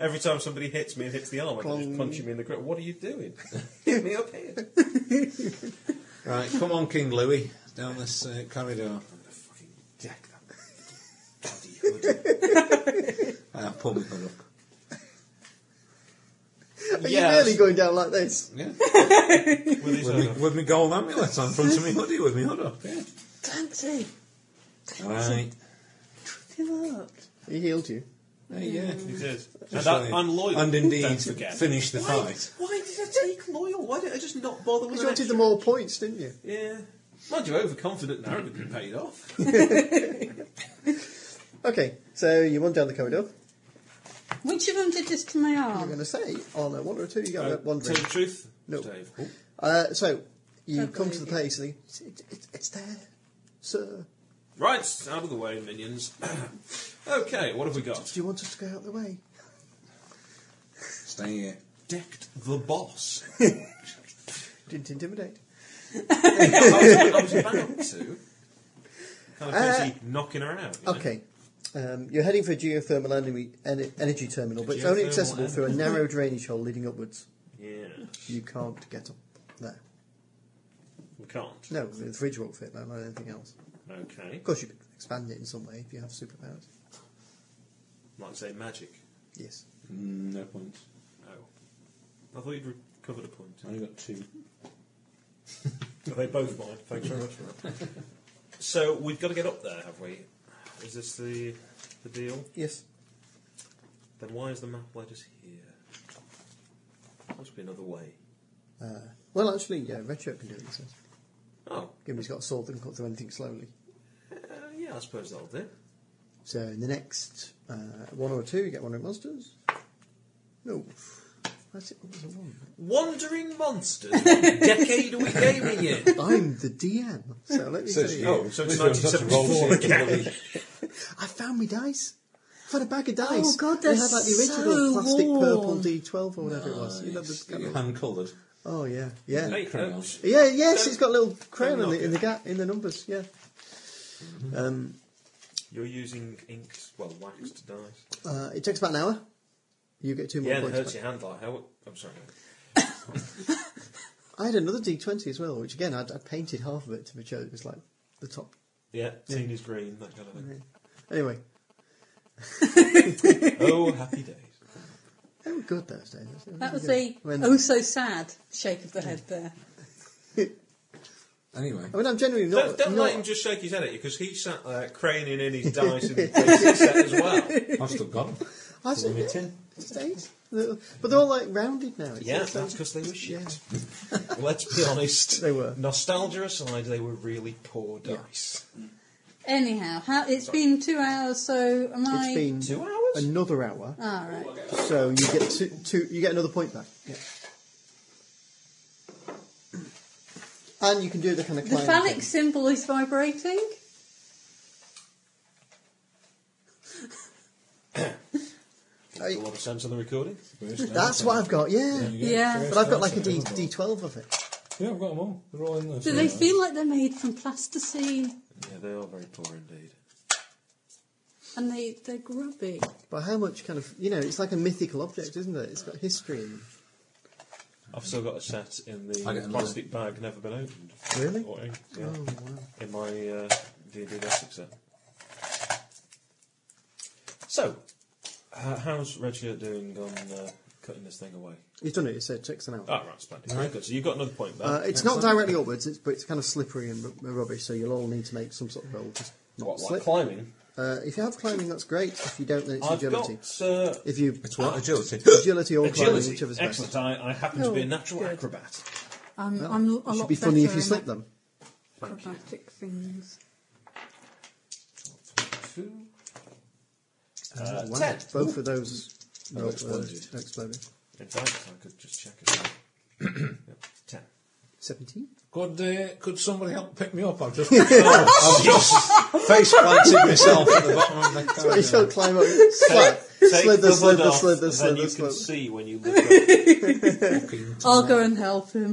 Speaker 4: Every time somebody hits me and hits the arm, they're just punching me in the grip. What are you doing? Hit me up here.
Speaker 3: right, come on, King Louis, down this uh, corridor.
Speaker 4: Jack, that
Speaker 3: Uh, pull me hood up.
Speaker 5: Are
Speaker 4: Yes.
Speaker 5: you really going down like this?
Speaker 3: Yeah.
Speaker 4: with his
Speaker 3: With
Speaker 4: own
Speaker 3: me, with me gold amulet on front of me hoodie, with me hood up. Yeah.
Speaker 2: Fancy.
Speaker 3: Right.
Speaker 2: Give up.
Speaker 5: He healed you.
Speaker 3: There you go.
Speaker 4: He did. And
Speaker 3: Just
Speaker 4: that,
Speaker 3: like-
Speaker 4: I'm loyal.
Speaker 3: And indeed,
Speaker 4: Don't forget.
Speaker 3: finish the
Speaker 4: Why,
Speaker 3: fight.
Speaker 4: why did I take loyal? Why did I just not bother with
Speaker 5: Because
Speaker 4: an
Speaker 5: you wanted
Speaker 4: extra?
Speaker 5: them all points, didn't you?
Speaker 4: Yeah. Mind you, overconfident and arrogant paid off.
Speaker 5: Okay, so you run down the corridor.
Speaker 2: Which of them did this to my
Speaker 5: I'm
Speaker 2: arm?
Speaker 5: going to say, oh no, one or two, you got
Speaker 2: Uh,
Speaker 5: that one
Speaker 4: tell
Speaker 5: three.
Speaker 4: the truth,
Speaker 5: No.
Speaker 4: Dave.
Speaker 5: Uh, so, you
Speaker 2: Don't
Speaker 5: come to the
Speaker 2: believe
Speaker 5: place and you, it's, it's, it's there, sir.
Speaker 4: Right, out of the way, minions. okay, what have we got?
Speaker 5: Do you want us to go out of the way?
Speaker 3: Stay here.
Speaker 4: Decked the boss.
Speaker 5: Didn't intimidate.
Speaker 4: I, was, I was about to. Kind of
Speaker 5: Uh,
Speaker 4: busy knocking her out. you know?
Speaker 5: Okay. Um, you're heading for a geothermal ener- ener- energy terminal, but it's only
Speaker 4: Geothermal
Speaker 5: accessible through a
Speaker 4: energy.
Speaker 5: narrow drainage hole leading upwards.
Speaker 4: Yeah.
Speaker 5: You can't get up there.
Speaker 4: We can't.
Speaker 5: No, the fridge won't fit that, not anything else.
Speaker 4: Okay.
Speaker 5: Of course, you could expand it in some way if you have superpowers.
Speaker 4: Like say magic.
Speaker 5: Yes.
Speaker 3: Mm, no points.
Speaker 4: Oh. I thought you'd recovered a point.
Speaker 3: I only got two.
Speaker 4: they both mine. Thanks very much for that. so we've got to get up there, have we? Is this the the deal?
Speaker 5: Yes.
Speaker 4: Then why is the map led us here? Must be another way.
Speaker 5: Uh, well, actually, yeah, Redshirt can do it. He says,
Speaker 4: Oh,
Speaker 5: given he's got a sword that can cut through anything slowly.
Speaker 4: uh, yeah, I suppose that'll do.
Speaker 5: So in the next uh, one or two, you get wandering monsters. No, that's it. What was the one?
Speaker 4: Wandering monsters. what decade are we gaming in?
Speaker 5: I'm the DM, so let me tell you.
Speaker 4: Oh, so it's
Speaker 3: Literally, I've got to roll
Speaker 4: 1974
Speaker 3: to get
Speaker 4: again.
Speaker 5: I found me dice. I found a bag of dice.
Speaker 2: Oh, God, they're
Speaker 5: they had like the
Speaker 2: so
Speaker 5: original plastic
Speaker 2: worn.
Speaker 5: purple D12 or whatever it was. You know, the kind of-
Speaker 3: Hand coloured.
Speaker 5: oh yeah, yeah,
Speaker 4: Hey,
Speaker 3: Crayon.
Speaker 4: uh,
Speaker 5: yeah. Yes, it's got a little crayon
Speaker 4: Don't
Speaker 5: in
Speaker 4: knock it.
Speaker 5: the, in
Speaker 4: Mm-hmm.
Speaker 5: the gap in the numbers. Yeah. Um,
Speaker 4: You're using inks, well, waxed dice.
Speaker 5: uh, it takes about an hour. You get two more
Speaker 4: Yeah, and it hurts
Speaker 5: points. back.
Speaker 4: your hand like how. I'm sorry.
Speaker 5: I had another D20 as well, which again I'd, I painted half of it to be sure it was like the top.
Speaker 4: Yeah, teen is green, that kind of thing.
Speaker 5: Anyway,
Speaker 4: oh, happy days.
Speaker 5: they were good those days. They were
Speaker 2: That was
Speaker 5: really
Speaker 2: a
Speaker 5: good. When-
Speaker 2: oh so sad shake of the head
Speaker 5: Mm.
Speaker 2: there.
Speaker 4: uh,
Speaker 3: Anyway.
Speaker 5: I mean, I'm generally
Speaker 4: Don't,
Speaker 5: not.
Speaker 4: don't
Speaker 5: not
Speaker 4: let him just shake his head at you because he sat there craning in his dice and his set as well.
Speaker 3: I've still got them.
Speaker 5: I
Speaker 3: Still in my
Speaker 5: said,
Speaker 3: tin.
Speaker 5: stays. Little- But they're all like rounded now. It's-
Speaker 4: Yeah,
Speaker 5: it's like-
Speaker 4: that's because they were shit.
Speaker 5: Yeah.
Speaker 4: Let's be honest.
Speaker 5: They were.
Speaker 4: Nostalgia aside, they were really poor dice.
Speaker 2: Anyhow, how, it's been two hours, so am I?
Speaker 5: It's been
Speaker 4: Two hours?
Speaker 5: another hour,
Speaker 2: All Ah, right.
Speaker 5: so you get two, two. You get another point back. Yeah. And you can do the kind of
Speaker 2: The
Speaker 5: climb
Speaker 2: phallic
Speaker 5: thing.
Speaker 2: symbol is vibrating.
Speaker 4: A lot of sense on the recording.
Speaker 5: That's what I've got. Yeah.
Speaker 2: Yeah.
Speaker 5: But I've got like a D D twelve of it.
Speaker 3: Yeah, I've got them all. They're all in there.
Speaker 2: Do they feel like they're made from plasticine
Speaker 4: Yeah, they are very poor indeed.
Speaker 2: and they they're grubby?
Speaker 5: But how much kind of you know? It's like a mythical object, isn't it? It's got history. In
Speaker 4: I've still got a set in
Speaker 3: I get
Speaker 4: the
Speaker 3: another.
Speaker 4: plastic bag, never been opened.
Speaker 5: Really?
Speaker 4: Or inked, yeah.
Speaker 5: Oh wow.
Speaker 4: In my uh, D&D Classic set. So, h- how's Redshirt doing on uh, cutting this thing away?
Speaker 5: You've done it. It's uh, takes an hour.
Speaker 4: Ah, right, splendid. Very good. So you've got another point there.
Speaker 5: Uh, it's not directly upwards, it's, but it's kind of slippery and r- rubbish, so you'll all need to make some sort of roll. Just not
Speaker 4: what, like
Speaker 5: slip.
Speaker 4: climbing?
Speaker 5: uh, if you have climbing, that's great. If you don't, then it's
Speaker 4: I've
Speaker 5: agility.
Speaker 4: got uh,
Speaker 5: If you
Speaker 3: It's what?
Speaker 4: Um,
Speaker 3: Agility.
Speaker 5: agility or climbing,
Speaker 4: agility.
Speaker 5: whichever's best.
Speaker 4: Excellent. I, I happen to be a natural acrobat.
Speaker 2: I'm I'm a
Speaker 5: It
Speaker 2: lot
Speaker 5: should be funny if
Speaker 2: better
Speaker 5: you
Speaker 2: in
Speaker 5: slip them.
Speaker 2: acrobatic things.
Speaker 4: Uh,
Speaker 5: Wow,
Speaker 4: ten.
Speaker 5: both of those roll- uh,
Speaker 3: exploded.
Speaker 5: exploded.
Speaker 4: In fact, I could just check as well. Yep, Ten.
Speaker 5: Seventeen.
Speaker 3: Could, uh, could somebody help pick me up? I've just, I've just face planted myself at the
Speaker 5: Oh,
Speaker 3: bottom of the
Speaker 5: But you
Speaker 3: corridor.
Speaker 5: shall climb up. Slide, slither,
Speaker 4: the lid
Speaker 5: slither,
Speaker 4: off,
Speaker 5: slither,
Speaker 4: and
Speaker 5: slither,
Speaker 4: Then you can
Speaker 5: slither.
Speaker 4: see when you look up.
Speaker 2: I'll go and help him.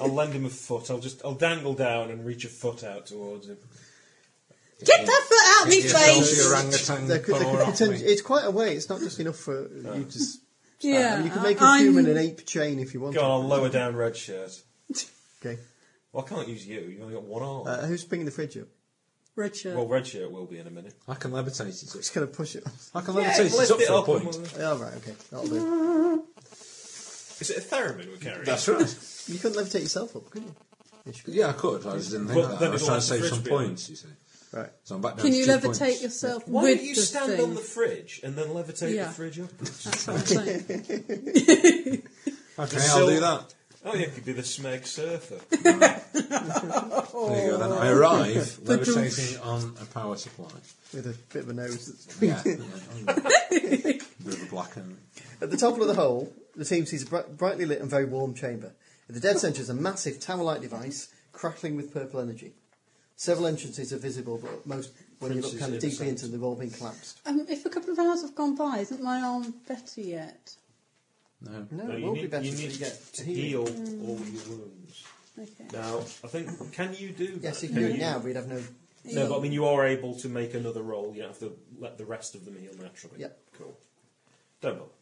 Speaker 4: I'll lend him a foot. I'll just I'll dangle down and reach a foot out towards him.
Speaker 2: Get that foot out me
Speaker 3: Elsie
Speaker 2: face!
Speaker 3: orangutan
Speaker 5: There could, there
Speaker 3: power
Speaker 5: could
Speaker 3: off
Speaker 5: pretend,
Speaker 3: me.
Speaker 5: it's quite a way. It's not just enough for you to. s- I
Speaker 2: Yeah,
Speaker 5: mean, you can make a
Speaker 2: I'm-
Speaker 5: human and ape chain if you want.
Speaker 4: Go on, I'll lower down red shirt.
Speaker 5: Okay.
Speaker 4: Well, I can't use you. You only got one arm.
Speaker 5: Uh, who's bringing the fridge up?
Speaker 2: Red shirt.
Speaker 4: well, red shirt will be in a minute.
Speaker 3: I can levitate it.
Speaker 5: Just kind of push it.
Speaker 3: I can
Speaker 4: Yeah,
Speaker 3: levitate it
Speaker 4: lift
Speaker 3: up
Speaker 4: it
Speaker 3: for a
Speaker 4: up and
Speaker 3: point.
Speaker 4: we'll-
Speaker 5: All right. Okay. That'll do.
Speaker 4: Is it a theremin we're carrying?
Speaker 3: right.
Speaker 5: You couldn't levitate yourself up, could you?
Speaker 3: Yeah, I could. I just didn't think
Speaker 4: But
Speaker 3: of that.
Speaker 4: then
Speaker 3: I was
Speaker 4: it'll
Speaker 3: trying to
Speaker 4: have the
Speaker 3: save some
Speaker 4: fridge behind.
Speaker 3: points, you see.
Speaker 5: Right.
Speaker 3: So I'm back down
Speaker 2: Can
Speaker 3: to
Speaker 2: you
Speaker 3: two
Speaker 2: levitate
Speaker 3: points.
Speaker 2: yourself
Speaker 4: Why
Speaker 2: with
Speaker 4: don't you
Speaker 2: the
Speaker 4: stand
Speaker 2: thing?
Speaker 4: on the fridge and then levitate
Speaker 2: Yeah.
Speaker 4: the fridge upwards?
Speaker 2: That's what I'm saying.
Speaker 3: Okay,
Speaker 4: Just
Speaker 3: I'll
Speaker 4: so-
Speaker 3: do that.
Speaker 4: Oh, yeah, it could be the Smeg Surfer.
Speaker 3: There you go then.
Speaker 2: Oh.
Speaker 3: I arrive levitating on a power supply.
Speaker 5: With a bit of a nose. That's
Speaker 3: Yeah. yeah. Bit of a black and
Speaker 5: At the top of the hole, the team sees a bri- brightly lit and very warm chamber. At the dead centre is a massive tower-like device crackling with purple energy. Several entrances are visible, but most when you look
Speaker 4: Entrances
Speaker 5: kind of
Speaker 4: in the
Speaker 5: deeply into them, they've all been collapsed.
Speaker 2: um, if a couple of hours have gone by, isn't my arm better yet?
Speaker 3: no.
Speaker 5: No,
Speaker 4: No,
Speaker 5: it
Speaker 4: you
Speaker 5: will
Speaker 4: need,
Speaker 5: be better
Speaker 4: you
Speaker 5: if
Speaker 4: need
Speaker 5: you get
Speaker 4: to
Speaker 5: to heal.
Speaker 4: heal all your wounds.
Speaker 2: Okay.
Speaker 4: Now, I think, can you do that?
Speaker 5: Yes, you can do it now. We'd have no.
Speaker 4: No, but I mean, you are able to make another roll. You don't have to let the rest of them heal naturally.
Speaker 5: Yep.
Speaker 4: Cool. Don't bother.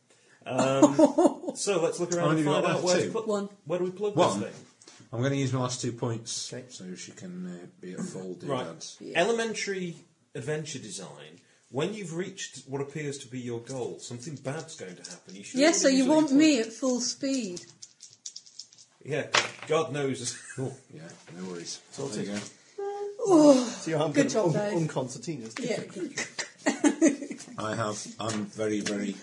Speaker 4: Um, so let's look around
Speaker 3: many have
Speaker 4: and
Speaker 3: you
Speaker 4: find
Speaker 3: got
Speaker 4: out
Speaker 3: left?
Speaker 4: where to
Speaker 3: Two?
Speaker 4: put
Speaker 2: One.
Speaker 4: Where do we plug
Speaker 3: One.
Speaker 4: this thing?
Speaker 7: I'm going to use my last two points
Speaker 5: Okay.
Speaker 7: so she can uh, be at full
Speaker 4: Right.
Speaker 7: doodads.
Speaker 4: Elementary adventure design. When you've reached what appears to be your goal, something bad's going to happen. You should
Speaker 2: Yes, so
Speaker 4: already
Speaker 2: you
Speaker 4: use all your
Speaker 2: want me
Speaker 4: points.
Speaker 2: at full speed.
Speaker 4: Yeah, God knows.
Speaker 7: Cool. Yeah, no worries.
Speaker 4: Sorted.
Speaker 7: There you go.
Speaker 5: So you're having
Speaker 2: Good
Speaker 5: kind
Speaker 2: job,
Speaker 5: of
Speaker 2: Dave.
Speaker 5: un- unconcertinas.
Speaker 2: Yeah.
Speaker 7: I have. I'm very, very.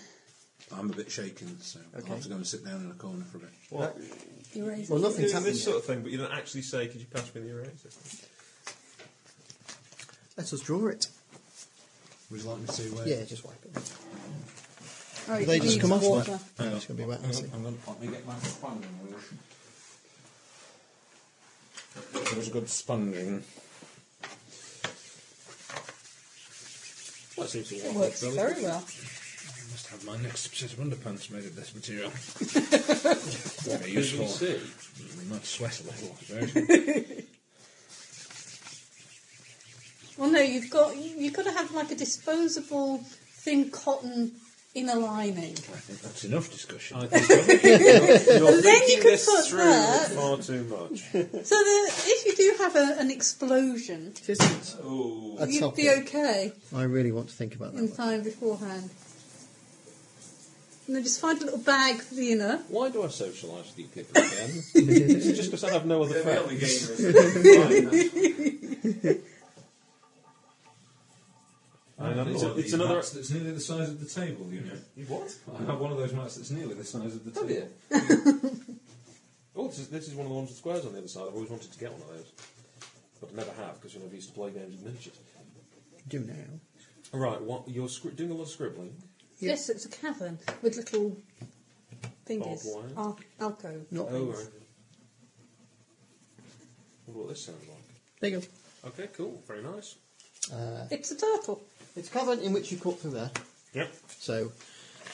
Speaker 7: I'm a bit shaken, so I'll have to go and sit down in a corner for a bit.
Speaker 2: You raise
Speaker 5: Well,
Speaker 2: it.
Speaker 5: nothing's
Speaker 4: Doing
Speaker 5: happened
Speaker 4: this sort
Speaker 5: yet.
Speaker 4: of thing, but you don't actually say, "Could you pass me the eraser?"
Speaker 5: Let us draw it.
Speaker 7: Would you like me to? Uh,
Speaker 5: Yeah, just wipe it.
Speaker 2: Oh, it
Speaker 5: They just
Speaker 2: needs
Speaker 5: come off
Speaker 2: water.
Speaker 5: Like, oh, it's going to be wet.
Speaker 7: Hang on,
Speaker 5: isn't it?
Speaker 7: I'm going to let me get my sponge. It was a good sponging. That seems to
Speaker 2: It works very well.
Speaker 7: must have my next set of underpants made of this material. Very useful. We might sweat a little, I suppose.
Speaker 2: Well, no, you've got you've got to have like a disposable thin cotton inner lining,
Speaker 7: I think that's enough discussion.
Speaker 4: You're
Speaker 2: And then you
Speaker 4: thinking
Speaker 2: could
Speaker 4: this
Speaker 2: put
Speaker 4: through
Speaker 2: that-
Speaker 4: far too much.
Speaker 2: so that if you do have a, an explosion,
Speaker 5: Just-
Speaker 4: Oh,
Speaker 5: That's
Speaker 2: you'd
Speaker 5: not
Speaker 2: be
Speaker 5: good.
Speaker 2: okay
Speaker 5: I really want to think about that.
Speaker 2: in time beforehand. And then just find a little bag for the inner.
Speaker 3: Why do I socialise with you people again?
Speaker 4: is it just because I have no other friends? I don't
Speaker 7: It's,
Speaker 4: know.
Speaker 7: it's another. that's nearly the size of the table, you know.
Speaker 4: You What?
Speaker 7: I have one of those mats that's nearly the size of the
Speaker 4: Oh,
Speaker 7: table.
Speaker 4: dear. oh, this is, this is one of the ones with squares on the other side. I've always wanted to get one of those, but I never have because we never used to play games with miniatures.
Speaker 5: Do now.
Speaker 4: All right, what you're scri- doing a lot of scribbling.
Speaker 2: Yes, it's a cavern with little fingers,
Speaker 4: Barbed wire.
Speaker 2: al- alcove.
Speaker 5: Not
Speaker 4: Oh, right. Wonder what this sounds like.
Speaker 5: There you
Speaker 4: Okay, cool, very nice.
Speaker 5: go. Uh,
Speaker 2: It's a turtle.
Speaker 5: it's a cavern in which you caught through there.
Speaker 4: Yep.
Speaker 5: So,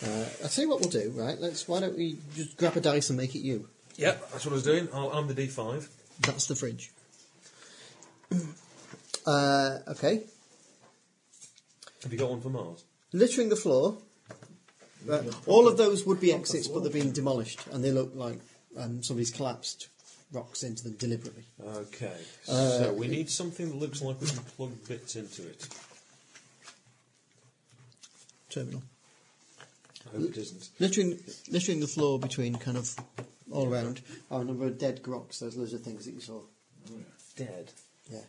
Speaker 5: uh, I'll tell you what we'll do, right? Let's. Why don't we just grab a dice and make it you?
Speaker 4: Yep, that's what I was doing. I'll, I'm the D5.
Speaker 5: That's the fridge. Uh, okay.
Speaker 4: Have you got one for Mars?
Speaker 5: Littering the floor. Uh, all of those would be exits, but they're being demolished, and they look like um, somebody's collapsed rocks into them deliberately.
Speaker 4: Okay, so we need something that looks like we can plug bits into it.
Speaker 5: Terminal.
Speaker 4: I hope it isn't.
Speaker 5: Littering, littering the floor between kind of all around Oh, are a number of dead rocks. There's loads of things that you saw.
Speaker 4: Dead.
Speaker 5: Yes.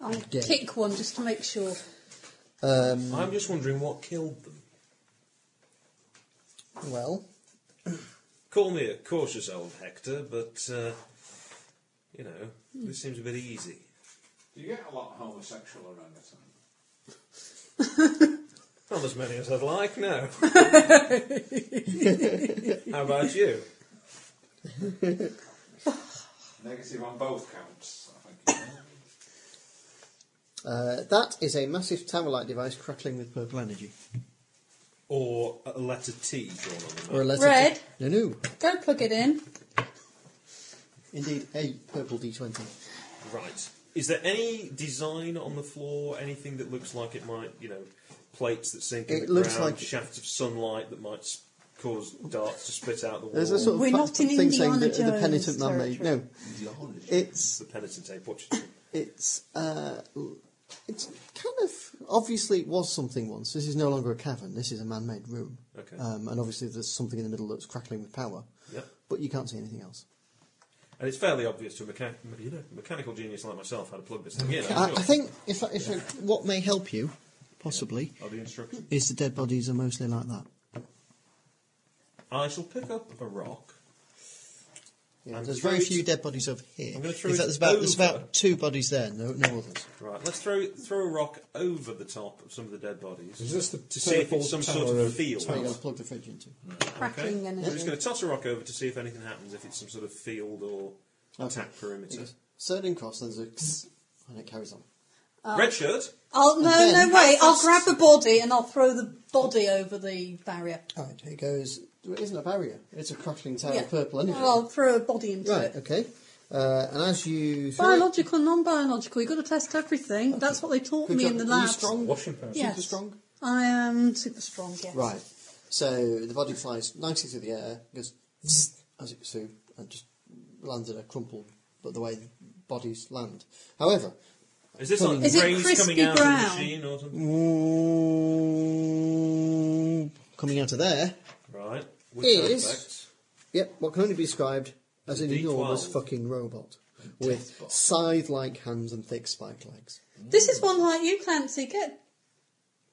Speaker 2: I'll
Speaker 5: Yeah.
Speaker 2: kick one just to make sure.
Speaker 5: Um,
Speaker 4: I'm just wondering what killed them.
Speaker 5: well,
Speaker 4: Call me a cautious old Hector, but, uh, you know, this seems a bit easy.
Speaker 7: Do you get a lot of homosexual around the time?
Speaker 4: Not as many as I'd like, no. How about you?
Speaker 7: Negative on both counts, I think.
Speaker 5: uh, that is a massive tower-like device crackling with purple energy.
Speaker 4: Or a letter T drawn on the map.
Speaker 5: Or a letter
Speaker 2: Red.
Speaker 5: No, no.
Speaker 2: Go plug it in.
Speaker 5: Indeed, a purple d20.
Speaker 4: Right. Is there any design on the floor? Anything that looks like it might, you know, plates that sink in
Speaker 5: It
Speaker 4: the
Speaker 5: looks
Speaker 4: ground,
Speaker 5: like-
Speaker 4: shafts of sunlight that might s- cause darts to spit out the wall?
Speaker 5: There's a sort of
Speaker 2: We're
Speaker 5: pa-
Speaker 2: not in
Speaker 5: thing saying
Speaker 2: Indiana
Speaker 5: that the
Speaker 2: Jones
Speaker 5: penitent man may.
Speaker 2: territory.
Speaker 5: No, it's
Speaker 4: the penitent tape. Watch it.
Speaker 5: it's uh, it's kind of obviously it was something once. This is no longer a cavern. This is a man-made room.
Speaker 4: Okay.
Speaker 5: Um, and obviously there's something in the middle that's crackling with power.
Speaker 4: Yep.
Speaker 5: But you can't see anything else.
Speaker 4: And it's fairly obvious to a mecha- me- you know, mechanical genius like myself how to plug this thing in.
Speaker 5: I,
Speaker 4: I'm sure.
Speaker 5: I think if I- if I- what may help you possibly
Speaker 4: Are the instructions?
Speaker 5: is the dead bodies are mostly like that.
Speaker 4: I shall pick up a rock.
Speaker 5: Yeah,
Speaker 4: And
Speaker 5: there's
Speaker 4: throw
Speaker 5: very
Speaker 4: it-
Speaker 5: few dead bodies over here.
Speaker 4: I'm gonna throw
Speaker 5: In fact,
Speaker 4: it
Speaker 5: there's about there's
Speaker 4: over.
Speaker 5: about two bodies there. No, no others.
Speaker 4: Right, let's throw throw a rock over the top of some of the dead bodies
Speaker 7: Is this the
Speaker 4: to see if it's some sort of field.
Speaker 5: That's what you're going to plug the fridge into.
Speaker 2: Crackling
Speaker 4: We're
Speaker 2: energy.
Speaker 4: just going to toss a rock over to see if anything happens, if it's some sort of field or
Speaker 5: Okay.
Speaker 4: attack perimeter.
Speaker 5: Yes. Certain cross, there's a tss, and it carries on.
Speaker 2: Oh.
Speaker 4: Red shirt.
Speaker 2: I'll, no,
Speaker 5: Again.
Speaker 2: no, wait. I'll grab the body and I'll throw the body over the barrier.
Speaker 5: All right, it goes. It isn't a barrier. It's a crackling tower
Speaker 2: Yeah.
Speaker 5: of Uh, purple, isn't it?
Speaker 2: Well, I'll throw a body into
Speaker 5: right.
Speaker 2: it.
Speaker 5: Okay. Uh, and as you throw it-
Speaker 2: Biological, non-biological. You've got to test everything. That's what they taught
Speaker 5: Good
Speaker 2: me
Speaker 5: job.
Speaker 2: in the
Speaker 5: Are
Speaker 2: lab.
Speaker 5: you strong?
Speaker 7: Washing powder.
Speaker 2: Yes.
Speaker 5: Super strong.
Speaker 2: I am super strong. Yes.
Speaker 5: Right. So the body flies nicely through the air, goes tss, as it goes through, and just lands in a crumpled but the way bodies land. However,
Speaker 4: Is this
Speaker 5: Funny.
Speaker 4: like
Speaker 2: Is it
Speaker 4: grains
Speaker 2: crispy
Speaker 4: coming out of the
Speaker 2: brown?
Speaker 4: machine or something?
Speaker 5: ooh, coming out of there,
Speaker 4: Right. With
Speaker 5: It is.
Speaker 4: aspects.
Speaker 5: Yep, what can only be described as an
Speaker 4: D12.
Speaker 5: enormous fucking robot with scythe like hands and thick spike legs.
Speaker 2: This is one like you, Clancy. Get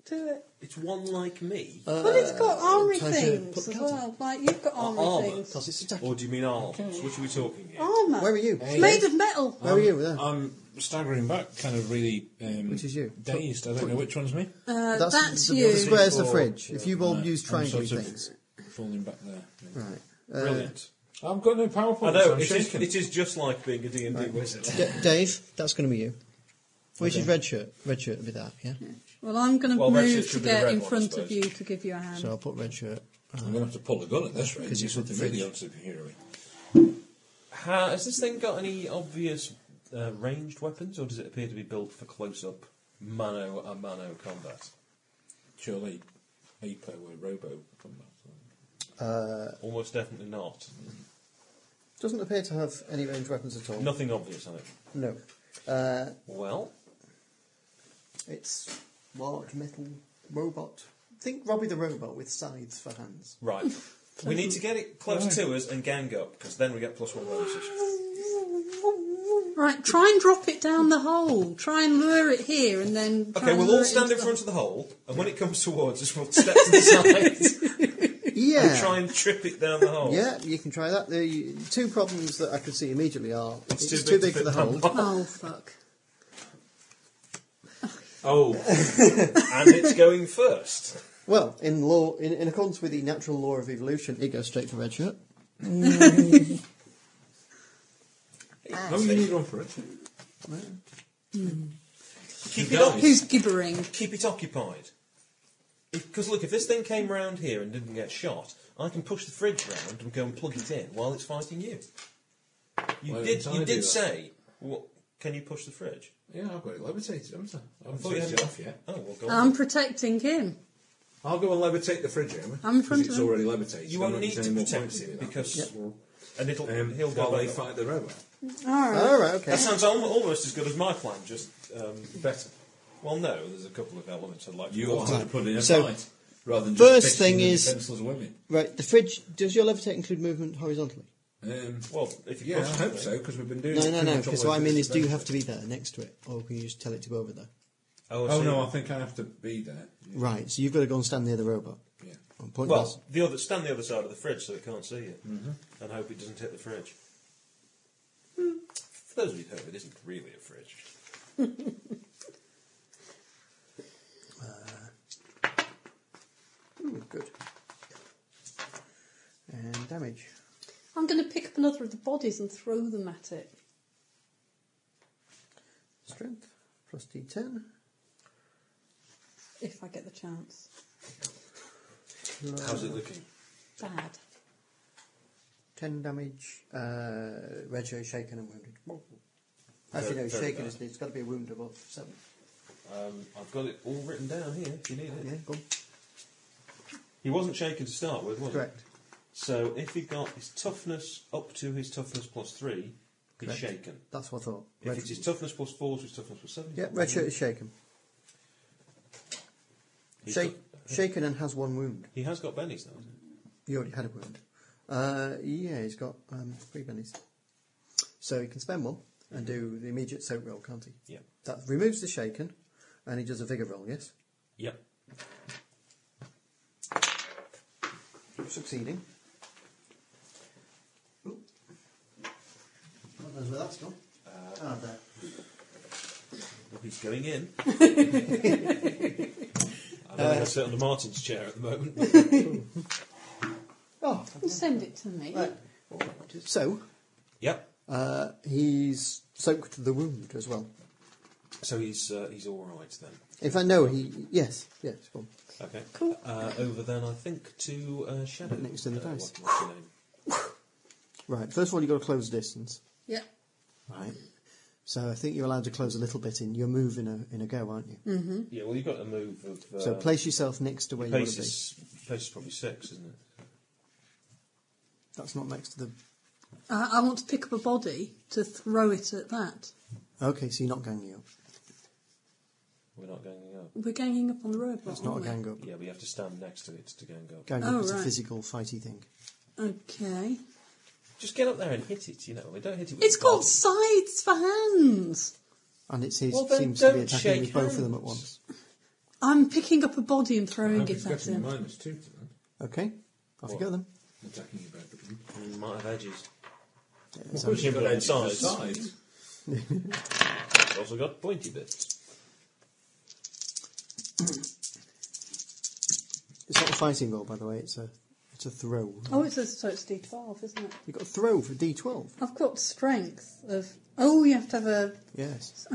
Speaker 2: to it.
Speaker 4: It's one like me.
Speaker 5: Uh,
Speaker 2: Well, it's got armory
Speaker 5: time to put
Speaker 2: things
Speaker 5: the
Speaker 2: as
Speaker 5: cards
Speaker 2: well. Like you've got armory
Speaker 4: armour.
Speaker 2: things. Oh.
Speaker 5: Because it's attacking.
Speaker 4: or do you mean arms? Which are we talking here?
Speaker 2: Armour.
Speaker 5: Where are you?
Speaker 2: It's made of metal.
Speaker 5: Where are you with that?
Speaker 7: Um, I'm staggering back, kind of really. Um,
Speaker 5: Which is you?
Speaker 7: Dazed. I don't know which one's me.
Speaker 2: Uh, that's
Speaker 5: the-
Speaker 2: you.
Speaker 5: This is where's the
Speaker 7: Or-
Speaker 5: fridge. If you all
Speaker 7: Uh,
Speaker 5: use
Speaker 7: I'm
Speaker 5: triangle
Speaker 7: sort of
Speaker 5: things.
Speaker 7: Falling back there.
Speaker 5: Right.
Speaker 4: Brilliant.
Speaker 7: I've got no PowerPoint.
Speaker 4: I know,
Speaker 7: I'm
Speaker 4: it is,
Speaker 7: shaking.
Speaker 4: it is just like being a D&D wizard.
Speaker 5: D- Dave, that's going to be you. Which is red shirt? Red shirt would be that, yeah?
Speaker 2: Well, I'm going to
Speaker 4: Well, red shirt
Speaker 2: move to
Speaker 4: should be the
Speaker 2: get
Speaker 4: red
Speaker 2: in
Speaker 4: one, I
Speaker 2: front
Speaker 4: suppose.
Speaker 2: of you to give you a hand.
Speaker 5: So I'll put red shirt.
Speaker 7: I'm going to have to pull a gun at this rate.
Speaker 5: Because
Speaker 7: Because it's
Speaker 5: it's with the
Speaker 7: really
Speaker 5: fridge.
Speaker 7: unsuperhero-y.
Speaker 4: Ha- has this thing got any obvious uh, ranged weapons, or does it appear to be built for close-up mano-a-mano combat?
Speaker 7: Surely, Apo or Robo come back.
Speaker 4: Almost definitely not.
Speaker 5: Doesn't appear to have any ranged weapons at all.
Speaker 4: Nothing obvious, I think.
Speaker 5: No. Uh,
Speaker 4: Well,
Speaker 5: it's large metal robot. Think Robbie the robot with scythes for hands.
Speaker 4: right. we need to get it close to us and gang up, because then we get plus one roll position.
Speaker 2: Right, try and drop it down the hole. Try and lure it here and then. try
Speaker 4: Okay,
Speaker 2: and
Speaker 4: we'll
Speaker 2: lure
Speaker 4: all
Speaker 2: it
Speaker 4: stand
Speaker 2: into
Speaker 4: in
Speaker 2: the-
Speaker 4: front of the hole, and when it comes towards us, we'll step to the side
Speaker 5: Yeah.
Speaker 4: and try and trip it down the hole.
Speaker 5: Yeah, you can try that. The two problems that I could see immediately are it's, too, big,
Speaker 4: to
Speaker 5: for the
Speaker 4: fit down
Speaker 5: hole.
Speaker 2: Oh, fuck.
Speaker 4: Oh, and it's going first.
Speaker 5: Well, in law, in, in accordance with the natural law of evolution, it goes straight for red shirt. Ah.
Speaker 7: Oh, you need one for it.
Speaker 4: Keep it, occup-
Speaker 2: Who's gibbering?
Speaker 4: keep it occupied. Because look, if this thing came round here and didn't get shot, I can push the fridge round and go and plug it in while it's fighting you. You
Speaker 7: Why
Speaker 4: did.
Speaker 7: don't I do
Speaker 4: You did
Speaker 7: that?
Speaker 4: say, "What? Can you push the fridge?"
Speaker 7: Yeah, I've got it levitated, haven't I? I haven't
Speaker 4: Thought you
Speaker 7: switched
Speaker 4: had-
Speaker 7: it off yet.
Speaker 4: Oh well, go on.
Speaker 2: I'm protecting him.
Speaker 7: I'll go and levitate the fridge, Emma.
Speaker 2: I'm in front
Speaker 7: because it's
Speaker 2: of him.
Speaker 7: already levitated.
Speaker 4: You
Speaker 7: I
Speaker 4: won't
Speaker 7: don't
Speaker 4: need
Speaker 7: use any
Speaker 4: to
Speaker 7: more
Speaker 4: protect
Speaker 7: points to do
Speaker 4: it
Speaker 7: that.
Speaker 4: because, and it'll
Speaker 7: Um,
Speaker 4: he'll go
Speaker 7: while they
Speaker 4: back up.
Speaker 7: fight the robot.
Speaker 2: All right.
Speaker 5: All right, okay.
Speaker 4: That sounds al- almost as good as my plan. Just um, better. Well, no, there's a couple of elements I'd like. to
Speaker 7: You ought to put in a
Speaker 5: So,
Speaker 7: fight rather than
Speaker 5: first
Speaker 7: just picking
Speaker 5: thing
Speaker 7: the
Speaker 5: is-
Speaker 7: defenceless women.
Speaker 5: Right, the fridge. Does your levitate include movement horizontally?
Speaker 7: Um,
Speaker 4: Well, if you
Speaker 7: yeah, I
Speaker 4: push the
Speaker 7: hope
Speaker 4: thing-
Speaker 7: so because we've been doing.
Speaker 5: No,
Speaker 7: it
Speaker 5: no,
Speaker 7: pretty
Speaker 5: no.
Speaker 7: much all
Speaker 5: Because
Speaker 7: the way
Speaker 5: what I
Speaker 7: through
Speaker 5: mean
Speaker 7: the
Speaker 5: is, do you have
Speaker 7: adventure.
Speaker 5: to be there next to it, or can you just tell it to go over there?
Speaker 4: Oh, I
Speaker 7: Oh
Speaker 4: see.
Speaker 7: no, I think I have to be there.
Speaker 5: Right, so you've got to go and stand near the robot.
Speaker 7: Yeah.
Speaker 5: And point this-
Speaker 4: Well, the other stand the other side of the fridge so it can't see you, and hope it doesn't hit the fridge. Hmm. For those of you who hope it isn't really a fridge.
Speaker 5: Ooh, good. And damage.
Speaker 2: I'm going to pick up another of the bodies and throw them at it.
Speaker 5: Strength plus D10.
Speaker 2: If I get the chance.
Speaker 4: How's it looking?
Speaker 2: Bad.
Speaker 5: 10 damage. Uh, red shirt shaken and wounded. Actually, no,
Speaker 4: Very- very
Speaker 5: shaken
Speaker 4: bad.
Speaker 5: isn't it? It's got to be a wound above 7.
Speaker 4: Um, I've got it all written down here. If you need it.
Speaker 5: Yeah, go on.
Speaker 4: He wasn't shaken to start with, was he?
Speaker 5: Correct.
Speaker 4: So if he got his toughness up to his toughness plus three, he's
Speaker 5: Correct.
Speaker 4: shaken.
Speaker 5: That's what I thought.
Speaker 4: If it's his toughness plus four, so his toughness plus seven.
Speaker 5: yeah, red shirt is shaken.
Speaker 4: He's
Speaker 5: Shake,
Speaker 4: got- uh-huh.
Speaker 5: shaken and has one wound.
Speaker 4: He has got bennies now.
Speaker 5: Mm-hmm.
Speaker 4: hasn't
Speaker 5: He already had a wound. Uh, yeah, he's got um, three pennies. So he can spend one and
Speaker 4: Mm-hmm.
Speaker 5: do the immediate soap roll, can't he?
Speaker 4: Yeah.
Speaker 5: That removes the shaken and he does a vigour roll, yes?
Speaker 4: he? Yep.
Speaker 5: Succeeding. Ooh. God knows where that's gone. Ah, there.
Speaker 4: Well, he's going in. I
Speaker 5: Uh,
Speaker 4: don't think I sit under Martin's chair at the moment.
Speaker 5: Oh,
Speaker 2: Send it to me.
Speaker 5: right. So,
Speaker 4: yep.
Speaker 5: uh, he's soaked the wound as well.
Speaker 4: So he's uh, he's all right then.
Speaker 5: In fact, no, he. Yes, yes, go on.
Speaker 4: Okay. Cool. Uh, over then, I think to uh, Shadow.
Speaker 5: Next in the
Speaker 4: uh,
Speaker 5: dice.
Speaker 4: what- what's her name?
Speaker 5: Right, first of all, you've got to close distance.
Speaker 2: Yep.
Speaker 5: Right. So I think you're allowed to close a little bit in your move in a, in a go, aren't you?
Speaker 4: Mm. Yeah. Well, you've got a move of. Uh,
Speaker 5: So place yourself next to where you want
Speaker 4: pace
Speaker 5: to be.
Speaker 4: is, pace is probably six, isn't it?
Speaker 5: That's not next to the
Speaker 2: I, I want to pick up a body to throw it at that.
Speaker 5: Okay, so you're not ganging up.
Speaker 4: We're not ganging up.
Speaker 2: We're ganging up on the road.
Speaker 5: It's not a
Speaker 2: aren't we?
Speaker 5: gang up.
Speaker 4: Oh, Yeah, but you have to stand next to it to gang up.
Speaker 5: Gang
Speaker 2: Oh,
Speaker 5: up is a
Speaker 2: right.
Speaker 5: physical fighty thing.
Speaker 2: Okay.
Speaker 4: Just get up there and hit it, you know. We don't hit it with
Speaker 2: It's
Speaker 4: a
Speaker 2: called
Speaker 4: ball.
Speaker 2: sides for hands.
Speaker 5: And it seems,
Speaker 4: Well, then
Speaker 5: seems to be
Speaker 4: don't
Speaker 5: attacking with
Speaker 4: shake
Speaker 5: both of them at
Speaker 4: hands.
Speaker 5: once.
Speaker 2: I'm picking up a body and
Speaker 7: I
Speaker 2: throwing
Speaker 7: hope
Speaker 2: it
Speaker 7: you've
Speaker 2: at
Speaker 7: got
Speaker 2: him.
Speaker 7: minus two to that.
Speaker 5: Okay, off you
Speaker 4: What?
Speaker 5: go then.
Speaker 7: Attacking you back at them.
Speaker 4: You might have edges.
Speaker 5: Yeah,
Speaker 4: Of
Speaker 5: so-
Speaker 4: course you've got edges on the
Speaker 3: Sides.
Speaker 4: sides. You've also got pointy bits.
Speaker 5: it's not a fighting roll, by the way. It's a it's a throw.
Speaker 2: Oh, it says so it's D12, isn't it?
Speaker 5: You got a throw for D12.
Speaker 2: I've got strength of. Oh, you have to have a.
Speaker 5: Yes.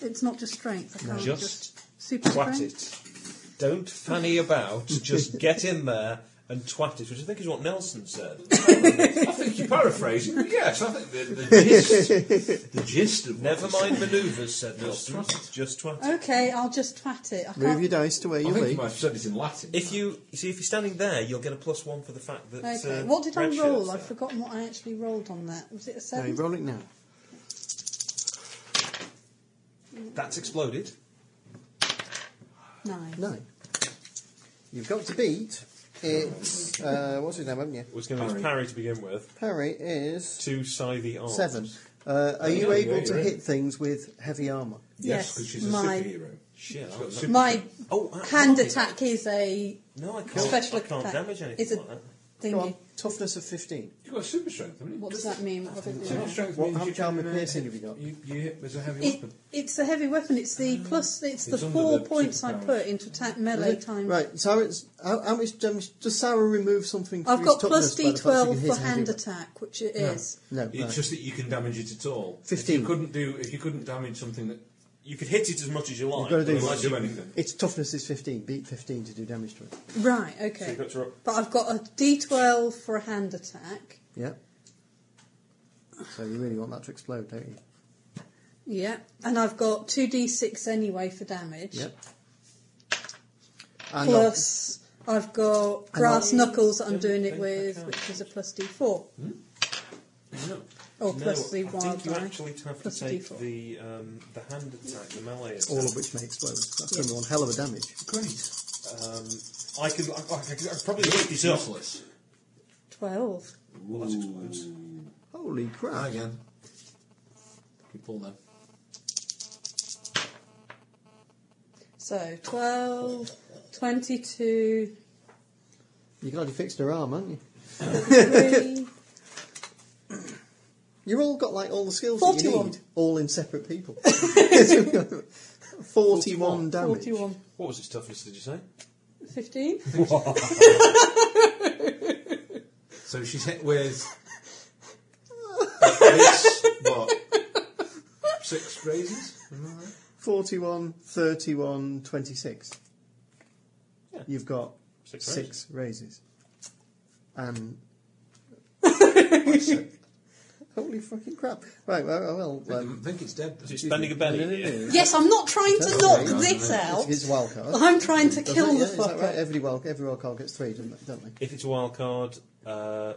Speaker 2: It's not just strength. I can't
Speaker 4: Just
Speaker 2: super
Speaker 4: Twat
Speaker 2: strength.
Speaker 4: it. Don't fanny about. Just get in there and twat it, which I think is what Nelson said.
Speaker 3: I think you're paraphrasing, but yes, I think the, the gist, the gist of
Speaker 4: Never
Speaker 3: what
Speaker 4: mind manoeuvres, said Nelson.
Speaker 3: twat
Speaker 4: Just twat it.
Speaker 2: Okay, I'll just twat it. I
Speaker 5: Move
Speaker 2: can't.
Speaker 5: your dice to where
Speaker 3: I
Speaker 5: you
Speaker 3: think Oh, you
Speaker 5: lead.
Speaker 3: might have said it in Latin.
Speaker 4: If you you see if you're standing there, you'll get a plus one for the fact that.
Speaker 2: Okay.
Speaker 4: uh,
Speaker 2: What did I
Speaker 4: Red Shirt's
Speaker 2: roll?
Speaker 4: there.
Speaker 2: I've forgotten what I actually rolled on that. Was it a
Speaker 5: No, you
Speaker 2: seven?
Speaker 5: roll it now.
Speaker 4: That's exploded.
Speaker 2: Nine.
Speaker 5: Nine. You've got to beat. It's uh, what's his name, haven't you?
Speaker 4: It was going to be parry to begin with.
Speaker 5: Parry is
Speaker 4: Two scythe arms.
Speaker 5: seven. Uh, are you
Speaker 3: Oh. yeah,
Speaker 5: able
Speaker 3: yeah,
Speaker 5: to
Speaker 3: yeah.
Speaker 5: hit things with heavy armor?
Speaker 2: Yes,
Speaker 3: yes, because she's a
Speaker 2: my-
Speaker 3: superhero.
Speaker 4: Shit.
Speaker 3: She's
Speaker 4: I
Speaker 3: got
Speaker 4: don't know.
Speaker 3: super
Speaker 2: My
Speaker 4: Oh, I-
Speaker 2: hand
Speaker 4: I-
Speaker 2: attack is a
Speaker 4: No, I can't.
Speaker 2: special
Speaker 4: I can't
Speaker 2: attack.
Speaker 4: damage anything
Speaker 2: It's a
Speaker 4: like that.
Speaker 5: Go on.
Speaker 2: thingy.
Speaker 5: Toughness of fifteen.
Speaker 3: You've got super strength, haven't you?
Speaker 2: What does that mean? What does it
Speaker 3: Super
Speaker 2: do?
Speaker 3: strength
Speaker 5: What-
Speaker 3: means
Speaker 5: how
Speaker 3: you
Speaker 5: much armor
Speaker 3: can, uh,
Speaker 5: piercing have you got?
Speaker 3: You, you hit as a heavy
Speaker 2: It,
Speaker 3: weapon.
Speaker 2: it's a heavy weapon. It's the plus. It's the
Speaker 3: It's under
Speaker 2: four
Speaker 3: the
Speaker 2: points I
Speaker 3: superpower.
Speaker 2: put into attack melee time.
Speaker 5: Mm. Right, Sarah's, how, how much damage does Sarah remove something? from
Speaker 2: I've
Speaker 5: his
Speaker 2: got plus
Speaker 5: toughness by the fact she can
Speaker 2: D12
Speaker 5: hit
Speaker 2: for hand
Speaker 5: heavy-
Speaker 2: attack, which it is.
Speaker 5: No,
Speaker 3: It's
Speaker 5: right.
Speaker 3: just that you can damage it at all. If
Speaker 5: 15.
Speaker 3: you couldn't do, if you couldn't damage something that
Speaker 4: You could hit it as much as you like.
Speaker 5: got to do-
Speaker 3: you
Speaker 4: but
Speaker 3: might
Speaker 4: unless you-
Speaker 3: do anything.
Speaker 5: its toughness is fifteen. Beat fifteen to do damage to it.
Speaker 2: Right.
Speaker 4: so
Speaker 2: Okay.
Speaker 4: you've got to roll-
Speaker 2: But I've got a D12 for a hand attack.
Speaker 5: Yeah. So you really want that to explode, don't you?
Speaker 2: Yeah, and I've got two d6 anyway for damage.
Speaker 5: Yep. And
Speaker 2: Plus, I've got brass knuckles that I'm doing it
Speaker 4: think I
Speaker 2: with,
Speaker 4: can.
Speaker 2: which is a plus d4
Speaker 4: No.
Speaker 2: or
Speaker 4: No,
Speaker 2: plus the
Speaker 4: I think
Speaker 2: wild
Speaker 4: you
Speaker 2: die.
Speaker 4: actually have to
Speaker 2: Plus
Speaker 4: take
Speaker 2: D4.
Speaker 4: the um, the hand attack, the melee
Speaker 5: all
Speaker 4: attack.
Speaker 5: of which may explode. That's going
Speaker 2: Yes.
Speaker 5: to be one hell of a damage.
Speaker 3: Great.
Speaker 4: Um, I could I, I, could- I could probably lift this up.
Speaker 3: Useless.
Speaker 2: 12.
Speaker 4: Well, that explodes.
Speaker 5: Holy crap!
Speaker 3: Ah, again. You pull them.
Speaker 2: So 12, 22,
Speaker 5: You glad you fixed her arm, aren't you?
Speaker 2: 3.
Speaker 5: You've all got like all the skills that you
Speaker 2: 41.
Speaker 5: need, all in separate people. Forty-one,
Speaker 4: 41
Speaker 5: damage.
Speaker 2: 41.
Speaker 4: What was its toughness? Did you say?
Speaker 2: 15?
Speaker 3: So she's hit with. this, what? Six raisins? Am I right?
Speaker 5: 41, 31, 26.
Speaker 4: Yeah.
Speaker 5: You've got
Speaker 4: Six
Speaker 5: six raises. Um, holy fucking crap. Right, well, well, well
Speaker 3: I
Speaker 5: um,
Speaker 3: think it's dead.
Speaker 4: Is it spending a belly?
Speaker 5: no, no, no, no.
Speaker 2: Yes, I'm not trying to
Speaker 5: Okay.
Speaker 2: knock this out.
Speaker 5: It's his wild card.
Speaker 2: I'm trying to
Speaker 5: Doesn't
Speaker 2: kill
Speaker 5: it?
Speaker 2: the
Speaker 5: Yeah, is that right?
Speaker 2: fucker.
Speaker 5: Every wild, every wild card gets three, don't they? Don't they?
Speaker 4: If it's a wild card, uh,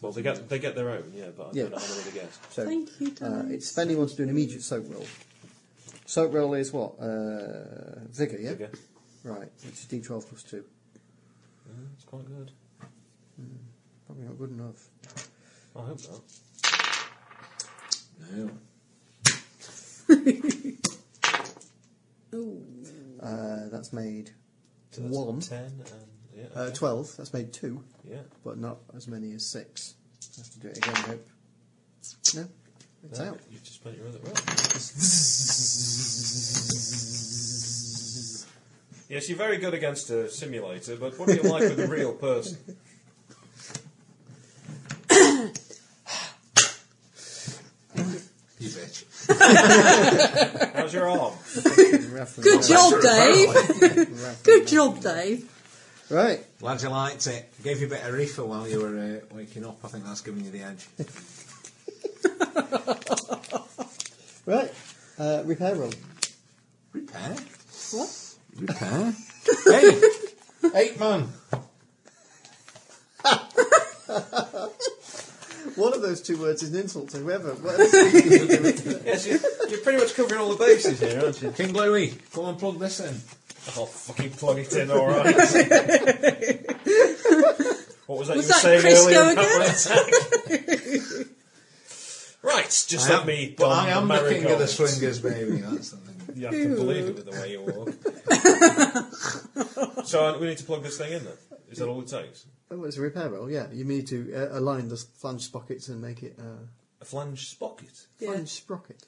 Speaker 4: well, they get they get their own, yeah. But I
Speaker 5: Yeah.
Speaker 4: don't know how many they get.
Speaker 5: So,
Speaker 2: Thank you,
Speaker 5: uh,
Speaker 2: Dan.
Speaker 5: it's if anyone to do an immediate soap roll. Soap roll is what? Uh, vigor, yeah?
Speaker 4: Bigger.
Speaker 5: Right, which is d12 plus 2.
Speaker 4: uh, It's quite good.
Speaker 5: Probably not good enough.
Speaker 4: I hope not.
Speaker 3: No.
Speaker 5: Uh, that's made
Speaker 4: So that's
Speaker 5: One.
Speaker 4: ten, and yeah,
Speaker 5: uh,
Speaker 4: okay.
Speaker 5: 12. That's made 2.
Speaker 4: yeah.
Speaker 5: but not as many as six. have to do it again, I hope. No, it's
Speaker 4: No,
Speaker 5: out.
Speaker 4: You've just spent your other roll. Yes, you're very good against a simulator, but what do you like with a real person?
Speaker 3: You bitch.
Speaker 4: How's your arm?
Speaker 2: Good job, Dave. Good job, Dave.
Speaker 5: Right,
Speaker 3: Glad you liked it. Gave you a bit of reefer while you were uh, waking up. I think that's giving you the edge.
Speaker 5: right. Uh, repair roll.
Speaker 3: Repair?
Speaker 2: What?
Speaker 3: Repair? hey! Eight man!
Speaker 5: One of those two words is an insult to whoever. whatever.
Speaker 4: Yes, you're, you're pretty much covering all the bases here, aren't you?
Speaker 3: King Bluey, come on, plug this in.
Speaker 4: I'll fucking plug it in, alright. what was
Speaker 2: Was
Speaker 4: that you were
Speaker 2: that
Speaker 4: saying
Speaker 2: Chris
Speaker 4: earlier?
Speaker 2: go
Speaker 4: about my attack? right, just
Speaker 3: I
Speaker 4: let
Speaker 3: am-
Speaker 4: me
Speaker 3: but
Speaker 4: don
Speaker 3: I am the king of the
Speaker 4: marigolds.
Speaker 3: swingers, baby. That's the thing.
Speaker 4: You have to believe it with the way you walk. so uh, we need to plug this thing in then? Is that all it takes?
Speaker 5: oh, it's a repair roll, yeah. You need to uh, align the flange sprockets and make it uh,
Speaker 4: A flange sprocket?
Speaker 2: Yeah.
Speaker 5: flange sprocket.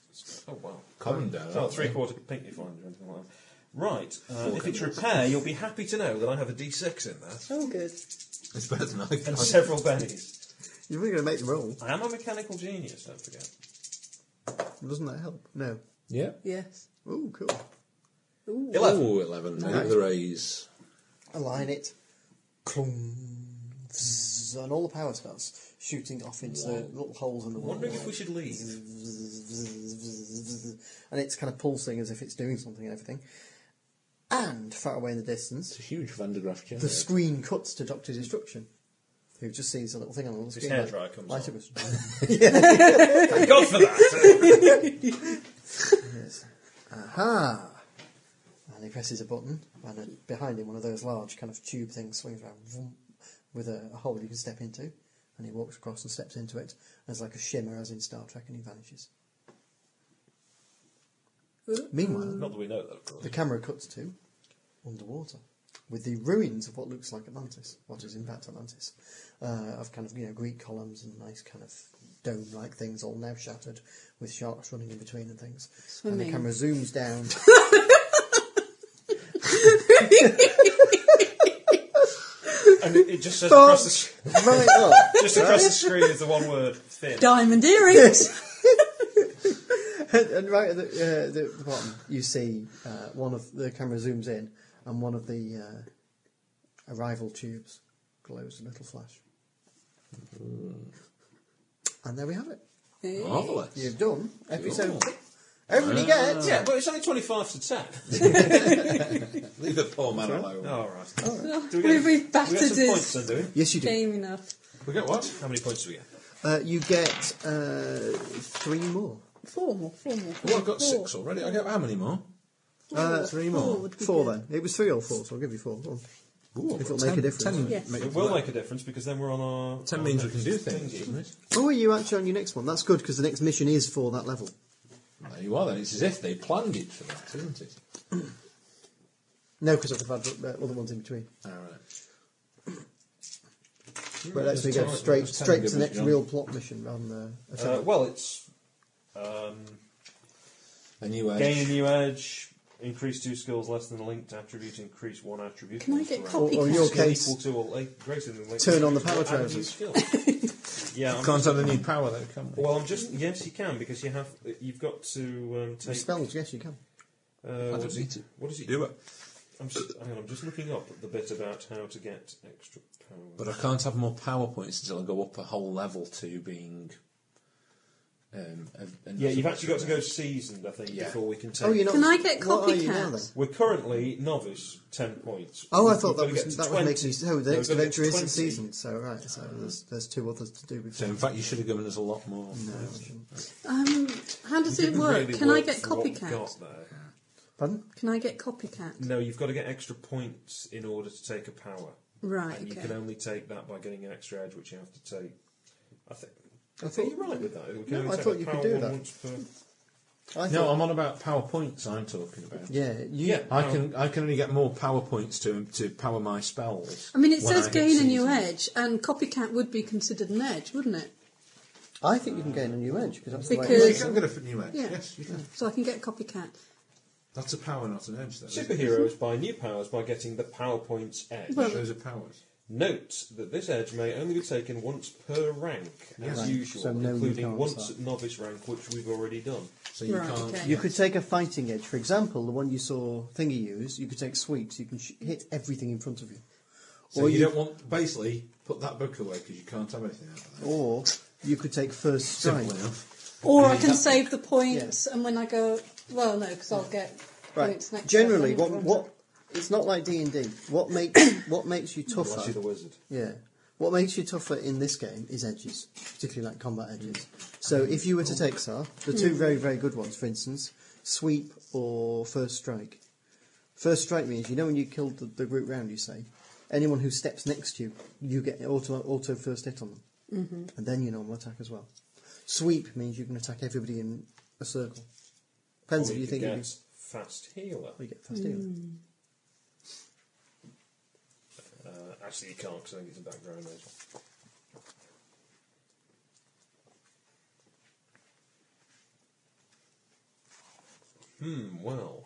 Speaker 4: Oh, wow.
Speaker 3: Common down.
Speaker 4: It's not a three quarter pinky flange or anything like that. Right, uh, if it's repair, you'll be happy to know that I have a d6 in that
Speaker 2: Oh, good.
Speaker 3: It's better than I
Speaker 4: and
Speaker 3: thought.
Speaker 4: several bennies.
Speaker 5: You're really going to make the roll.
Speaker 4: I am a mechanical genius, don't forget.
Speaker 5: Doesn't that help? No.
Speaker 3: Yeah.
Speaker 2: Yes.
Speaker 5: Oh, cool.
Speaker 4: Eleven.
Speaker 3: Ooh, 11. Nice. The raise.
Speaker 5: Align it. Clung. Vzz, And all the power starts shooting off into the little holes in the
Speaker 4: I'm
Speaker 5: wall.
Speaker 4: wondering if we should leave.
Speaker 5: And it's kind of pulsing as if it's doing something and everything. And far away in the distance,
Speaker 3: It's a huge Van de Graaff
Speaker 5: the
Speaker 3: generator.
Speaker 5: screen cuts to Doctor Destruction, who just sees a little thing on the little screen.
Speaker 4: hairdryer comes
Speaker 5: light
Speaker 4: on.
Speaker 5: up
Speaker 4: Thank God for that!
Speaker 5: Yes. Aha! And he presses a button, and uh, behind him, one of those large kind of tube things swings around vroom, with a, a hole you can step into. And he walks across and steps into it. And it's like a shimmer, as in Star Trek, and he vanishes. Meanwhile,
Speaker 4: Not that we know that, of course.
Speaker 5: the camera cuts to underwater with the ruins of what looks like Atlantis, what is in fact Atlantis, uh, of kind of you know Greek columns and nice kind of dome-like things, all now shattered, with sharks running in between and things. And
Speaker 2: Swimming.
Speaker 5: the camera zooms down.
Speaker 4: And it, it just says across the, s-
Speaker 5: right up.
Speaker 4: just across the screen is the one word thin.
Speaker 2: Diamond earrings.
Speaker 5: and, and right at the, uh, the, the bottom, you see uh, one of the camera zooms in, and one of the uh, arrival tubes glows a little flash. And there we have it.
Speaker 3: Marvellous.
Speaker 5: Mm-hmm. You've done episode.
Speaker 3: Cool.
Speaker 5: Everybody gets.
Speaker 4: Yeah, but it's only 25 to 10.
Speaker 3: Leave the poor man alone.
Speaker 4: All right.
Speaker 2: we
Speaker 4: we get-
Speaker 2: we
Speaker 4: We got
Speaker 2: battered
Speaker 4: some points then,
Speaker 2: his
Speaker 4: do we?
Speaker 5: Yes, you do.
Speaker 2: game enough.
Speaker 4: We got what? How many points do we get?
Speaker 5: Uh, you get uh, three more.
Speaker 2: Four more, four more.
Speaker 3: Well, I've got six already. I get how many more?
Speaker 5: Uh, three
Speaker 2: Four would be
Speaker 5: Four
Speaker 2: good.
Speaker 5: then. It was three or four, so I'll give you four. Go on.
Speaker 3: Ooh,
Speaker 5: If it'll make a difference.
Speaker 3: Ten,
Speaker 2: Yes.
Speaker 3: make-
Speaker 4: It will make a difference because then we're on our.
Speaker 3: ten means we can do things, doesn't it?
Speaker 5: Oh, are you actually on your next one? That's good because the next mission is for that level.
Speaker 3: There you are then. It's as if they planned it for that, isn't it?
Speaker 5: No, because I've had uh, other ones in between.
Speaker 3: All right.
Speaker 5: But
Speaker 3: Just
Speaker 5: actually go
Speaker 3: tell it-
Speaker 5: straight
Speaker 3: just tell
Speaker 5: straight
Speaker 3: it
Speaker 5: to the next
Speaker 3: John.
Speaker 5: real plot mission rather than uh, a
Speaker 4: Uh,
Speaker 5: film.
Speaker 4: well, it's um,
Speaker 3: A new age.
Speaker 4: gain a new edge, increase two skills less than linked attribute, increase one attribute.
Speaker 2: Can I get
Speaker 4: Right.
Speaker 2: copy?
Speaker 5: Or- or your
Speaker 4: Skill
Speaker 5: case-
Speaker 4: equal to or la- greater than linked
Speaker 5: Turn on the power
Speaker 4: attribute or add a new skill. yeah. I'm,
Speaker 3: Can't have the new power though, can we?
Speaker 4: well, I'm just yes, you can because you have you've got to um,
Speaker 5: You
Speaker 4: take.
Speaker 5: spelled, yes, you can.
Speaker 4: uh, what
Speaker 3: don't
Speaker 4: is
Speaker 3: need
Speaker 4: it?
Speaker 3: to.
Speaker 4: What is it?
Speaker 3: Do it.
Speaker 4: I'm just, hang on, I'm just looking up the bit about how to get extra power.
Speaker 3: But I can't have more power points until I go up a whole level to being. Um, a- a-
Speaker 4: Yeah, you've actually got to go seasoned, I think,
Speaker 3: Yeah.
Speaker 4: before we can take.
Speaker 5: Oh, you're not.
Speaker 2: Can I get
Speaker 5: what are you now,
Speaker 2: copycat?
Speaker 5: then?
Speaker 4: We're currently novice, ten points.
Speaker 5: Oh, I
Speaker 4: We've got
Speaker 5: thought that
Speaker 4: to get
Speaker 5: was
Speaker 4: to
Speaker 5: that was
Speaker 4: 20.
Speaker 5: making you. So
Speaker 4: No,
Speaker 5: Oh, the
Speaker 4: we've
Speaker 5: next
Speaker 4: got to get
Speaker 5: adventure
Speaker 4: to
Speaker 5: is in
Speaker 4: 20.
Speaker 5: season. So right, so there's there's two others to do
Speaker 3: So
Speaker 5: uh, before.
Speaker 3: in fact, you should have given us a lot more.
Speaker 5: No, I shouldn't.
Speaker 2: Um, how does it
Speaker 4: Didn't
Speaker 2: work?
Speaker 4: really
Speaker 2: Can I
Speaker 4: work
Speaker 2: get
Speaker 4: for what we've
Speaker 2: copycat?
Speaker 4: got there.
Speaker 5: Pardon?
Speaker 2: Can I get copycat?
Speaker 4: No, you've got to get extra points in order to take a power,
Speaker 2: Right,
Speaker 4: and you
Speaker 2: okay.
Speaker 4: can only take that by getting an extra edge, which you have to take. I think. I
Speaker 5: thought-
Speaker 4: think you're right with that. We can
Speaker 5: No,
Speaker 4: only
Speaker 5: I
Speaker 4: take
Speaker 5: thought
Speaker 4: a
Speaker 5: you could
Speaker 4: power
Speaker 5: do
Speaker 4: one
Speaker 5: that.
Speaker 4: once per-
Speaker 5: I
Speaker 3: No,
Speaker 5: thought-
Speaker 3: I'm on about power points. I'm talking about.
Speaker 5: Yeah, you,
Speaker 4: Yeah.
Speaker 3: I can I can only get more power points to to power my spells.
Speaker 2: I mean, it
Speaker 3: when
Speaker 2: says
Speaker 3: hit
Speaker 2: gain a new
Speaker 3: season.
Speaker 2: edge, and copycat would be considered an edge, wouldn't it?
Speaker 5: I think you can gain a new edge because that's the
Speaker 2: Because-
Speaker 5: way.
Speaker 3: You can get a new edge.
Speaker 2: Yeah.
Speaker 3: Yes, you can.
Speaker 2: So I can get copycat.
Speaker 3: That's a power, not an edge. Though. isn't it?
Speaker 4: Superheroes buy new powers by getting the power points edge.
Speaker 2: Well-
Speaker 3: Those are powers.
Speaker 4: Note that this edge may only be taken once per rank, as
Speaker 5: Right,
Speaker 4: usual,
Speaker 5: so no new
Speaker 4: including
Speaker 5: powers
Speaker 4: once
Speaker 5: are.
Speaker 4: at novice rank, which we've already done.
Speaker 3: So you
Speaker 2: Right,
Speaker 3: can't.
Speaker 2: okay.
Speaker 5: You could take a fighting edge, for example, the one you saw Thingy use. You could take sweeps. You can sh- hit everything in front of you,
Speaker 3: So
Speaker 5: Or
Speaker 3: you,
Speaker 5: you-
Speaker 3: don't want basically put that book away because you can't have anything out of that.
Speaker 5: or you could take first strike.
Speaker 3: Simple enough.
Speaker 2: Or I can save the points, and when I go, well, no, because I'll get
Speaker 5: Right.
Speaker 2: points next.
Speaker 5: Generally,
Speaker 2: time I
Speaker 5: what
Speaker 2: want
Speaker 5: what it's not like D and D. What makes what makes you
Speaker 4: Unless
Speaker 5: tougher?
Speaker 4: you're the wizard.
Speaker 5: Yeah. What makes you tougher in this game is edges, particularly like combat edges. So if you were to take Sar, the two very, very good ones, for instance, sweep or first strike. First strike means, you know, when you killed the, the group round, you say, anyone who steps next to you, you get auto, auto first hit on them. Mm-hmm. And then your normal attack as well. Sweep means you can attack everybody in a circle. Depends if you think you can.
Speaker 4: get fast healer.
Speaker 5: You get fast healing.
Speaker 4: Uh, actually, you can't because I don't get the background noise. Hmm, well.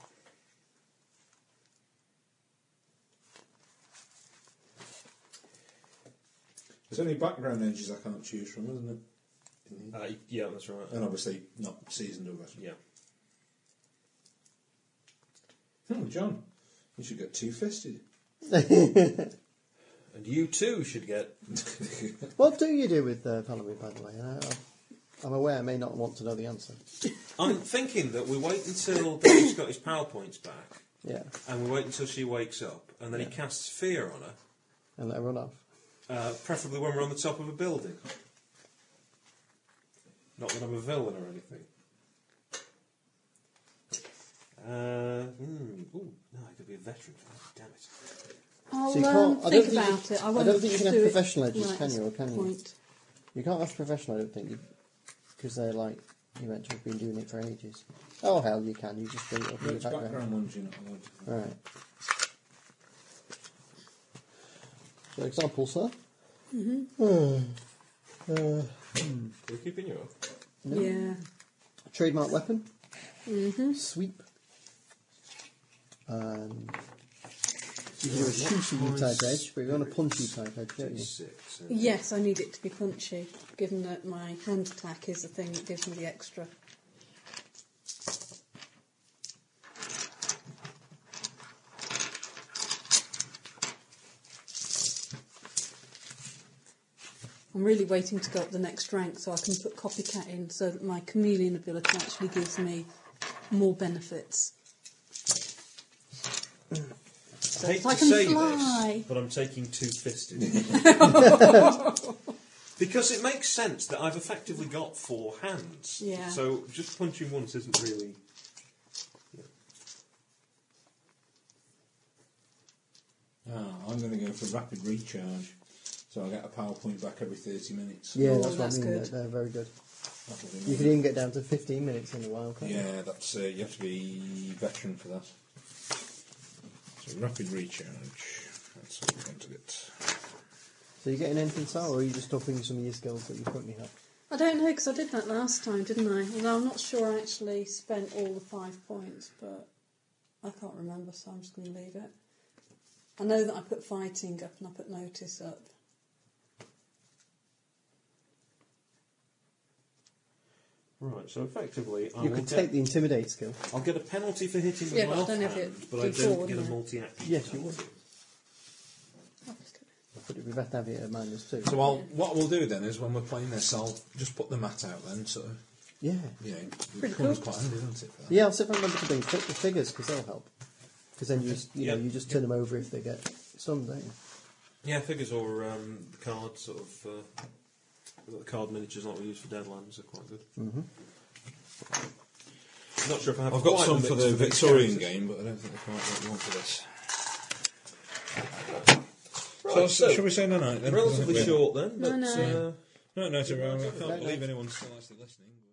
Speaker 3: There's only background edges I can't choose from, isn't it?
Speaker 4: Uh, yeah, that's right.
Speaker 3: And obviously not seasoned or whatever.
Speaker 4: yeah.
Speaker 3: Hmm, John, you should get two fisted.
Speaker 4: And you too should get.
Speaker 5: What do you do with uh, Palamon, by the way? I, I- I'm aware I may not want to know the answer.
Speaker 4: I'm thinking that we wait until Dave's got his power points back,
Speaker 5: Yeah,
Speaker 4: and we wait until she wakes up, and then he casts fear on her,
Speaker 5: and let her run off.
Speaker 4: uh, preferably when we're on the top of a building. Not that I'm a villain or anything. Uh, hmm, ooh, no, I could be a veteran. for that, Damn it.
Speaker 2: I'll
Speaker 5: So you
Speaker 2: um,
Speaker 5: can't- I
Speaker 2: think
Speaker 5: don't think you-
Speaker 2: about it. I,
Speaker 5: I
Speaker 2: won't
Speaker 5: don't think you can have
Speaker 2: do it
Speaker 5: professional edges,
Speaker 2: right
Speaker 5: can you, or
Speaker 2: at
Speaker 5: can you?
Speaker 2: Point.
Speaker 5: You can't ask professional, I don't think, because they're like, you meant to have been doing it for ages. Oh, hell, you can. You just do it up in the
Speaker 3: Which
Speaker 5: background.
Speaker 3: background ones you're not allowed to have?
Speaker 5: Right. For example, sir?
Speaker 4: We're keeping you up.
Speaker 2: Yeah.
Speaker 5: Trademark weapon.
Speaker 2: Mm-hmm.
Speaker 5: Sweep. Um, you can do a shooty type edge, but you want a punchy type edge, don't you?
Speaker 4: Six. uh,
Speaker 2: Yes, I need it to be punchy, given that my hand attack is the thing that gives me the extra. I'm really waiting to go up the next rank so I can put copycat in so that my chameleon ability actually gives me more benefits.
Speaker 4: I hate
Speaker 2: if I
Speaker 4: to
Speaker 2: can
Speaker 4: say
Speaker 2: fly.
Speaker 4: this, but I'm taking two fisted. because it makes sense that I've effectively got four hands.
Speaker 2: Yeah.
Speaker 4: So just punching once isn't really.
Speaker 3: Ah, I'm going to go for rapid recharge. So I get a power point back every 30 minutes.
Speaker 5: Yeah,
Speaker 2: Oh,
Speaker 5: that's what
Speaker 2: that's
Speaker 5: I mean.
Speaker 2: good.
Speaker 5: They're, they're very good.
Speaker 3: That'll be
Speaker 5: You
Speaker 3: nice.
Speaker 5: could even get down to 15 minutes in a while, can't you?
Speaker 3: Yeah, that's uh, you have to be veteran for that.
Speaker 7: So rapid recharge. That's what we want to get.
Speaker 5: So you're getting anything, sir, or are you just upping some of your skills that you currently have?
Speaker 2: I don't know because I did that last time, didn't I? Although I'm not sure I actually spent all the five points, but I can't remember, so I'm just going to leave it. I know that I put fighting up and I put notice up.
Speaker 4: Right, so effectively, I
Speaker 5: You
Speaker 4: will
Speaker 5: could
Speaker 4: get,
Speaker 5: take the intimidate skill.
Speaker 4: I'll get a penalty for hitting with
Speaker 2: Yeah,
Speaker 4: my
Speaker 2: but I
Speaker 4: off
Speaker 2: don't know if
Speaker 4: hand,
Speaker 2: it
Speaker 4: but I
Speaker 2: did
Speaker 4: don't
Speaker 2: four,
Speaker 4: get a
Speaker 2: wouldn't it?
Speaker 4: multi-action.
Speaker 5: Yes, you
Speaker 4: penalty.
Speaker 5: But it'd be better to have it at minus two.
Speaker 3: So I'll, what we'll do then is when we're playing this, I'll just put the mat out then, so
Speaker 5: yeah.
Speaker 3: you know,
Speaker 2: Pretty
Speaker 3: it comes
Speaker 2: cool.
Speaker 3: quite handy, doesn't it? For that?
Speaker 5: Yeah, I'll see if I remember to bring fi- the figures, because they'll help. Because then you, s- you know,
Speaker 4: Yeah.
Speaker 5: you just turn them over if they get some, don't you?
Speaker 4: Yeah, figures or um, the card sort of. Uh, the card miniatures like we use for Deadlands are quite good. Mm-hmm. Not sure if I have
Speaker 3: I've got
Speaker 4: quite
Speaker 3: some
Speaker 4: the
Speaker 3: for
Speaker 4: mix
Speaker 3: the
Speaker 4: of each
Speaker 3: Victorian
Speaker 4: character.
Speaker 3: game, but I don't think they're quite what you
Speaker 7: So,
Speaker 3: want for this.
Speaker 4: Right, so,
Speaker 7: shall we say no night then?
Speaker 4: relatively
Speaker 7: We're-
Speaker 4: short then, but
Speaker 2: no.
Speaker 4: uh,
Speaker 7: No, no, it's around. I can't believe anyone's still actually listening.